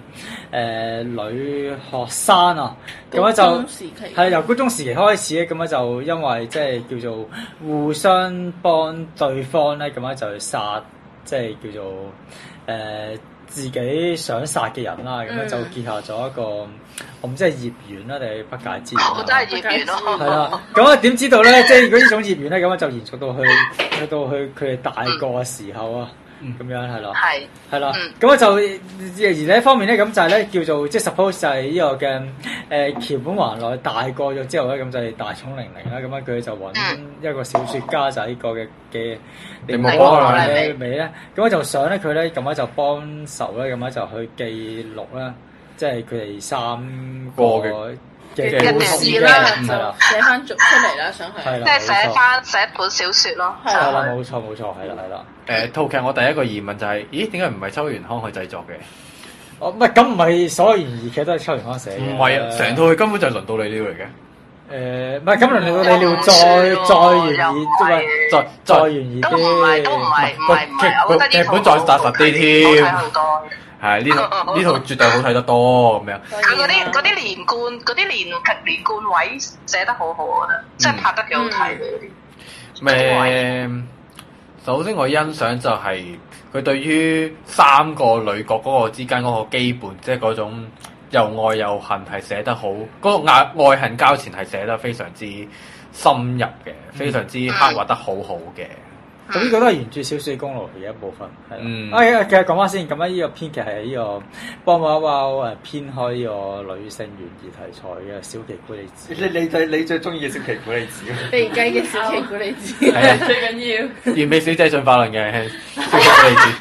A: 呃女學生啊，咁咧
J: 高中
A: 就
J: 時期
A: 係由高中時期開始咧，咁咧就因為即係叫做互相幫對方咧，咁咧就殺即係叫做誒、呃自己想殺嘅人啦，咁咧就
J: 嗯
A: 結下咗一個我唔知係孽緣啦定係不解之緣
I: 我
A: 啦。
I: 真係業餘咯，
A: 係啦，咁啊點知道咧？即係如果呢種業緣咧，咁啊就延續到去去到去佢哋大個嘅時候啊，咁樣係啦，
I: 係
A: 係啦
I: 嗯，
A: 咁啊就而另一方面咧，咁就係咧叫做即係 suppose 就係呢個嘅誒橋本環奈大個咗之後咧，咁就係大塚玲玲啦，咁樣佢就揾一個小説家就係呢個嘅嘅
F: 鈴木保
I: 奈美
A: 美美咧，咁我啊就想咧佢咧咁啊樣就幫手咧，咁樣就去記錄啦，即係佢哋三個
F: 個嘅
A: 嘅
J: 嘅
A: 故
J: 故
A: 事
J: 事
A: 嘅嗯
J: 啦，
A: 係啦。
J: 就寫翻續出嚟啦，想係
A: 係啦，
I: 即係寫
A: 冇錯
I: 翻寫本小説咯，就
A: 係啦，
I: 係
A: 冇錯冇錯，係啦係啦。
F: 誒套劇我第一個疑問就係，咦點解唔係秋元康去製作嘅？
A: 哦，唔係咁唔係所有懸疑劇都係秋元康寫嘅。
F: 唔係啊，成套。劇根本就係輪到你呢度嚟嘅。
A: 誒，唔係咁，輪到你要再
I: 又唔
A: 再懸
I: 係
A: 疑，
I: 喎
A: 即係
F: 再
A: 再
F: 再
A: 懸疑
I: 都唔係都唔
A: 啲。
I: 係唔係唔係，
F: 個
I: 我覺得呢套
F: 劇本再扎實啲添
I: 好睇好多。
F: 係
J: 哦
F: 呢套呢套絕對好睇得多咁樣。
I: 佢嗰
J: 啊
I: 啲嗰啲連貫嗰啲連連貫位
F: 嗯
J: 嗯
I: 寫得好好，我覺得即係拍得幾好睇嘅嗰啲。
F: 咩？首先我欣賞就係佢對於三個女角嗰個之間嗰個基本，即係嗰種又愛又恨係寫得好，嗰、個愛愛恨交纏係寫得非常之深入嘅，
J: 嗯
F: 非常之刻畫得好好嘅。
A: 咁呢個都係原著小說功勞嘅一部分，係
F: 嗯
A: 啦。啊，其實講翻先，咁樣呢個編劇係呢個幫我一誒編開呢個女性懸疑題材嘅小奇古里 子。
G: 你你最你最中意嘅小奇古里子，
J: 肥雞嘅小奇古你知，
F: 係啊
J: 最緊要。
F: 完美小姐進化論嘅，小姐你 知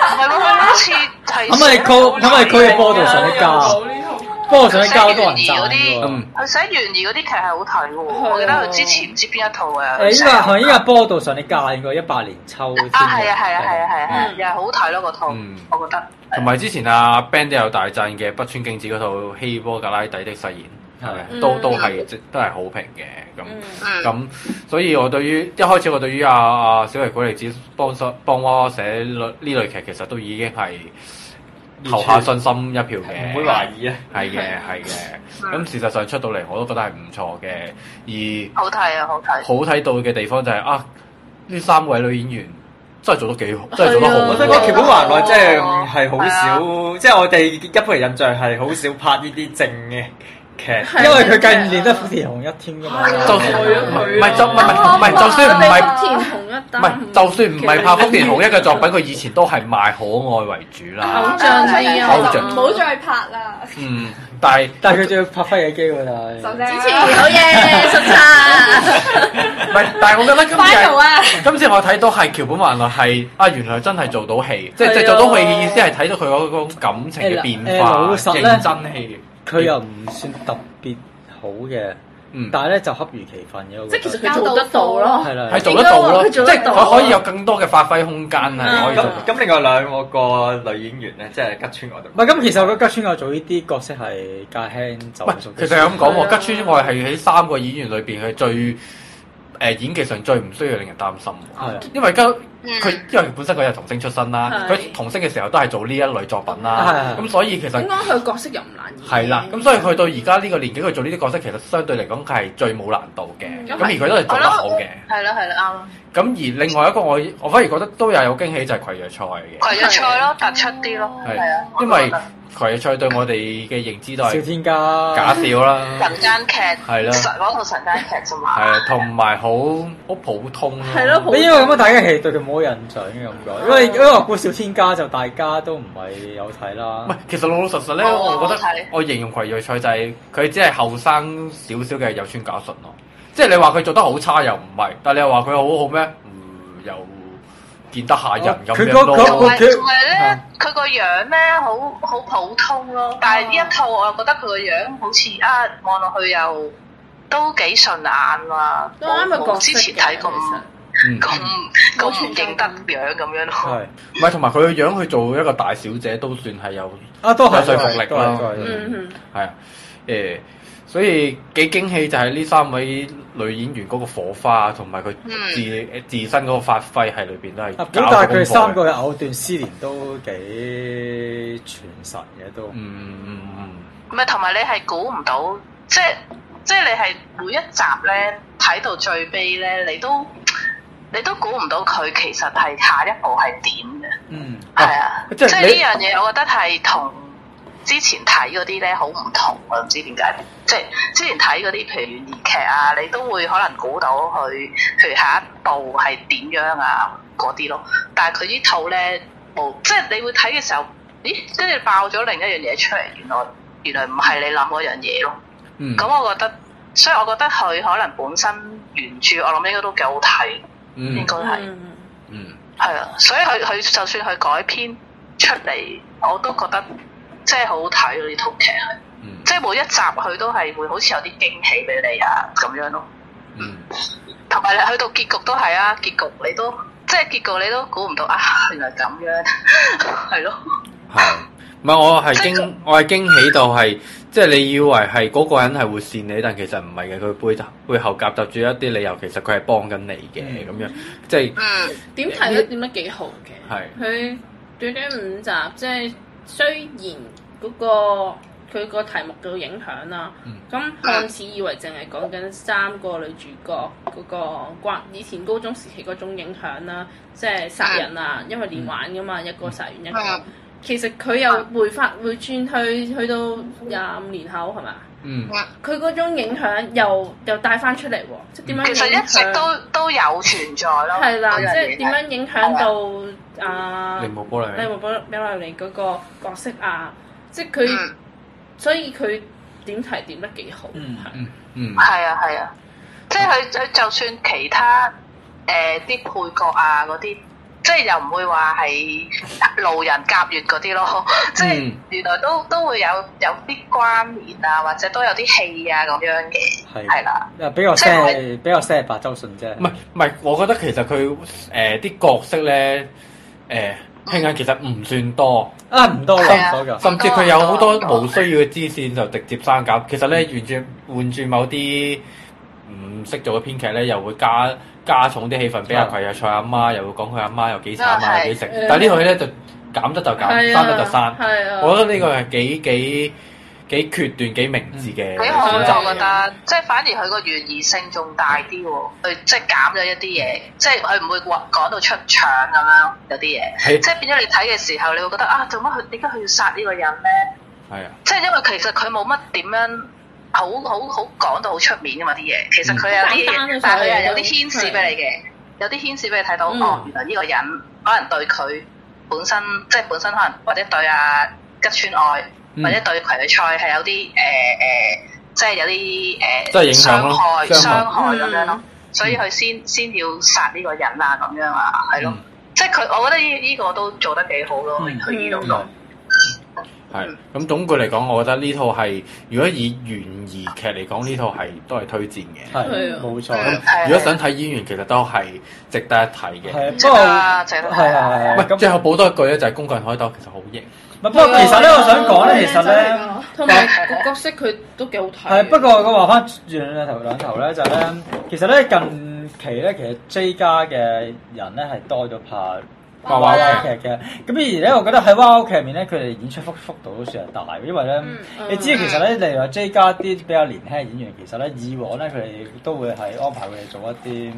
I: 係喎，好似係
A: 咁咪佢，咁咪佢嘅波度上一
C: 有
A: 加，
C: 呢套
A: 波度上一加好多人讚嘅喎。
F: 嗯，
I: 佢寫懸疑嗰啲劇係好睇喎，
J: 係啊
I: 我記得佢之前唔知邊一套啊，
A: 誒，依
I: 成
A: 個
I: 日
A: 係依個波度上你加應該一百年秋天
I: 啊係啊係啊係啊係啊，
J: 嗯
I: 又係好睇咯嗰套
F: 嗯，
I: 我覺得。
F: 同埋之前阿 Ben 都有大讚嘅北川景子嗰套《希波格拉底的誓言》，係咪
J: 嗯
F: 都都係即都係好評嘅咁。
J: 嗯
I: 嗯，
F: 咁所以我對於一開始我對於阿阿小維古力子幫手幫娃娃寫呢類劇，其實都已經係投下信心一票嘅，
G: 唔會懷疑啊！
F: 係嘅係嘅。咁事實上出到嚟我都覺得係唔錯嘅，
I: 好睇啊好
F: 而
I: 睇。
F: 好睇到嘅地方就係、啊呢三位女演員真係做得幾 好，真係做得好。啊
G: 我
J: 我
G: 覺
J: 覺
G: 得
J: 得
G: 橋本
J: 橋本
G: 環
J: 環
G: 奈
J: 奈
G: 真
J: 真
G: 係
J: 係
G: 係好
I: 係啊
G: 少，即係我哋一般人印象係好少拍呢啲正嘅劇。
J: 係
A: 因為佢近年都福田紅一添㗎
J: 啊
A: 嘛。
F: 就算唔係就唔係唔係就算唔係。
J: 田紅一
F: 唔
J: 單，
F: 係，就算唔係拍福田好一嘅作品，佢以前都係賣可愛為主啦
J: 偶。像啲啊，
F: 偶像
D: 唔好再拍啦，
F: 嗯，但係
A: 但係佢仲要拍揮嘅機會係。
D: 就啫。
J: 之前 好 嘢，十七。
F: 唔係，但係我覺得今
D: Final 啊
F: 次今次我睇到係橋本環奈係啊，原來真係做到戲，即係即係
J: 係
F: 做
J: 啊
F: 到戲嘅意思係睇到佢嗰種感情嘅
A: 誒
F: 變
A: 誒
F: 化，
A: 老實呢
F: 認真戲。
A: 佢又唔算特別好嘅，
F: 嗯，
A: 但係咧就恰如其分嘅。我
J: 即
A: 覺
J: 係
A: 得
J: 其實佢做得到咯，
A: 係啦，
F: 係做得到咯，
J: 應該話佢
F: 即
J: 做得
F: 係
J: 到嗯
F: 佢可以有更多嘅發揮空間係可以做
G: 咁
F: 到。
G: 咁，另外兩個女演員咧，即係吉川我哋
A: 唔係咁，其實我覺得吉川愛做呢啲角色係駕輕
F: 唔
A: 就
F: 係，其實係咁講喎，吉川愛係喺三個演員裏邊佢最誒、呃演技上最唔需要令人擔心喎。
A: 係啊
F: 因為吉佢
I: 嗯，
F: 因為本身佢係童星出身啦，
J: 係
F: 佢童星嘅時候都係做呢一類作品啦，
A: 係係
F: 咁所以其實
J: 應該佢角色又唔難演。
F: 係啦，咁所以佢到而家呢個年紀，佢做呢啲角色其實相對嚟講佢係最冇難度嘅，咁而佢都係做得好嘅。
I: 係啦係啦啱啦，
F: 咁而另外一個我我反而覺得都有有驚喜就係葵若菜嘅，
I: 葵若菜咯，突出啲咯，
F: 係
I: 哦係啊，我
F: 因
I: 都覺
F: 為
I: 得
F: 葵若菜對我哋嘅認知都
A: 小
F: 係
A: 天家
F: 假笑啦，
I: 神間劇
F: 係啦
I: 神嗰套神間劇啫嘛。
F: 係啊同埋好好普通咯。
J: 係咯普
A: 你因為咁樣，大家其實對佢冇印象嘅感覺，因為因為我估小天家就大家都唔係有睇啦
F: 唔係，。其實老老實實咧，
I: 哦
F: 我覺
I: 我
F: 得
I: 睇
F: 我形容葵瑞菜就係佢只係後生少少嘅有村假純咯。即係你話佢做得好差又唔係，但係你話佢好好咩？嗯，又見得下人咁
A: 哦佢
F: 樣
A: 嗰
I: 同
F: 咯。
J: 哦
I: 埋
A: 佢
I: 同埋
A: 啊
I: 咧，佢個樣咧好好普通
J: 哦
I: 咯。但係呢一套我又覺得佢個樣好似啊，望落去又都幾順眼啊。
J: 都啱佢
I: 我
J: 角
I: 我之
J: 色
I: 前睇咁
J: 嘅
F: 嗯，
I: 咁咁
J: 冇
I: 唔
J: 存在
I: 認
J: 感
I: 得樣咁樣咯。
A: 係
F: 唔係同埋佢個樣去做一個大小姐都算係有
A: 啊，都係
F: 有說服力
A: 都係都係。
F: 咯
J: 其實，嗯哼，
F: 係啊誒，所以幾驚喜就係呢三位女演員嗰個火花同埋佢自自身嗰個發揮喺裏邊都係
A: 啊，
F: 搞
A: 咁但係
F: 功課
A: 佢三
F: 嘅
A: 個嘅藕斷絲連都幾傳神嘅都。
F: 嗯嗯嗯
I: 唔係啊同埋你係估唔到，即係即係你係每一集咧睇到最尾咧，你都你都估唔到佢其實係下一步係點嘅。
A: 嗯，
I: 係啊，
F: 即
I: 即
F: 係你
I: 係呢樣嘢，我覺得係同之前睇嗰啲咧好唔同啊！唔知點解，即係之前睇嗰啲譬如懸疑劇啊，你都會可能估到佢譬如下一步係點樣啊嗰啲咯。但係佢呢套咧冇，即係你會睇嘅時候，咦，跟住爆咗另一樣嘢出嚟，原來原來唔係你諗嗰樣嘢咯。
F: 嗯
I: 咁、我覺得，所以我覺得佢可能本身原著我諗應該都幾好睇，
F: 嗯
I: 應該係。
J: 嗯
F: 嗯。
I: 係啊，所以佢佢就算佢改編出嚟，我都覺得即係好睇啊咯呢套劇係，
F: 嗯
I: 即係每一集佢都係會好似有啲驚喜俾你啊咁樣咯。
F: 嗯
I: 同埋你去到結局都係啊，結局你都即係結局你都估唔到啊，原來咁樣 係咯。
F: 嗯係，唔係我係驚，我係驚喜到係，即係你以為係嗰個人係會善你，但其實唔係嘅，佢背頭背後夾雜住一啲理由，其實佢係幫緊你嘅
J: 嗯
F: 咁樣，即係
I: 嗯，
J: 點睇都點得幾好嘅。
F: 係
J: 佢短短五集，即係雖然嗰個佢個題目嘅影響啦
A: 嗯。
J: 咁嗰陣時以為淨係講緊三個女主角嗰個關以前高中時期嗰種影響啦，即係殺人啊，因為連環噶嘛，一個殺完一個
I: 嗯。
J: 其實佢又
I: 啊
J: 回發回轉去去到廿五年後係咪啊？
F: 嗯，
J: 佢嗰種影響又又帶翻出嚟喎，即係點樣
I: 嗯其實
J: 影
I: 一直
J: 響
I: 都都有存在咯。
J: 係啦，
I: 嗰樣
J: 即係
I: 嘢
J: 點樣影響到啊
F: 你冇波
J: 你
F: 嚟，
J: 冇比比落嚟嗰個角色啊？即係佢，
I: 嗯
J: 所以佢點提點得幾好，
A: 嗯
J: 係
F: 嗯嗯
I: 係啊係啊，即係佢佢就算其他誒啲、配角啊嗰啲，即係又唔會話係路人甲乙嗰啲咯， 即係
F: 嗯
I: 原來都都會有有啲關聯啊，或者都有啲戲啊咁樣嘅，
A: 係
I: 係啦，
A: 啊，比較
I: 即係我係
A: sad，比較 sad 白周信啫。
F: 唔係唔係，我覺得其實佢誒啲角色咧誒聽緊其實唔算多，
A: 啊，唔多
I: 係啊
A: 啦，唔多㗎。
F: 甚至佢有好多冇需要嘅支線就直接刪減。其實
I: 嗯
F: 咧，完全換轉某啲唔識做嘅編劇咧，又會加加重啲氣氛俾
I: 啊
F: 阿葵阿菜阿媽，又會講佢阿媽有幾慘啊，有幾成
J: 係。
I: 嗯
F: 但係呢套戲咧就減得就減，
J: 係
F: 刪
J: 啊，
F: 得就刪。
J: 係啊，
F: 我覺得呢個係幾幾幾決斷、幾明智嘅
I: 幾好啊
F: 選
J: 嗯
F: 擇。
I: 我覺得，即係反而佢個懸疑性仲大啲喎，佢即係減咗一啲嘢，即係佢唔會話講到出場咁樣有啲嘢，
F: 係
I: 即係變咗你睇嘅時候，你會覺得啊，做乜佢點解佢要殺呢個人咧？
F: 係啊，
I: 即係因為其實佢冇乜點樣好好好講到好出面噶嘛啲嘢，其實佢有啲
J: 嗯
I: 嘢，但係佢又有啲牽涉俾你嘅，有啲牽涉俾你睇到，
J: 嗯
I: 哦，原來呢個人可能對佢本身即係本身可能或者對啊吉川愛
F: 嗯
I: 或者對葵菜係有啲誒誒，呃即係有
F: 即係影
I: 啲誒呃
F: 響
I: 傷
F: 咯
I: 害
F: 傷害
I: 傷害咁樣咯
J: 嗯，
I: 所以佢先先要殺呢個人啊咁樣啊，係咯
F: 嗯，
I: 即係佢，我覺得呢呢個都做得幾好咯，
A: 嗯
I: 佢呢度
J: 嗯
I: 都。
F: 係。咁總括嚟講，我覺得呢套係如果以懸疑劇嚟講，呢套係都係推薦嘅。
J: 係
A: 係
J: 啊
A: 冇
I: 嗯
A: 錯。
I: 係啊
F: 如果想睇演員，其實都係值得一睇嘅。
A: 係不過
I: 啊值得
A: 係係係
F: 唔
A: 係
F: 係，
A: 咁
F: 最後補多一句咧，就係《工具人海鬥》其實好型。
A: 唔係不過其實咧，我想講咧，其實咧。
D: 啊
J: 同埋個角色佢都幾好睇。
A: 係，不過我話翻轉兩頭兩頭咧，就係咧，其實咧近期咧，其實 J 家嘅人咧係多咗拍
F: 娃娃
A: 劇嘅。咁而咧，我覺得喺娃娃劇入面咧，佢哋演出幅幅度都算係大，因為咧，
I: 嗯
A: 你知道其實咧，例如話 J 家啲比較年輕嘅演員，其實咧以往咧佢哋都會係安排佢哋做一啲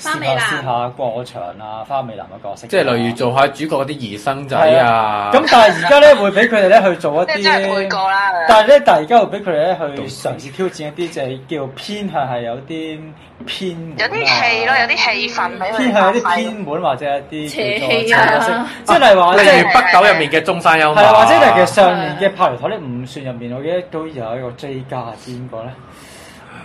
D: 花
A: 試
D: 美
A: 下
D: 男
A: 試下過場啊、花美男嘅角色，
F: 即係例如。做下主角嗰啲兒生仔
A: 係
F: 啊，
A: 咁但係而家咧會俾佢哋咧去做一
I: 即係
A: 啲
I: 真係啊配過啦。
A: 但係咧，但係而家會俾佢哋咧去嘗試挑戰一啲就係叫偏向係有啲偏門
I: 有
A: 啊
I: 啲戲咯，有啲氣氛俾佢
A: 偏向有啲偏門或者一啲
J: 邪
A: 叫做
J: 氣啊
A: 邪色即係例 如話
F: 例
A: 即
F: 如
A: 係
F: 北斗入面嘅中山優
A: 係
F: 馬，
A: 啊或者例如上年嘅拍嚟台呢五算入面，我記得都有一個 J 加知邊個咧？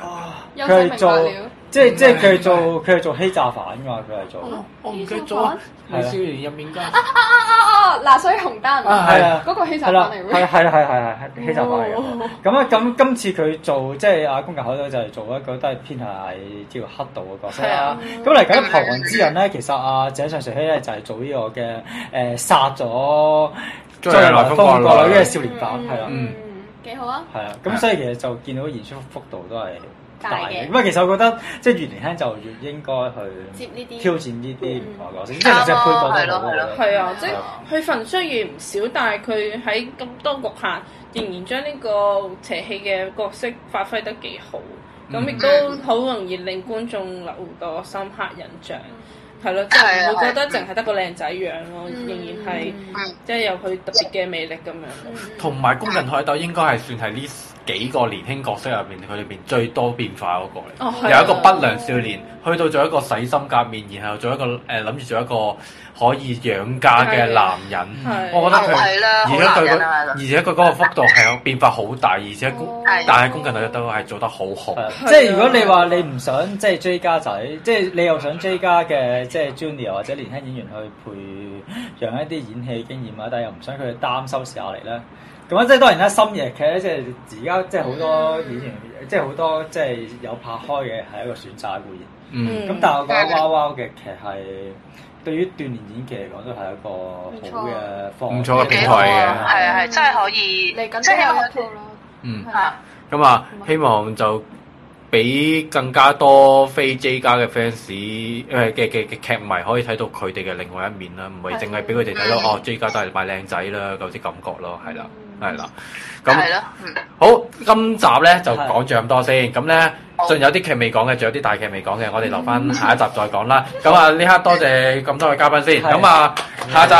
A: 啊，
D: 優秀
A: 佢
D: 明
A: 係
D: 白
A: 做
D: 了
A: 即
F: 嗯
A: 係即係佢係做佢係做欺詐犯㗎嘛，佢係做
F: 我唔記得咗
A: 美少
F: 年入面嘅
D: 啊啊啊啊！嗱，所以紅單
F: 啊
A: 係啊。
D: 嗰個欺詐
A: 係
D: 犯
A: 啦，
D: 嚟
A: 係
D: 嘅，
A: 係啦，啊係係係欺詐犯嚟嘅。咁啊，咁今次佢做即係阿公牛口咧，就係做一個都係偏向係叫黑道嘅角色
C: 啊
A: 啦。
J: 啊
A: 咁嚟緊《彷雲之刃》咧，其實阿井上垂希咧就係做呢個嘅誒殺咗
F: 追人來風過
A: 過女
F: 女
A: 嘅少年犯，係啦，
F: 嗯
D: 嗯，幾好啊！
A: 係啦。咁所以其實就見到演出幅度都係大
D: 大
A: 嘅。
D: 嘅
A: 咁啊，其實我覺得即係越年輕就越應該
D: 接
A: 去
D: 呢啲
A: 挑戰呢啲唔同嘅角色，即係其實配角都好
I: 係咯係
A: 嘅。
J: 係啊，即係佢份雖然唔少，但係佢喺咁多局限，仍然將呢個邪氣嘅角色發揮得幾好，咁亦都
D: 嗯
J: 好容易令觀眾留個深刻印象。係咯，即係
D: 啊
J: 唔會覺得淨係得個靚仔樣咯，
D: 嗯
J: 仍然係嗯即係有佢特別嘅魅力咁
D: 嗯
J: 樣。
F: 同埋《工人海鬥》應該係算係呢幾個年輕角色入邊佢裏邊最多變化嗰個嚟。
J: 哦，係啊
F: 由一個不良少年，去到做一個洗心革面，然後做一個誒諗住做一個可以養家嘅男人
J: 係。
F: 我覺得佢
I: 係啦
F: 而家
I: 好
F: 佢
I: 男人
F: 個
I: 啊
F: 而且佢嗰個 幅度係有變化好大，而且公
I: 係
F: 但係工人女都係做得好好。
A: 係即係如果你話你唔想即係 J 加仔，即係你又想 J 加嘅即係 junior 或者年輕演員去培養一啲演戲經驗啊，但係又唔想佢哋擔收視壓力咧。咁啊，即係當然啦，深夜劇咧，即係而家即係好多演員，即係好多即係有拍開嘅係一個選擇固然。
F: 嗯，
A: 咁但係我覺得娃娃嘅劇係對於鍛鍊演技嚟講都係一個好嘅方
F: 唔錯嘅
I: 幾
F: 平
I: 好
F: 台
I: 啊，
F: 嘅
I: 係啊係，真係可以，
D: 嚟緊
I: 即
D: 都
I: 係
D: 有
I: 我
D: 一套啦，
F: 嗯，
D: 係
I: 啊
D: 啊，
F: 咁啊，希望就俾更加多非 J 家嘅 fans 誒嘅嘅嘅劇迷可以睇到佢哋嘅另外一面啦，唔係淨係俾佢哋睇到
I: 嗯
F: 哦 J 家都係賣靚仔啦嗰啲感覺咯，係啦。
D: 嗯
F: 係啦，
I: 係
F: 咁
I: 咯，嗯，
F: 好，今集咧就
A: 係
F: 講住咁多先，咁咧
I: 好
F: 仲有啲劇未講嘅，仲有啲大劇未講嘅，我哋留翻
A: 嗯
F: 下一集再講啦。咁啊，呢刻多謝咁多位嘉賓先，
A: 係
F: 咁啊，
A: 啊
F: 下集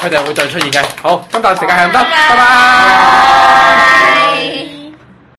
F: 佢哋會再出現嘅。好，今集時間係咁多，拜拜。